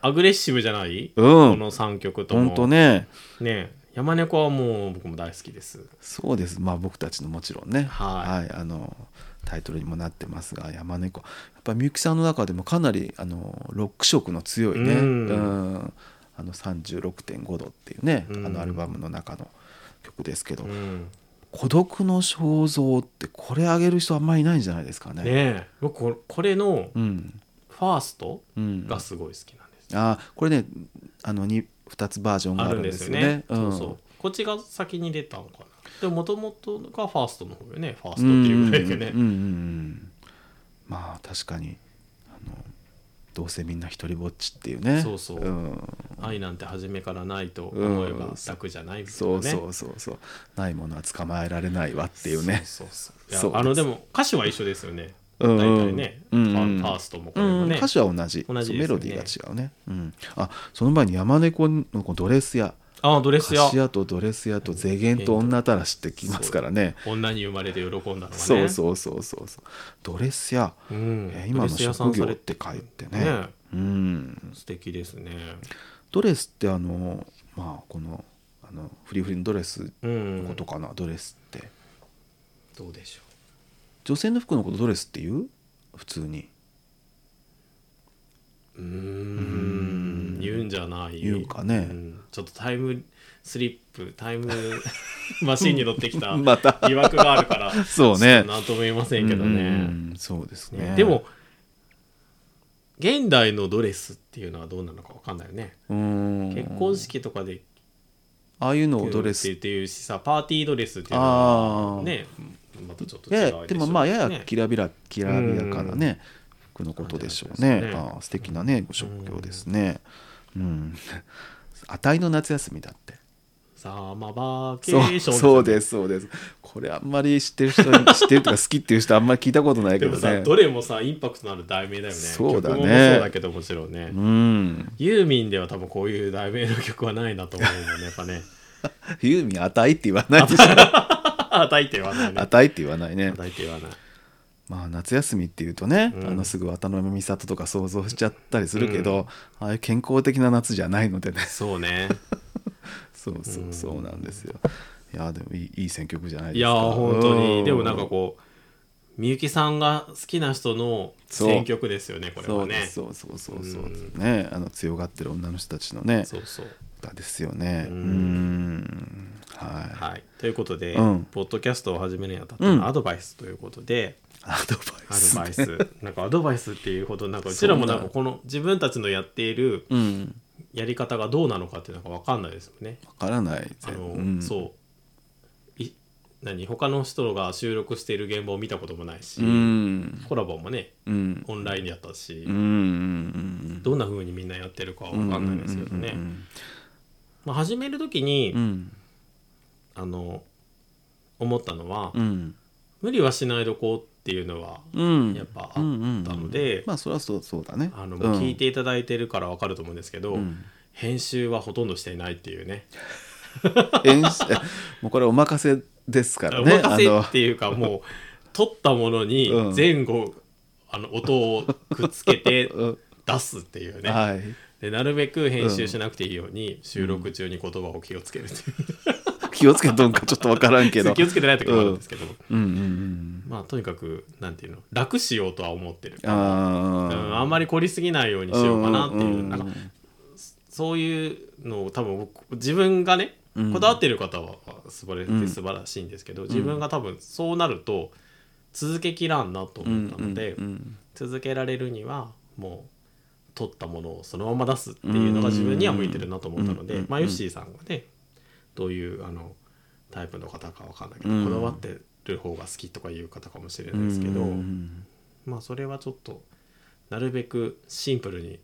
Speaker 2: アグレッシブじゃない、
Speaker 1: うん
Speaker 2: この3曲とも
Speaker 1: 本当ね
Speaker 2: ね山猫はもう僕も大好きです
Speaker 1: そうですまあ僕たちのもちろんね、
Speaker 2: はい
Speaker 1: あのタイトルにもなってますが「山猫」やっぱみゆきさんの中でもかなりあのロック色の強いね、
Speaker 2: うん
Speaker 1: うんあの36.5度っていうね、
Speaker 2: うん
Speaker 1: あのアルバムの中の曲ですけど、
Speaker 2: うん
Speaker 1: 孤独の肖像ってこれあげる人あんまりいないんじゃないですかね。
Speaker 2: ねえ僕これこれの
Speaker 1: うん
Speaker 2: ファースト
Speaker 1: うん、
Speaker 2: がすごい好きなんです、
Speaker 1: あこれねあの 2, 二つバージョンが
Speaker 2: あ
Speaker 1: あ
Speaker 2: る
Speaker 1: る
Speaker 2: ん
Speaker 1: ん
Speaker 2: で
Speaker 1: ですす
Speaker 2: よ
Speaker 1: よ
Speaker 2: ね
Speaker 1: ね。
Speaker 2: そうそうこっちが先に出たのかなでももともとがファーストの方よねファーストっていうぐらいでね、
Speaker 1: うんうんうんうんまあ確かにあのどうせみんな一人ぼっちっていうね
Speaker 2: そうそう
Speaker 1: うん
Speaker 2: 愛なんて初めからないと思え
Speaker 1: うん
Speaker 2: ば楽じゃないみたい
Speaker 1: そ
Speaker 2: な
Speaker 1: う
Speaker 2: ね
Speaker 1: そうそうそうないものは捕まえられないわっていうね
Speaker 2: そうそうそういや
Speaker 1: そうです
Speaker 2: あのでも歌詞は一緒ですよね
Speaker 1: うん
Speaker 2: 大
Speaker 1: うん
Speaker 2: 体ね、
Speaker 1: うん
Speaker 2: フ
Speaker 1: うん
Speaker 2: ァファーストもこれ
Speaker 1: う
Speaker 2: も
Speaker 1: ん
Speaker 2: ね、
Speaker 1: 歌詞は同じ
Speaker 2: 同じ
Speaker 1: そう
Speaker 2: ですよね
Speaker 1: メロディーが違うね、うん、あその前に山猫のこうドレス屋
Speaker 2: ああドレス
Speaker 1: 菓
Speaker 2: や
Speaker 1: 子屋とドレス屋とゼゲンと女たらしってきますからね
Speaker 2: 女に生まれて喜んだのはね
Speaker 1: そうそうそうそうそうドレス屋、
Speaker 2: うん
Speaker 1: えー今の
Speaker 2: ドレス屋さ
Speaker 1: 職
Speaker 2: んさ
Speaker 1: 業
Speaker 2: れ
Speaker 1: って書いてね
Speaker 2: ね
Speaker 1: うん
Speaker 2: 素敵ですね
Speaker 1: ドレスってあのまあこのあのフリフリのドレス
Speaker 2: う
Speaker 1: の
Speaker 2: ん
Speaker 1: ことかな、ドレスって
Speaker 2: どうでしょ
Speaker 1: 女性の服のことドレスって言う普通に
Speaker 2: ううーん言うんじゃない
Speaker 1: 言うかね
Speaker 2: んちょっとタイムスリップタイム (laughs) マシンに乗ってきた
Speaker 1: (laughs) また
Speaker 2: 疑惑があるから
Speaker 1: そうね
Speaker 2: 何とも言いませんけど
Speaker 1: う
Speaker 2: ね
Speaker 1: んそうですね
Speaker 2: ねでも現代のドレスっていうのはどうなのかわかんないよね
Speaker 1: うん
Speaker 2: 結婚式とかで
Speaker 1: ああいうの
Speaker 2: 着
Speaker 1: を
Speaker 2: る
Speaker 1: ドレ
Speaker 2: っ
Speaker 1: ス
Speaker 2: て
Speaker 1: い
Speaker 2: 言っていうしさパーティードレスっていうの
Speaker 1: あ
Speaker 2: は
Speaker 1: あ
Speaker 2: ねまたちょっと違う
Speaker 1: や
Speaker 2: で
Speaker 1: い
Speaker 2: しょ
Speaker 1: や
Speaker 2: う
Speaker 1: でもまあやや
Speaker 2: ね
Speaker 1: きらびらきらびやかなね服のことでしょうね
Speaker 2: そうですね
Speaker 1: ああ素敵なねご職業ですねうん (laughs) 「あたいの夏休み」だって
Speaker 2: サーマーバーケ
Speaker 1: そ
Speaker 2: ー
Speaker 1: う
Speaker 2: ショ
Speaker 1: そ
Speaker 2: ン
Speaker 1: う
Speaker 2: すよ
Speaker 1: で
Speaker 2: ね
Speaker 1: すそうですこれあんまり知ってる人に (laughs) 知ってるとか好きっていう人あんまり聞いたことないけ
Speaker 2: で
Speaker 1: ど
Speaker 2: もさ
Speaker 1: ね
Speaker 2: どれもさインパクトのある題名だよね
Speaker 1: そうだね
Speaker 2: 曲もそうだけどもちろんね
Speaker 1: うん
Speaker 2: ユーミンでは多分こういう題名の曲はないなと思うもんねやっぱね (laughs)
Speaker 1: ユーミン「あたい」って言わないでしょ
Speaker 2: あたいって言わな
Speaker 1: 「
Speaker 2: いね
Speaker 1: あたい」って言わないね
Speaker 2: あたいって言わない
Speaker 1: まあ、夏休みっていうとね、
Speaker 2: うん
Speaker 1: あのすぐ渡辺美里とか想像しちゃったりするけど、ああいう健康的な夏じゃないのでね (laughs)
Speaker 2: そうね
Speaker 1: そうそう
Speaker 2: うん
Speaker 1: そうなんですよ。いやでもいいいい選曲じゃない
Speaker 2: い
Speaker 1: です
Speaker 2: や
Speaker 1: か。
Speaker 2: ー本当にでもなんか
Speaker 1: う
Speaker 2: こうみゆきさんが好きな人の
Speaker 1: そう
Speaker 2: 選曲ですよねこれ
Speaker 1: そ
Speaker 2: は
Speaker 1: うで
Speaker 2: ね
Speaker 1: すそうそうそうそう、
Speaker 2: うん
Speaker 1: ねあの強がってる女の人たちのね
Speaker 2: そうそう
Speaker 1: 歌ですよね。う
Speaker 2: うんん
Speaker 1: はい、
Speaker 2: はいということで、
Speaker 1: うん
Speaker 2: ポッドキャストを始めるにあたって
Speaker 1: うん
Speaker 2: のアドバイスということで、
Speaker 1: アドバイス、
Speaker 2: アドバイスなんかアドバイスっていうほどなんかうちらもなん
Speaker 1: そう
Speaker 2: か
Speaker 1: だ
Speaker 2: この自分たちのやっている
Speaker 1: うん
Speaker 2: やり方がどうなのかってなんかわかんないですよね
Speaker 1: わからない
Speaker 2: あの、
Speaker 1: うん
Speaker 2: そうい何他の人が収録している現場を見たこともないし、
Speaker 1: うん
Speaker 2: コラボもね
Speaker 1: うん
Speaker 2: オンラインでやったし、
Speaker 1: うんうんうん
Speaker 2: どんな風にみんなやってるかはわかんないですけどね、
Speaker 1: うん
Speaker 2: まあ、始める時に、
Speaker 1: うん
Speaker 2: あの思ったのは、
Speaker 1: うん
Speaker 2: 無理はしないどこうっていうのは
Speaker 1: うん
Speaker 2: やっぱあったので、
Speaker 1: まあそれはそうそうだね
Speaker 2: あのもう聞いていただいてるからわかると思うんですけど、
Speaker 1: ん
Speaker 2: 編集はほとんどしていないっていうね
Speaker 1: 演出もうこれお任せですから (laughs)
Speaker 2: お
Speaker 1: ね
Speaker 2: 任せっていうかもう撮ったものに
Speaker 1: うん
Speaker 2: 前後、あの音をくっつけて
Speaker 1: あの
Speaker 2: 出すっていう
Speaker 1: うん
Speaker 2: ね
Speaker 1: はい
Speaker 2: でなるべく編集しなくていいように収録中に言葉を気をつけるっていう、
Speaker 1: 気をつけとんかちょっとわからんけど
Speaker 2: (laughs) 気をつけてない時もあるんですけど、
Speaker 1: うんうんうん
Speaker 2: まあとにかくなんていうの楽しようとは思ってる
Speaker 1: あ
Speaker 2: うん、
Speaker 1: ー
Speaker 2: あんまり凝りすぎないようにしようかなっていう、
Speaker 1: ん
Speaker 2: なんか
Speaker 1: ん
Speaker 2: そういうのを多分僕自分がね
Speaker 1: うん
Speaker 2: こだわってる方は素晴
Speaker 1: うん
Speaker 2: ら素晴らしいんですけど、自分が多分そうなると続けきらんなと思ったので、
Speaker 1: うんうん
Speaker 2: 続けられるにはもう取ったものをそのまま出すっていうのが自分には向いてるなと思ったので、
Speaker 1: うん
Speaker 2: まあ、ヨッシーさんがねどういうあのタイプの方かわかんないけど、
Speaker 1: うん
Speaker 2: こだわってる方が好きとかいう方かもしれ
Speaker 1: う
Speaker 2: ない
Speaker 1: ん
Speaker 2: ですけど。
Speaker 1: うん
Speaker 2: まあそれはちょっとなるべくシンプルに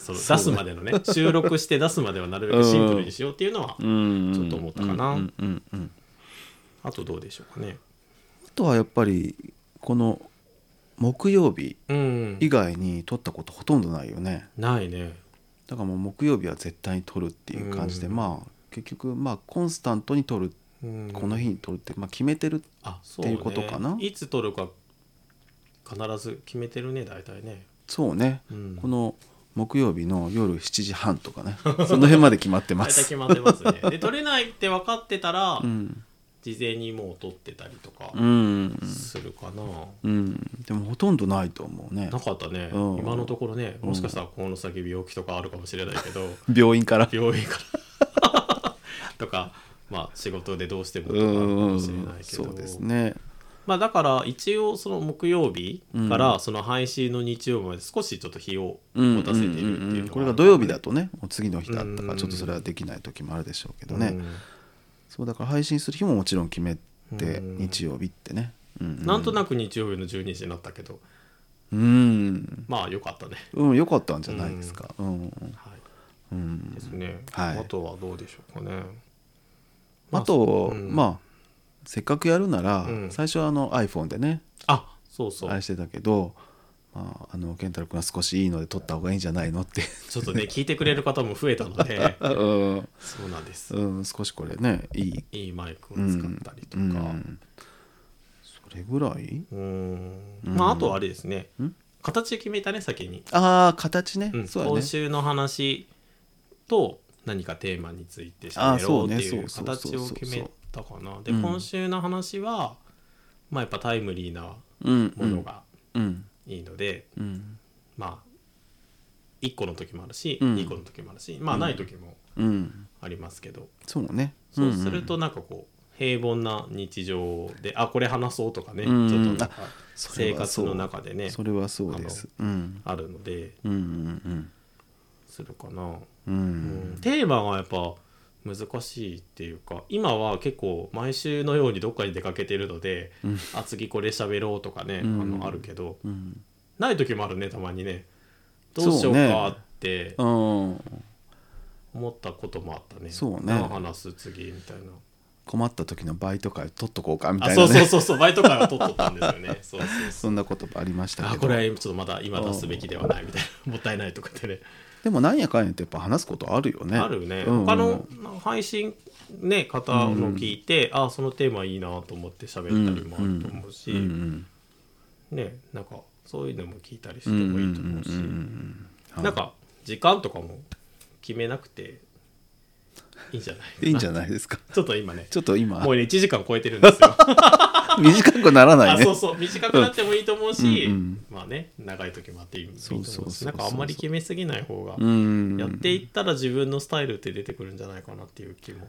Speaker 2: その
Speaker 1: そうね
Speaker 2: 出すまでのね収録して出すまではなるべくシンプルにしようっていうのは、
Speaker 1: うん
Speaker 2: ちょっと思ったかな
Speaker 1: うんうんうん
Speaker 2: あとどうでしょうかね。
Speaker 1: あとはやっぱりこの木曜日
Speaker 2: うん
Speaker 1: 以外に撮ったことほとんどないよね
Speaker 2: ないね。
Speaker 1: だからもう木曜日は絶対に撮るっていう感じで、
Speaker 2: うん
Speaker 1: まあ結局まあコンスタントに撮る、
Speaker 2: うん
Speaker 1: この日に撮るって、まあ、決めてる
Speaker 2: あそ
Speaker 1: っていうことかない
Speaker 2: つ撮るか必ず決めてるね大体ね。
Speaker 1: そうね、
Speaker 2: うん
Speaker 1: この木曜日の夜7時半とかねその辺まで決まって
Speaker 2: 大
Speaker 1: ま
Speaker 2: 体
Speaker 1: す
Speaker 2: (laughs) 決。まってま
Speaker 1: (laughs)
Speaker 2: すね。で撮れないって分かってたら、
Speaker 1: うん、
Speaker 2: 事前にもう撮ってたりとか
Speaker 1: うん
Speaker 2: するかな。
Speaker 1: うん、でもほとんどないと思うね
Speaker 2: なかったね、
Speaker 1: うん
Speaker 2: 今のところねもしかしたらこの先病気とかあるかもしれないけど。
Speaker 1: 病院から
Speaker 2: 病院から (laughs) とか、まあ、仕事でどうしてもとかあ
Speaker 1: う
Speaker 2: るかも
Speaker 1: ん
Speaker 2: しれないけど
Speaker 1: そうですね
Speaker 2: まあ、だから一応その木曜日からその配信の日曜日まで少しちょっと日を持たせているっていうのあるか
Speaker 1: う
Speaker 2: ら
Speaker 1: んこれが土曜日だとねもう次の日だったからちょっとそれはできない時もあるでしょうけどね、そうだから配信する日ももちろん決めて
Speaker 2: うん
Speaker 1: 日曜日ってね、うん
Speaker 2: うんなんとなく日曜日の12時になったけど
Speaker 1: うん、
Speaker 2: まあよかったね、
Speaker 1: うん、よかったんじゃないですか。うん、
Speaker 2: は
Speaker 1: う
Speaker 2: い、
Speaker 1: ん
Speaker 2: ですね、
Speaker 1: はい
Speaker 2: あとはどうでしょうかね
Speaker 1: あと、
Speaker 2: うん
Speaker 1: まあせっかくやるなら、
Speaker 2: うん
Speaker 1: 最初はあの iPhone でね
Speaker 2: あそうそ
Speaker 1: あれ
Speaker 2: う
Speaker 1: してたけど、まああの健太郎君は少しいいので撮った方がいいんじゃないの
Speaker 2: (laughs)
Speaker 1: って、
Speaker 2: ちょっとね聞いてくれる方も増えたので
Speaker 1: (laughs) うん
Speaker 2: そうなんです
Speaker 1: うん、少しこれねいい、
Speaker 2: いいマイクを使ったりと
Speaker 1: う
Speaker 2: か、
Speaker 1: ん、それぐらいう
Speaker 2: ーんまああとはあれですね
Speaker 1: ん
Speaker 2: 形決めたね先に、
Speaker 1: ああ形ね、
Speaker 2: うん
Speaker 1: そうやね
Speaker 2: 今週の話と何かテーマについてし
Speaker 1: あー
Speaker 2: ゃべろ
Speaker 1: そうう
Speaker 2: っ
Speaker 1: ね
Speaker 2: ていう
Speaker 1: そうそうそうそ
Speaker 2: 形
Speaker 1: う
Speaker 2: を決めたかなで
Speaker 1: うん
Speaker 2: 今週の話はまあやっぱタイムリーな
Speaker 1: うんう
Speaker 2: もの
Speaker 1: ん
Speaker 2: が
Speaker 1: うん
Speaker 2: いいので
Speaker 1: うん
Speaker 2: まあ1個の時もあるし
Speaker 1: うん
Speaker 2: 2個の時もあるしまあない時も
Speaker 1: うん
Speaker 2: ありますけど
Speaker 1: そうね
Speaker 2: そうするとなんかこう平凡な日常であこれ話そうとかねち
Speaker 1: う
Speaker 2: ょ
Speaker 1: ん
Speaker 2: っとなんか
Speaker 1: それ
Speaker 2: 生
Speaker 1: は
Speaker 2: 活
Speaker 1: そう
Speaker 2: の中でね
Speaker 1: それはそうですうん
Speaker 2: あるので
Speaker 1: うんうん
Speaker 2: するかな、
Speaker 1: うんう
Speaker 2: うんん、テーマがやっぱ難しいっていうか今は結構毎週のようにどっかに出かけてるので、あ次これ喋ろうとかね、
Speaker 1: うん
Speaker 2: あのあるけど
Speaker 1: うん
Speaker 2: ない時もあるねたまにね
Speaker 1: そう
Speaker 2: ど
Speaker 1: ね
Speaker 2: うしようかって
Speaker 1: うん
Speaker 2: 思ったこともあったね
Speaker 1: そうね
Speaker 2: 何話す次みたいな
Speaker 1: 困った時のバイト会取っとこうかみた
Speaker 2: あ
Speaker 1: いな、
Speaker 2: そ
Speaker 1: ね、
Speaker 2: うそうそうそうバイト会は取っとったんですよねそうそうそ
Speaker 1: (laughs)
Speaker 2: う
Speaker 1: そんな言葉ありましたけ
Speaker 2: あ
Speaker 1: ど
Speaker 2: これはちょっとまだ今出すべきではないみたいなもったいないとかってね
Speaker 1: でもなんやかんやってやっぱ話すことあるよね
Speaker 2: あるね、
Speaker 1: うん
Speaker 2: 他の配信、ね、方の聞いて、あそのテーマいいなと思って喋ったりもあると思うし、
Speaker 1: うん
Speaker 2: ねなんかそういうのも聞いたりしてもいいと思うし、なんか時間とかも決めなくていいんじゃ (laughs) ない
Speaker 1: いいんじゃ
Speaker 2: ない
Speaker 1: ないですか
Speaker 2: ちょっと今ね
Speaker 1: ちょっと今
Speaker 2: もうね1時間超えてるんですよ
Speaker 1: (laughs) 短くならない
Speaker 2: あ
Speaker 1: ね
Speaker 2: そうそう短くなってもいいと思うし、
Speaker 1: うんうん
Speaker 2: まあね長い時もあっていいいいと
Speaker 1: そ
Speaker 2: 思
Speaker 1: うそう
Speaker 2: う
Speaker 1: そう
Speaker 2: し
Speaker 1: そう
Speaker 2: なんかあんまり決めすぎない方が、
Speaker 1: うん
Speaker 2: やっていったら自分のスタイルって出てくるんじゃないかなっていう気も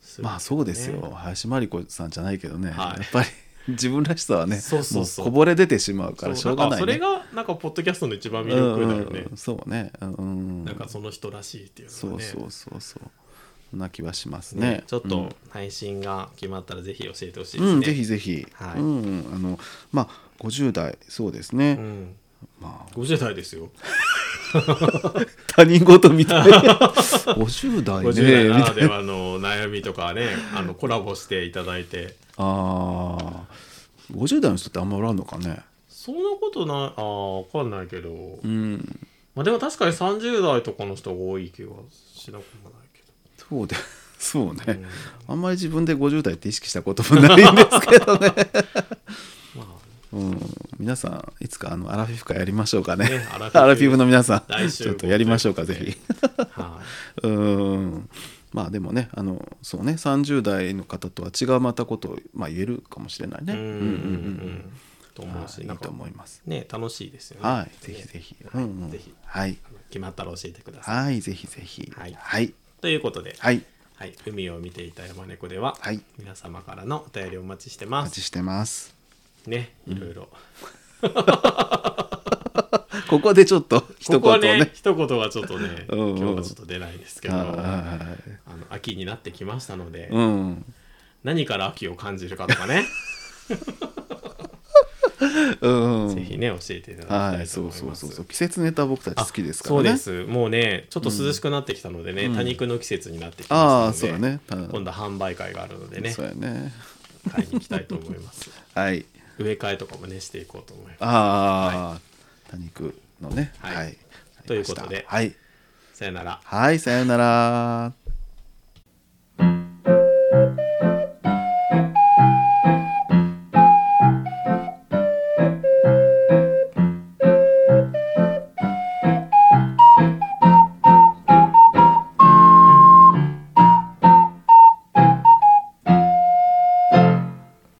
Speaker 2: する、
Speaker 1: まあそうですよ、林真理子さんじゃないけどね、
Speaker 2: はい
Speaker 1: やっぱり (laughs) 自分らしさはね
Speaker 2: そうそうそう
Speaker 1: もうこぼれ出てしまうからし
Speaker 2: そ
Speaker 1: ょ
Speaker 2: う
Speaker 1: う
Speaker 2: な
Speaker 1: が
Speaker 2: ん
Speaker 1: な
Speaker 2: か
Speaker 1: い、ね、
Speaker 2: それがなんかポッドキャストの一番魅力だよね、
Speaker 1: うんうん、そうね、うんうん、
Speaker 2: なんかその人らしいっていう
Speaker 1: そ
Speaker 2: のが
Speaker 1: う
Speaker 2: ね
Speaker 1: そうそうそうそんな気はしますね
Speaker 2: ねちょっ
Speaker 1: うん
Speaker 2: と配信が決まったらぜひ教えてほしいですね、
Speaker 1: うん、ぜひぜひ、
Speaker 2: はい
Speaker 1: うんうんあのまあ50代そうですね、
Speaker 2: うん
Speaker 1: まあ
Speaker 2: 50代ですよ
Speaker 1: 他人事み
Speaker 2: (laughs)
Speaker 1: たいな50代ね
Speaker 2: 50代な
Speaker 1: み
Speaker 2: ら
Speaker 1: た
Speaker 2: で
Speaker 1: いな
Speaker 2: はの悩みとかね (laughs) あのコラボしていただいて
Speaker 1: あー50代の人ってあんまおらんのかね
Speaker 2: そんなことないあーわかんないけど、
Speaker 1: うん
Speaker 2: まあ、でも確かに30代とかの人が多い気はしなくもないけど
Speaker 1: そうで (laughs) そうね、
Speaker 2: ん
Speaker 1: あんまり自分で50代って意識したこともないんですけどね、
Speaker 2: (laughs) ま
Speaker 1: うん、皆さんいつかあのアラフィフ会やりましょうかね
Speaker 2: ねア
Speaker 1: (laughs) ア
Speaker 2: ラ
Speaker 1: ラ
Speaker 2: フィフ
Speaker 1: フィフの皆さん
Speaker 2: 来週
Speaker 1: ちょっとやりましょうか
Speaker 2: と
Speaker 1: ぜ
Speaker 2: いう
Speaker 1: ひ
Speaker 2: あ、 (laughs) はい、
Speaker 1: うんまあでもねあのそうね30代の方とは違うまたことを、まあ、言えるかもしれないね
Speaker 2: うんうんうんうんと
Speaker 1: うんは
Speaker 2: 思うし、
Speaker 1: い、い
Speaker 2: ないん
Speaker 1: と
Speaker 2: か
Speaker 1: 思います
Speaker 2: ね楽しいですよね。
Speaker 1: はいぜひぜひ、
Speaker 2: ね
Speaker 1: う
Speaker 2: はい
Speaker 1: んうん
Speaker 2: ぜひ
Speaker 1: はい
Speaker 2: 決まったら教えてください。
Speaker 1: はいぜひぜひ
Speaker 2: はい
Speaker 1: はい
Speaker 2: ということで、
Speaker 1: はい
Speaker 2: はい海を見ていた山猫では、
Speaker 1: はい
Speaker 2: 皆様からのお便りをお待ちして
Speaker 1: お
Speaker 2: ま
Speaker 1: 待
Speaker 2: す。
Speaker 1: ちしてます
Speaker 2: ねいろいろ。
Speaker 1: ここでちょっと一
Speaker 2: ここ
Speaker 1: 言
Speaker 2: は
Speaker 1: をね
Speaker 2: ね一言はちょっとね
Speaker 1: (laughs) うんうん
Speaker 2: 今日はちょっと出ないんですけど。あ
Speaker 1: はい
Speaker 2: の秋になってきましたので、
Speaker 1: うん
Speaker 2: 何から秋を感じるかとかね、
Speaker 1: (laughs) うん
Speaker 2: ぜひね教えていただきた
Speaker 1: はいい、
Speaker 2: と
Speaker 1: そ
Speaker 2: 思
Speaker 1: う
Speaker 2: い
Speaker 1: そう
Speaker 2: ます。
Speaker 1: そうそう季節ネタ僕たち好きですからね
Speaker 2: あそうですもうねちょっと涼しくなってきたのでね、多肉の季節になってき
Speaker 1: あ
Speaker 2: ま
Speaker 1: あ
Speaker 2: す
Speaker 1: そう
Speaker 2: の
Speaker 1: だ
Speaker 2: で、
Speaker 1: ねた
Speaker 2: 今度販売会があるのでね
Speaker 1: そうやね
Speaker 2: 買いに行きたいと思います
Speaker 1: はい
Speaker 2: 植え替えとかもねしていこうと思いま
Speaker 1: ああ、多肉のね。
Speaker 2: はい
Speaker 1: はい。
Speaker 2: ということで
Speaker 1: はい。
Speaker 2: すさよなら
Speaker 1: はい、さようなら。